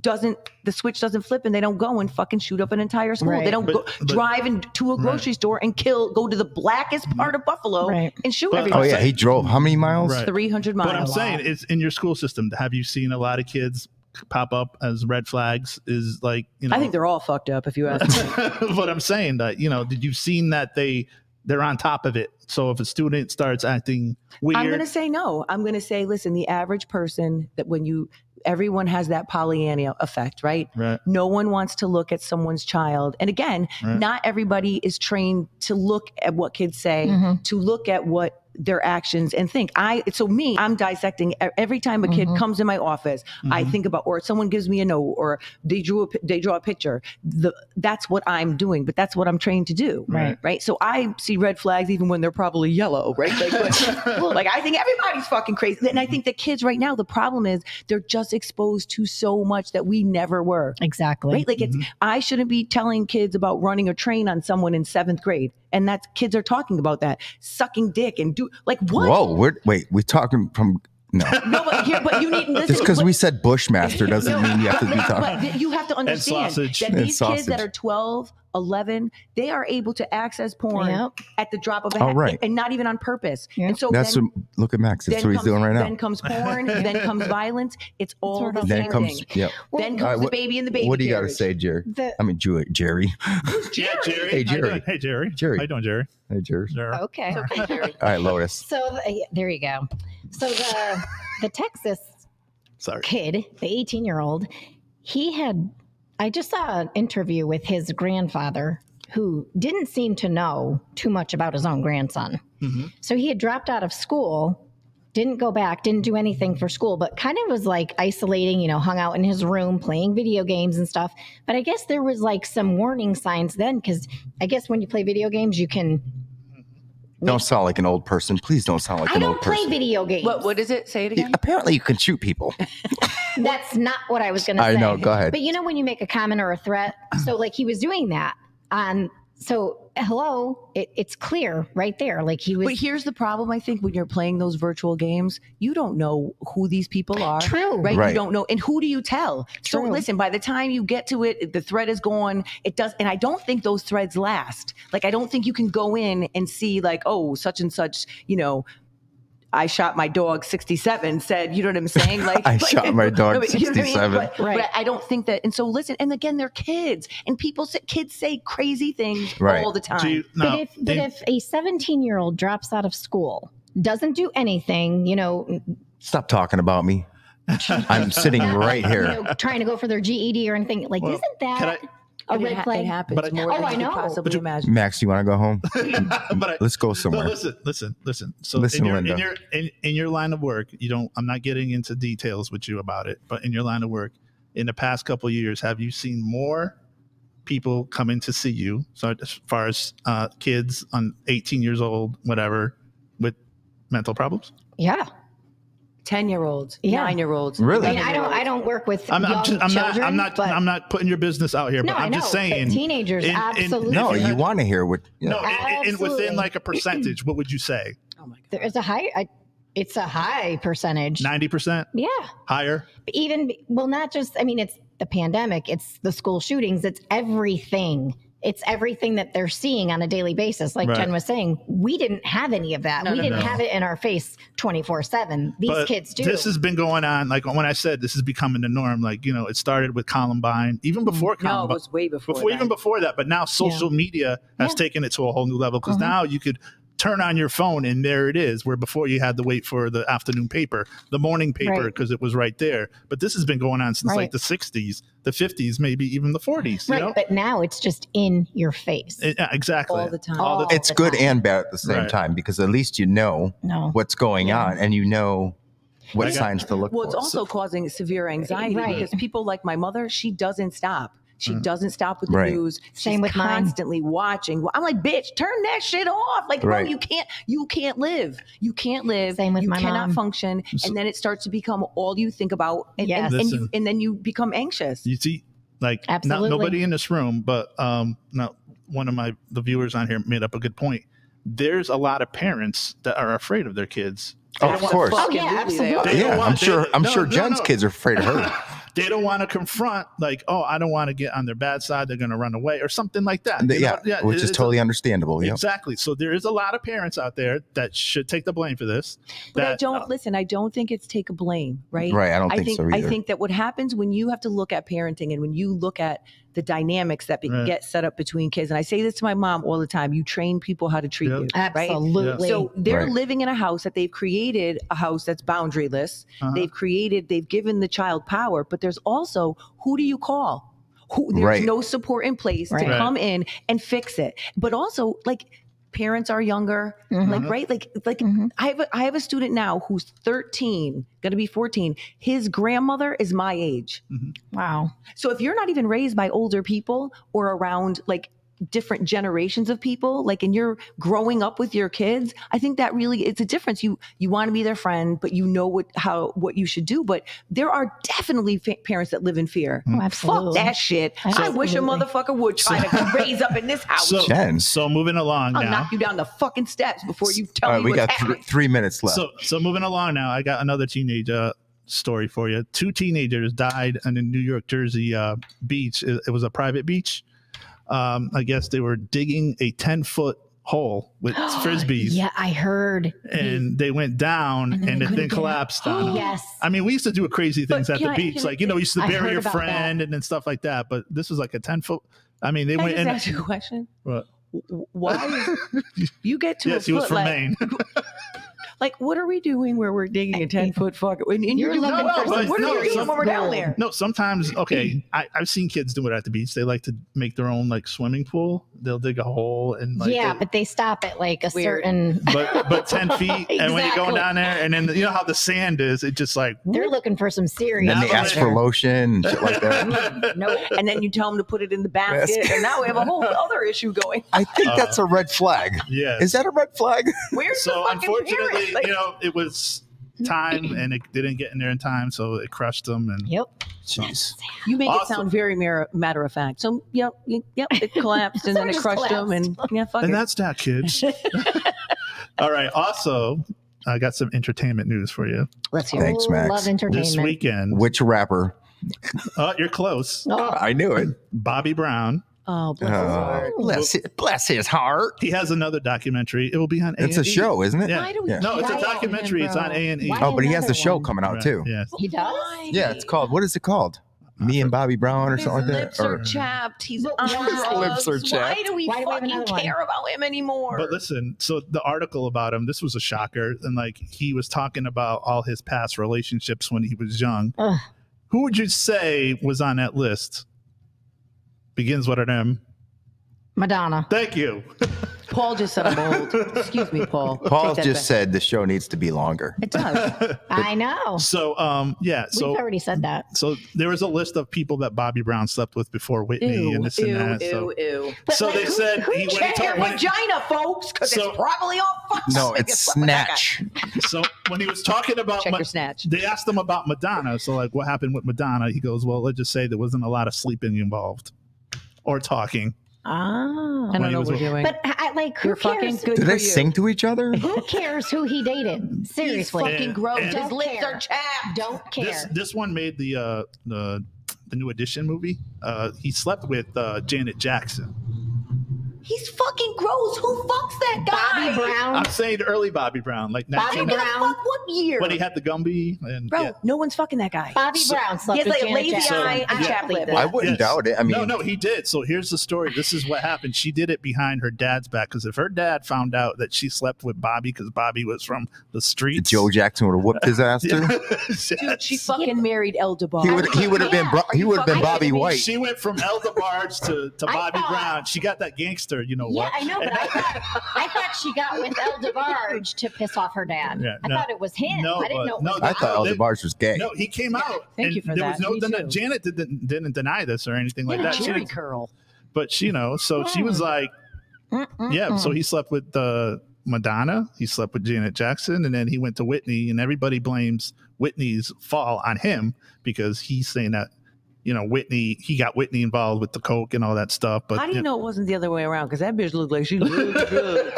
[SPEAKER 1] doesn't, the switch doesn't flip and they don't go and fucking shoot up an entire school.
[SPEAKER 3] Right.
[SPEAKER 1] They don't
[SPEAKER 4] But-
[SPEAKER 1] go,
[SPEAKER 4] but-
[SPEAKER 1] drive into a grocery store and kill, go to the blackest part of Buffalo
[SPEAKER 3] Right.
[SPEAKER 1] and shoot
[SPEAKER 4] But-
[SPEAKER 2] oh,
[SPEAKER 1] everybody.
[SPEAKER 2] yeah. He drove how many miles?
[SPEAKER 4] Right.
[SPEAKER 1] 300 miles.
[SPEAKER 4] But I'm saying it's in your school system. Have you seen a lot of kids pop up as red flags? Is like you know.
[SPEAKER 1] I think they're all fucked up if you
[SPEAKER 4] *laughs*
[SPEAKER 1] ask me.
[SPEAKER 4] but I'm saying that you know, did you seen that they they're on top of it? So if a student starts acting
[SPEAKER 1] I'm going
[SPEAKER 4] weird,
[SPEAKER 1] to say no. I'm going to say, listen, the average person that when you, everyone has that Pollyanna effect, right?
[SPEAKER 4] right?
[SPEAKER 1] No one wants to look at someone's child. And again,
[SPEAKER 4] Right.
[SPEAKER 1] not everybody is trained to look at what kids say,
[SPEAKER 4] Mm-hmm.
[SPEAKER 1] to look at what their actions and think i so me i'm dissecting E- every time a kid
[SPEAKER 4] Mm-hmm.
[SPEAKER 1] comes in my office i think about or someone gives me a note or they drew a pi- they draw a picture the, that's what i'm doing but that's what i'm trained to do
[SPEAKER 3] Right.
[SPEAKER 1] right so i see red flags even when they're probably yellow right like, but-
[SPEAKER 4] *laughs*
[SPEAKER 1] *laughs* like i think everybody's fucking crazy and i think the kids right now the problem is they're just exposed to so much that we never were
[SPEAKER 3] Exactly.
[SPEAKER 1] Right? Like it's I shouldn't be telling kids about running a train on someone in seventh grade. And that's kids are talking about that sucking dick and do like what?
[SPEAKER 2] Whoa, we're, wait, we're talking from
[SPEAKER 1] *laughs*
[SPEAKER 2] no.
[SPEAKER 1] No, but here, but you
[SPEAKER 2] *laughs*
[SPEAKER 1] need listen,
[SPEAKER 2] Just because
[SPEAKER 1] but-
[SPEAKER 2] we said Bushmaster doesn't
[SPEAKER 1] *laughs* No,
[SPEAKER 2] mean you have to be
[SPEAKER 1] no,
[SPEAKER 2] talking.
[SPEAKER 1] But th- you have to understand
[SPEAKER 4] sausage.
[SPEAKER 1] that
[SPEAKER 2] And
[SPEAKER 1] these kids that
[SPEAKER 2] sausage.
[SPEAKER 1] are 12, 11, they are able to access porn
[SPEAKER 3] Yep.
[SPEAKER 1] at the drop of a
[SPEAKER 2] Oh,
[SPEAKER 1] hat,
[SPEAKER 2] right.
[SPEAKER 1] and not even on purpose.
[SPEAKER 3] Yeah.
[SPEAKER 1] And so
[SPEAKER 2] That's
[SPEAKER 1] then,
[SPEAKER 2] what, look at Max. That's
[SPEAKER 1] then
[SPEAKER 2] what he's
[SPEAKER 1] comes,
[SPEAKER 2] doing right now.
[SPEAKER 1] Then
[SPEAKER 2] *laughs*
[SPEAKER 1] comes porn. then comes violence. It's all
[SPEAKER 3] what
[SPEAKER 1] the
[SPEAKER 3] I'm
[SPEAKER 2] Then
[SPEAKER 1] same
[SPEAKER 2] comes
[SPEAKER 1] thing.
[SPEAKER 2] yeah.
[SPEAKER 1] then
[SPEAKER 2] All right,
[SPEAKER 1] comes the
[SPEAKER 2] what-
[SPEAKER 1] baby and the baby.
[SPEAKER 2] what do you got to
[SPEAKER 1] carriage.
[SPEAKER 2] say, Jerry?
[SPEAKER 3] The,
[SPEAKER 2] I mean, Ju- Jerry.
[SPEAKER 4] *laughs* Yeah, Jerry.
[SPEAKER 2] Hey,
[SPEAKER 4] How you
[SPEAKER 2] Jerry.
[SPEAKER 4] doing? Hey, Jerry.
[SPEAKER 2] Jerry.
[SPEAKER 4] How you doing, Jerry?
[SPEAKER 2] Hey, Jerry.
[SPEAKER 4] Jerry.
[SPEAKER 3] okay.
[SPEAKER 1] Okay, Jerry.
[SPEAKER 2] All right, Lotus.
[SPEAKER 3] So the, there you go. So the the Texas
[SPEAKER 4] Sorry.
[SPEAKER 3] kid, the 18 year old, he had, I just saw an interview with his grandfather who didn't seem to know too much about his own grandson.
[SPEAKER 4] Mm-hmm.
[SPEAKER 3] So he had dropped out of school, didn't go back, didn't do anything for school, but kind of was like isolating, you know, hung out in his room playing video games and stuff. But I guess there was like some warning signs then because I guess when you play video games, you can.
[SPEAKER 2] Don't sound like an old person. Please don't sound like
[SPEAKER 3] I
[SPEAKER 2] an
[SPEAKER 3] don't
[SPEAKER 2] old
[SPEAKER 3] play
[SPEAKER 2] person.
[SPEAKER 3] video games.
[SPEAKER 1] what, what is it? Say it again.
[SPEAKER 2] Apparently, you can shoot people.
[SPEAKER 3] That's not what I was going to say.
[SPEAKER 2] I know. Go ahead.
[SPEAKER 3] But you know when you make a comment or a threat, so like he was doing that on. So hello, it, it's clear right there. Like he
[SPEAKER 1] But
[SPEAKER 3] was
[SPEAKER 1] here's the problem, I think, when you're playing those virtual games, you don't know who these people are.
[SPEAKER 3] True.
[SPEAKER 1] Right?
[SPEAKER 2] Right.
[SPEAKER 1] You don't know. And who do you tell? So
[SPEAKER 3] True.
[SPEAKER 1] listen, by the time you get to it, the thread is gone. It does. And I don't think those threads last. Like, I don't think you can go in and see, like, oh, such and such, you know, I shot my dog 67 said, you know what I'm saying? Like,
[SPEAKER 2] *laughs* I
[SPEAKER 1] like-
[SPEAKER 2] shot my dog
[SPEAKER 1] but *laughs* you know what I mean?
[SPEAKER 2] 67.
[SPEAKER 1] But-
[SPEAKER 3] Right.
[SPEAKER 1] but I don't think that. And so listen, and again, they're kids and people say, kids say crazy things
[SPEAKER 2] Right.
[SPEAKER 1] all the time.
[SPEAKER 4] Do you,
[SPEAKER 3] But
[SPEAKER 4] no,
[SPEAKER 3] if but
[SPEAKER 4] do-
[SPEAKER 3] if a 17 year old drops out of school, doesn't do anything, you know, uh,
[SPEAKER 2] Stop talking about me.
[SPEAKER 4] *laughs*
[SPEAKER 2] I'm sitting right
[SPEAKER 3] you
[SPEAKER 2] here.
[SPEAKER 3] know trying to go for their GED or anything, like
[SPEAKER 4] Well,
[SPEAKER 3] isn't *laughs*
[SPEAKER 4] can I-
[SPEAKER 3] that a
[SPEAKER 1] And it,
[SPEAKER 3] red
[SPEAKER 1] ha-
[SPEAKER 3] flag?
[SPEAKER 1] it happens
[SPEAKER 4] But I-
[SPEAKER 1] more
[SPEAKER 3] Oh,
[SPEAKER 1] than
[SPEAKER 3] I
[SPEAKER 1] you could
[SPEAKER 3] know.
[SPEAKER 1] possibly
[SPEAKER 4] But you-
[SPEAKER 1] imagine.
[SPEAKER 2] Max, you want to go home?
[SPEAKER 4] but I,
[SPEAKER 2] Let's go
[SPEAKER 4] No,
[SPEAKER 2] somewhere.
[SPEAKER 4] listen, listen, listen. So
[SPEAKER 2] Listen,
[SPEAKER 4] in your, in
[SPEAKER 2] Linda.
[SPEAKER 4] your in, in your line of work, you don't. I'm not getting into details with you about it, but in your line of work, in the past couple of years, have you seen more people coming to see you? So as far as uh, kids on 18 years old, whatever, with mental problems.
[SPEAKER 3] Yeah,
[SPEAKER 1] 10 year olds,
[SPEAKER 3] Yeah.
[SPEAKER 1] nine year olds.
[SPEAKER 2] Really?
[SPEAKER 3] I mean, I don't, I don't work with
[SPEAKER 4] I'm,
[SPEAKER 3] young
[SPEAKER 4] I'm, just, I'm
[SPEAKER 3] children.
[SPEAKER 4] not. I'm not.
[SPEAKER 3] but-
[SPEAKER 4] I'm not putting your business out here,
[SPEAKER 3] no,
[SPEAKER 4] but I'm
[SPEAKER 3] I know,
[SPEAKER 4] just
[SPEAKER 3] but
[SPEAKER 4] saying.
[SPEAKER 3] teenagers,
[SPEAKER 4] in- in-
[SPEAKER 3] absolutely.
[SPEAKER 2] No,
[SPEAKER 4] If you
[SPEAKER 2] you
[SPEAKER 4] had-
[SPEAKER 2] want to hear what? Yeah.
[SPEAKER 4] No, and- and within
[SPEAKER 3] Absolutely.
[SPEAKER 4] like a percentage, what would you say?
[SPEAKER 1] Oh my God.
[SPEAKER 3] there's a high, I, it's a high percentage.
[SPEAKER 4] Ninety percent
[SPEAKER 3] yeah.
[SPEAKER 4] higher.
[SPEAKER 3] even well not just i mean it's the pandemic it's the school shootings it's everything it's everything that they're seeing on a daily basis like
[SPEAKER 4] Right.
[SPEAKER 3] jen was saying we didn't have any of that
[SPEAKER 1] No,
[SPEAKER 3] we
[SPEAKER 1] no,
[SPEAKER 3] didn't
[SPEAKER 4] no.
[SPEAKER 3] have it in our face 24-7 these
[SPEAKER 4] But
[SPEAKER 3] kids do
[SPEAKER 4] This has been going on. Like when I said this is becoming the norm, like, you know, it started with Columbine, even
[SPEAKER 3] Mm-hmm.
[SPEAKER 4] before
[SPEAKER 1] No, it
[SPEAKER 4] Columbine.
[SPEAKER 1] was way before.
[SPEAKER 4] before, even
[SPEAKER 1] that.
[SPEAKER 4] before that, but now social media has
[SPEAKER 3] Yeah.
[SPEAKER 4] taken it to a whole new level because
[SPEAKER 3] Mhm.
[SPEAKER 4] now you could turn on your phone and there it is. Where before you had to wait for the afternoon paper, the morning paper
[SPEAKER 3] Right.
[SPEAKER 4] because it was right there. But this has been going on since like
[SPEAKER 3] Right.
[SPEAKER 4] the 60s, the 50s, maybe even the 40s. You
[SPEAKER 3] right
[SPEAKER 4] know,
[SPEAKER 3] but now it's just in your face
[SPEAKER 4] It- yeah, exactly.
[SPEAKER 1] all the time.
[SPEAKER 3] All the-
[SPEAKER 2] It's good
[SPEAKER 3] time.
[SPEAKER 2] and bad at the same
[SPEAKER 4] Right.
[SPEAKER 2] time because at least you know
[SPEAKER 3] no
[SPEAKER 2] what's going
[SPEAKER 3] Yeah.
[SPEAKER 2] on and you know what
[SPEAKER 4] I got-
[SPEAKER 2] signs to look
[SPEAKER 1] well, it's
[SPEAKER 2] for.
[SPEAKER 1] also causing severe anxiety
[SPEAKER 3] Right.
[SPEAKER 1] because people like my mother, she doesn't stop. She
[SPEAKER 4] Mm.
[SPEAKER 1] doesn't stop with the
[SPEAKER 2] Right.
[SPEAKER 1] news. She's
[SPEAKER 3] Same with mine.
[SPEAKER 1] constantly watching. I'm like, bitch, turn that shit off. Like, bro,
[SPEAKER 2] Right.
[SPEAKER 1] you can't, you can't live. You can't live.
[SPEAKER 3] Same with
[SPEAKER 1] you
[SPEAKER 3] my
[SPEAKER 1] cannot
[SPEAKER 3] mom.
[SPEAKER 1] function. And then it starts to become all you think about. And,
[SPEAKER 3] Yes.
[SPEAKER 1] and, and, you,
[SPEAKER 4] Listen.
[SPEAKER 1] and then you become anxious.
[SPEAKER 4] You see, like not,
[SPEAKER 3] Absolutely.
[SPEAKER 4] nobody in this room, but um, not one of my the viewers on here made up a good point. There's a lot of parents that are afraid of their kids.
[SPEAKER 2] Oh, of course.
[SPEAKER 3] Oh, yeah, absolutely.
[SPEAKER 4] They
[SPEAKER 2] yeah,
[SPEAKER 4] don't
[SPEAKER 2] I'm
[SPEAKER 4] want-
[SPEAKER 2] sure.
[SPEAKER 4] they-
[SPEAKER 2] I'm
[SPEAKER 4] no,
[SPEAKER 2] sure
[SPEAKER 4] no,
[SPEAKER 2] Jen's
[SPEAKER 4] no.
[SPEAKER 2] kids are afraid of
[SPEAKER 4] *laughs*
[SPEAKER 2] her.
[SPEAKER 4] They don't want to confront, like, oh, I don't want to get on their bad side. They're going to run away or something like that.
[SPEAKER 2] And
[SPEAKER 4] you
[SPEAKER 2] yeah,
[SPEAKER 4] know?
[SPEAKER 2] which
[SPEAKER 4] it-
[SPEAKER 2] is
[SPEAKER 4] it's-
[SPEAKER 2] totally understandable. Yep.
[SPEAKER 4] Exactly. So there is a lot of parents out there that should take the blame for this.
[SPEAKER 1] But I
[SPEAKER 4] that- uh,
[SPEAKER 1] don't listen. I don't think it's take a blame, right?
[SPEAKER 2] Right. I don't
[SPEAKER 1] I
[SPEAKER 2] think,
[SPEAKER 1] think
[SPEAKER 2] so
[SPEAKER 1] I
[SPEAKER 2] either.
[SPEAKER 1] think that what happens when you have to look at parenting and when you look at the dynamics that be,
[SPEAKER 4] Right.
[SPEAKER 1] get set up between kids, and I say this to my mom all the time: you train people how to treat
[SPEAKER 4] Yep.
[SPEAKER 1] you, right?
[SPEAKER 3] absolutely
[SPEAKER 1] So they're
[SPEAKER 2] Right.
[SPEAKER 1] living in a house that they've created a house that's boundaryless.
[SPEAKER 4] Uh-huh.
[SPEAKER 1] They've created, they've given the child power, but there's also who do you call? Who there's
[SPEAKER 2] Right.
[SPEAKER 1] no support in place
[SPEAKER 3] Right.
[SPEAKER 1] to
[SPEAKER 4] Right.
[SPEAKER 1] come in and fix it. But also like parents are younger,
[SPEAKER 3] Mhm.
[SPEAKER 1] like right? Like like
[SPEAKER 3] Mhm.
[SPEAKER 1] I have a, I have a student now who's 13, going to be 14. His grandmother is my age.
[SPEAKER 3] wow
[SPEAKER 1] So if you're not even raised by older people or around like different generations of people like and you're growing up with your kids i think that really it's a difference you you want to be their friend but you know what how what you should do but there are definitely fa- parents that live in fear
[SPEAKER 3] Oh,
[SPEAKER 1] fuck
[SPEAKER 3] absolutely.
[SPEAKER 1] that shit i wish a
[SPEAKER 3] Absolutely.
[SPEAKER 1] motherfucker would try to raise up in this house
[SPEAKER 4] So,
[SPEAKER 2] Jen.
[SPEAKER 4] so moving along
[SPEAKER 1] i'll
[SPEAKER 4] now.
[SPEAKER 1] knock you down the fucking steps before you tell
[SPEAKER 2] All right,
[SPEAKER 1] me
[SPEAKER 2] we
[SPEAKER 1] what's
[SPEAKER 2] got thr-
[SPEAKER 1] happening
[SPEAKER 2] three minutes left.
[SPEAKER 4] So, so moving along now, I got another teenage uh, story for you. Two teenagers died on a New York, Jersey uh, beach. It, it was a private beach. Um, I guess they were digging a ten foot hole
[SPEAKER 3] *gasps*
[SPEAKER 4] with frisbees,
[SPEAKER 3] Yeah, I heard.
[SPEAKER 4] and they went down,
[SPEAKER 3] And then
[SPEAKER 4] and,
[SPEAKER 3] they
[SPEAKER 4] the
[SPEAKER 3] couldn't
[SPEAKER 4] thing
[SPEAKER 3] get out.
[SPEAKER 4] collapsed on them.
[SPEAKER 3] yes.
[SPEAKER 4] Oh. I mean, we used to do crazy things
[SPEAKER 1] But
[SPEAKER 4] at
[SPEAKER 1] can
[SPEAKER 4] the
[SPEAKER 1] I-
[SPEAKER 4] beach,
[SPEAKER 1] can-
[SPEAKER 4] like you know, we used to
[SPEAKER 3] I
[SPEAKER 4] bury
[SPEAKER 3] heard
[SPEAKER 4] your
[SPEAKER 3] about
[SPEAKER 4] friend and then stuff like that. But this was like a ten foot. I mean, they
[SPEAKER 1] can i
[SPEAKER 4] went
[SPEAKER 1] just
[SPEAKER 4] in.
[SPEAKER 1] ask you a question
[SPEAKER 4] What?
[SPEAKER 1] W- why
[SPEAKER 4] *laughs*
[SPEAKER 1] is- you get to
[SPEAKER 4] yes,
[SPEAKER 1] a
[SPEAKER 4] he was
[SPEAKER 1] foot
[SPEAKER 4] from
[SPEAKER 1] like,
[SPEAKER 4] Maine.
[SPEAKER 1] like what are we doing where we're digging a 10 foot fuck and, and
[SPEAKER 3] You're
[SPEAKER 1] you're,
[SPEAKER 3] looking
[SPEAKER 1] doing-
[SPEAKER 4] for some
[SPEAKER 1] what are we
[SPEAKER 4] serious
[SPEAKER 1] doing when we're down
[SPEAKER 3] gold.
[SPEAKER 1] there
[SPEAKER 2] *clears throat*
[SPEAKER 4] No, sometimes okay. I, I've seen kids do it at the beach. They like to make their own like swimming pool. They'll dig a hole and like
[SPEAKER 3] yeah,
[SPEAKER 4] they-
[SPEAKER 3] but they stop at like a
[SPEAKER 1] Weird.
[SPEAKER 3] certain.
[SPEAKER 4] *laughs* but
[SPEAKER 3] *laughs*
[SPEAKER 4] but ten feet. And when you're going
[SPEAKER 3] Exactly.
[SPEAKER 4] down there, and then you know how the sand is, it just like
[SPEAKER 3] They're looking for some
[SPEAKER 2] and
[SPEAKER 3] serious.
[SPEAKER 2] then they ask for lotion and shit like that.
[SPEAKER 4] *laughs*
[SPEAKER 3] no.
[SPEAKER 1] and then you tell them to put it in the
[SPEAKER 2] Yes.
[SPEAKER 1] basket, and now we have a whole other issue going.
[SPEAKER 2] I think
[SPEAKER 4] Uh,
[SPEAKER 2] that's a red flag.
[SPEAKER 4] yeah.
[SPEAKER 2] Is that a red flag?
[SPEAKER 1] Where's
[SPEAKER 4] So
[SPEAKER 1] the fucking
[SPEAKER 4] unfortunately,
[SPEAKER 1] parents? Like,
[SPEAKER 4] you know, it was
[SPEAKER 3] *clears throat*
[SPEAKER 4] time, and it they didn't get in there in time, so it crushed them. And
[SPEAKER 3] Yep.
[SPEAKER 2] Jeez.
[SPEAKER 1] you make
[SPEAKER 4] awesome.
[SPEAKER 1] it sound very matter, matter of fact. So yep, y- yep, it collapsed, and
[SPEAKER 3] So
[SPEAKER 1] then it
[SPEAKER 3] it just
[SPEAKER 1] crushed them,
[SPEAKER 3] collapsed.
[SPEAKER 1] and yeah, fuck it.
[SPEAKER 4] and that's
[SPEAKER 3] *laughs*
[SPEAKER 4] that, kids. All right. Also, I got some entertainment news for you.
[SPEAKER 1] Let's hear. it.
[SPEAKER 2] Thanks,
[SPEAKER 3] Oh,
[SPEAKER 2] Max.
[SPEAKER 3] Love
[SPEAKER 4] This
[SPEAKER 3] entertainment.
[SPEAKER 2] *laughs*
[SPEAKER 4] weekend,
[SPEAKER 2] Which rapper?
[SPEAKER 4] oh, you're close.
[SPEAKER 3] Oh,
[SPEAKER 2] I knew *laughs* it.
[SPEAKER 4] Bobby Brown.
[SPEAKER 1] Oh, bless his
[SPEAKER 2] Uh,
[SPEAKER 1] heart.
[SPEAKER 2] bless, his, bless his heart.
[SPEAKER 4] He has another documentary. It will be on. E.
[SPEAKER 2] It's a
[SPEAKER 4] A&E.
[SPEAKER 2] show, isn't it?
[SPEAKER 4] Yeah.
[SPEAKER 1] Why do we?
[SPEAKER 2] Yeah.
[SPEAKER 4] No, Oh, it's a
[SPEAKER 1] Why-
[SPEAKER 4] documentary. It's on A and E.
[SPEAKER 3] Why
[SPEAKER 2] Oh, but he has
[SPEAKER 3] Another
[SPEAKER 2] the show
[SPEAKER 3] one.
[SPEAKER 2] coming out too. Uh,
[SPEAKER 4] Yes.
[SPEAKER 3] he does.
[SPEAKER 1] Why?
[SPEAKER 2] Yeah, it's called. What is it called? Me and Bobby Brown or
[SPEAKER 1] His
[SPEAKER 2] something like
[SPEAKER 1] lips
[SPEAKER 2] that.
[SPEAKER 1] are
[SPEAKER 2] Or,
[SPEAKER 1] chapped. He's
[SPEAKER 3] Look,
[SPEAKER 1] on
[SPEAKER 3] his
[SPEAKER 2] lips are
[SPEAKER 1] drugs. Why
[SPEAKER 2] chapped.
[SPEAKER 1] do we
[SPEAKER 3] Why do we have
[SPEAKER 1] fucking
[SPEAKER 3] another one?
[SPEAKER 1] care about him anymore?
[SPEAKER 4] But listen, so the article about him, this was a shocker, and like he was talking about all his past relationships when he was young.
[SPEAKER 3] Ugh.
[SPEAKER 4] Who would you say was on that list? Begins with an M.
[SPEAKER 3] Madonna.
[SPEAKER 4] Thank you. *laughs*
[SPEAKER 1] Paul just said I'm old. Excuse me, Paul.
[SPEAKER 2] Paul
[SPEAKER 1] Take that
[SPEAKER 2] just
[SPEAKER 1] back.
[SPEAKER 2] said the show needs to be longer.
[SPEAKER 1] it does.
[SPEAKER 3] I know.
[SPEAKER 4] So um yeah, so
[SPEAKER 3] We've already said that.
[SPEAKER 4] so there was a list of people that Bobby Brown slept with before Whitney and
[SPEAKER 1] Ew,
[SPEAKER 4] this and
[SPEAKER 1] ew,
[SPEAKER 4] that. so
[SPEAKER 1] ew, ew.
[SPEAKER 3] But,
[SPEAKER 4] so
[SPEAKER 3] like,
[SPEAKER 4] they
[SPEAKER 3] who-
[SPEAKER 4] said
[SPEAKER 3] who
[SPEAKER 4] he
[SPEAKER 3] did you
[SPEAKER 4] when he
[SPEAKER 1] Check your
[SPEAKER 4] told- when-
[SPEAKER 1] vagina, folks, because
[SPEAKER 4] So-
[SPEAKER 1] it's probably all fucked.
[SPEAKER 2] No,
[SPEAKER 1] up in
[SPEAKER 2] it's
[SPEAKER 1] your fucking back.
[SPEAKER 2] Snatch.
[SPEAKER 4] so when he was talking about
[SPEAKER 1] Check
[SPEAKER 4] Ma-
[SPEAKER 1] your snatch.
[SPEAKER 4] they asked him about Madonna. So, like, what happened with Madonna? He goes, Well, let's just say there wasn't a lot of sleeping involved or talking.
[SPEAKER 1] Ah, I
[SPEAKER 4] Well,
[SPEAKER 1] don't
[SPEAKER 4] he
[SPEAKER 1] know
[SPEAKER 4] was
[SPEAKER 1] what we're
[SPEAKER 4] a-
[SPEAKER 1] doing.
[SPEAKER 3] But I, like, who
[SPEAKER 1] You're fucking
[SPEAKER 3] cares?
[SPEAKER 1] good
[SPEAKER 2] Do
[SPEAKER 1] for
[SPEAKER 2] they
[SPEAKER 1] you.
[SPEAKER 2] sing to each other?
[SPEAKER 3] Who cares who he
[SPEAKER 4] *laughs*
[SPEAKER 3] dated?
[SPEAKER 1] He's
[SPEAKER 3] Seriously.
[SPEAKER 1] fucking
[SPEAKER 4] And-
[SPEAKER 1] gross.
[SPEAKER 4] and-
[SPEAKER 1] His lips
[SPEAKER 3] Don't
[SPEAKER 1] are chapped.
[SPEAKER 3] Don't care.
[SPEAKER 4] This this one made the uh, the the new edition movie. Uh, he slept with uh, Janet Jackson.
[SPEAKER 1] He's fucking gross. Who fucks that guy?
[SPEAKER 3] Bobby Brown.
[SPEAKER 4] I'm saying early Bobby Brown, like
[SPEAKER 3] Bobby
[SPEAKER 4] 19,
[SPEAKER 3] Brown.
[SPEAKER 1] Fuck what year?
[SPEAKER 4] when he had the Gumby and
[SPEAKER 1] Bro,
[SPEAKER 4] yeah.
[SPEAKER 1] no one's fucking that guy.
[SPEAKER 3] Bobby
[SPEAKER 4] So-
[SPEAKER 1] He
[SPEAKER 3] Brown slept
[SPEAKER 1] has,
[SPEAKER 3] with
[SPEAKER 1] like,
[SPEAKER 3] Janet
[SPEAKER 1] lazy
[SPEAKER 3] Jackson.
[SPEAKER 1] eye and
[SPEAKER 3] Yeah.
[SPEAKER 1] chapped lip.
[SPEAKER 2] I wouldn't
[SPEAKER 4] Yes.
[SPEAKER 2] doubt it. I mean,
[SPEAKER 4] no, no, he did. So here's the story. This is what happened. She did it behind her dad's back because if her dad found out that she slept with Bobby because Bobby was from the streets,
[SPEAKER 2] Joe Jackson would have whooped his ass too.
[SPEAKER 4] *laughs*
[SPEAKER 1] Dude, she fucking married El DeBar.
[SPEAKER 2] *laughs* He would. He would have been.
[SPEAKER 3] Yeah.
[SPEAKER 2] Bro- he would have
[SPEAKER 1] I
[SPEAKER 2] been
[SPEAKER 1] think
[SPEAKER 2] Bobby
[SPEAKER 1] it'd be
[SPEAKER 2] White.
[SPEAKER 4] She went from Elda Barge to,
[SPEAKER 1] *laughs*
[SPEAKER 4] to
[SPEAKER 3] I
[SPEAKER 4] Bobby
[SPEAKER 3] thought-
[SPEAKER 4] Brown. She got that gangster, you know
[SPEAKER 3] Yeah,
[SPEAKER 4] what?
[SPEAKER 3] I know,
[SPEAKER 4] *laughs*
[SPEAKER 3] but I thought I thought she got with El DeBarge to piss off her dad.
[SPEAKER 4] Yeah,
[SPEAKER 3] I
[SPEAKER 4] no.
[SPEAKER 3] thought it was him.
[SPEAKER 4] No,
[SPEAKER 3] I didn't
[SPEAKER 4] but-
[SPEAKER 3] know. It
[SPEAKER 4] no,
[SPEAKER 3] was
[SPEAKER 2] I thought
[SPEAKER 4] they-
[SPEAKER 2] Elder Barge was gay.
[SPEAKER 4] No, he came out.
[SPEAKER 1] thank
[SPEAKER 4] and
[SPEAKER 1] you for
[SPEAKER 4] there was
[SPEAKER 1] that.
[SPEAKER 4] no
[SPEAKER 1] Me
[SPEAKER 4] deni-
[SPEAKER 1] too.
[SPEAKER 4] Janet didn't didn't deny this or anything like that. She
[SPEAKER 1] Jerry
[SPEAKER 4] didn't,
[SPEAKER 1] curl.
[SPEAKER 4] but she, you know, so
[SPEAKER 1] Mm-hmm.
[SPEAKER 4] she was like,
[SPEAKER 3] Mm-mm-mm.
[SPEAKER 4] yeah. So he slept with uh, Madonna. He slept with Janet Jackson, and then he went to Whitney, and everybody blames Whitney's fall on him because he's saying that. You know, Whitney, he got Whitney involved with the coke and all that stuff. But
[SPEAKER 1] How do you
[SPEAKER 4] it-
[SPEAKER 1] know it wasn't the other way around? Because that bitch looked like she
[SPEAKER 4] *laughs*
[SPEAKER 1] loved drugs.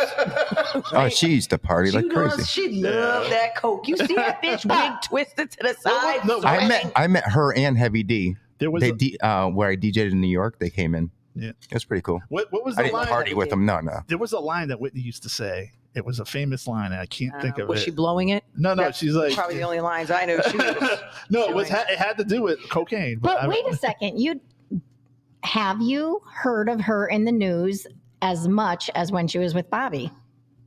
[SPEAKER 2] Oh, she used to party
[SPEAKER 1] She
[SPEAKER 2] like crazy.
[SPEAKER 1] loves, she loved that coke. You see that
[SPEAKER 2] *laughs*
[SPEAKER 1] bitch wig twisted to the side.
[SPEAKER 4] no,
[SPEAKER 2] I met.
[SPEAKER 1] sweating?
[SPEAKER 2] I met her and Heavy D.
[SPEAKER 4] there was
[SPEAKER 2] They
[SPEAKER 4] a-
[SPEAKER 2] D, uh, where I DJ'd in New York. They came in.
[SPEAKER 4] Yeah.
[SPEAKER 2] that's pretty cool.
[SPEAKER 4] what, what was
[SPEAKER 2] I
[SPEAKER 4] the
[SPEAKER 2] didn't
[SPEAKER 4] line?
[SPEAKER 2] party with them. No, no.
[SPEAKER 4] there was a line that Whitney used to say. It was a famous line, and I can't think
[SPEAKER 1] Uh,
[SPEAKER 4] of
[SPEAKER 1] was
[SPEAKER 4] it.
[SPEAKER 1] she blowing it?
[SPEAKER 4] no, no,
[SPEAKER 1] that's
[SPEAKER 4] she's like
[SPEAKER 1] Probably
[SPEAKER 4] *laughs*
[SPEAKER 1] the only lines I know. She was.
[SPEAKER 4] no, it was
[SPEAKER 1] doing.
[SPEAKER 4] ha- it had to do with cocaine.
[SPEAKER 3] But
[SPEAKER 4] I-
[SPEAKER 3] wait a second, you have you heard of her in the news as much as when she was with Bobby?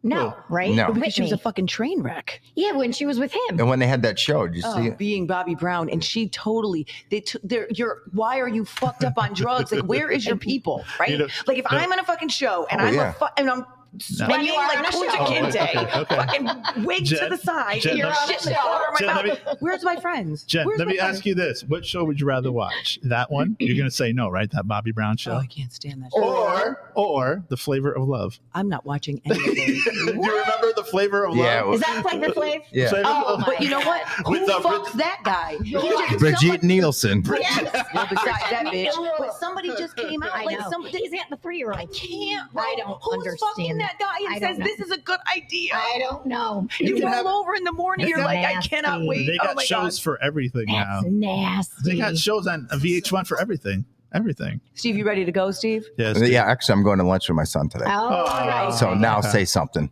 [SPEAKER 3] No,
[SPEAKER 4] Who?
[SPEAKER 3] right?
[SPEAKER 2] No.
[SPEAKER 1] Because Oh, she was a
[SPEAKER 3] Whitney.
[SPEAKER 1] fucking train wreck.
[SPEAKER 3] yeah, when she was with him.
[SPEAKER 2] And when they had that show, did you see
[SPEAKER 1] Oh,
[SPEAKER 2] it?
[SPEAKER 1] being Bobby Brown, and she totally they took their you're why are you fucked up on drugs? Like where is your people, right?
[SPEAKER 4] *laughs* You know,
[SPEAKER 1] like if I'm on a fucking show and
[SPEAKER 2] Oh,
[SPEAKER 1] I'm
[SPEAKER 2] yeah.
[SPEAKER 1] a fu- and I'm
[SPEAKER 4] No.
[SPEAKER 1] sweating
[SPEAKER 6] You are
[SPEAKER 1] like
[SPEAKER 6] on a show.
[SPEAKER 1] Kunta
[SPEAKER 4] Oh, wait, *laughs*
[SPEAKER 1] Kinte.
[SPEAKER 4] okay, okay.
[SPEAKER 1] Fucking wig
[SPEAKER 4] Jen-
[SPEAKER 1] to the side.
[SPEAKER 4] Jen,
[SPEAKER 1] You're
[SPEAKER 4] let
[SPEAKER 1] on
[SPEAKER 6] me-
[SPEAKER 1] shit all over my
[SPEAKER 4] Jen, let me-
[SPEAKER 1] mouth. Where's my friends?
[SPEAKER 4] Jen,
[SPEAKER 1] Where's
[SPEAKER 4] let
[SPEAKER 1] my
[SPEAKER 4] me ask you this: What show would you rather watch? That one? You're gonna say no, right? That Bobby Brown
[SPEAKER 1] Oh,
[SPEAKER 4] show,
[SPEAKER 1] I can't stand that. shit.
[SPEAKER 4] or or the Flavor of Love? *laughs*
[SPEAKER 1] I'm not watching any of those.
[SPEAKER 4] Do you remember the Flavor of
[SPEAKER 2] Yeah,
[SPEAKER 4] Love?
[SPEAKER 2] well,
[SPEAKER 6] Is that Flavor Flav?
[SPEAKER 2] yeah.
[SPEAKER 4] Flavor of
[SPEAKER 6] Oh,
[SPEAKER 4] Love.
[SPEAKER 6] my
[SPEAKER 1] But you know what? Who
[SPEAKER 4] With the-
[SPEAKER 1] fucks that guy? He just-
[SPEAKER 2] Brigitte Nielsen.
[SPEAKER 3] *laughs*
[SPEAKER 1] Yes. Well, besides that bitch,
[SPEAKER 6] Ew.
[SPEAKER 1] but somebody just came
[SPEAKER 3] I
[SPEAKER 1] out. Like
[SPEAKER 3] know.
[SPEAKER 1] somebody,
[SPEAKER 3] He's got the three year
[SPEAKER 1] I
[SPEAKER 3] old.
[SPEAKER 1] can't.
[SPEAKER 3] I
[SPEAKER 1] bro.
[SPEAKER 3] don't
[SPEAKER 1] Who's fucking
[SPEAKER 3] understand
[SPEAKER 1] that guy and
[SPEAKER 3] I don't
[SPEAKER 1] says
[SPEAKER 3] know.
[SPEAKER 1] this is a good idea?
[SPEAKER 3] I don't know.
[SPEAKER 1] you
[SPEAKER 4] You
[SPEAKER 1] roll
[SPEAKER 4] can have-
[SPEAKER 1] over in the morning.
[SPEAKER 3] It's
[SPEAKER 1] You're like, I
[SPEAKER 3] nasty.
[SPEAKER 1] cannot wait.
[SPEAKER 4] They
[SPEAKER 1] Oh
[SPEAKER 4] got
[SPEAKER 1] my God.
[SPEAKER 4] shows for everything now.
[SPEAKER 3] That's nasty.
[SPEAKER 4] They got shows on VH1 for everything. Everything.
[SPEAKER 1] Steve, you ready to go, Steve?
[SPEAKER 4] Yes.
[SPEAKER 2] Yeah, actually, I'm going to lunch with my son today.
[SPEAKER 3] oh, all right.
[SPEAKER 2] so now
[SPEAKER 4] okay.
[SPEAKER 2] say something.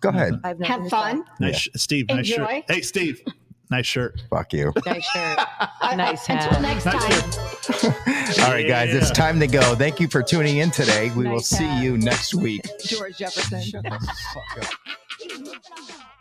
[SPEAKER 2] Go ahead.
[SPEAKER 1] I've
[SPEAKER 3] Have
[SPEAKER 1] nothing to
[SPEAKER 3] fun.
[SPEAKER 4] Nice, sh- Steve. Nice
[SPEAKER 3] Enjoy.
[SPEAKER 4] shirt. Hey, Steve. Nice shirt.
[SPEAKER 2] Fuck
[SPEAKER 4] *laughs*
[SPEAKER 2] you.
[SPEAKER 1] say. Nice shirt. nice
[SPEAKER 3] Until
[SPEAKER 1] hat.
[SPEAKER 3] next
[SPEAKER 4] Nice
[SPEAKER 3] time.
[SPEAKER 2] All right, guys, it's
[SPEAKER 4] Yeah.
[SPEAKER 2] time to go. Thank you for tuning in today. We will
[SPEAKER 1] Nice
[SPEAKER 2] see
[SPEAKER 1] hat.
[SPEAKER 2] you next week.
[SPEAKER 1] George Jefferson.
[SPEAKER 2] Shut the fuck up.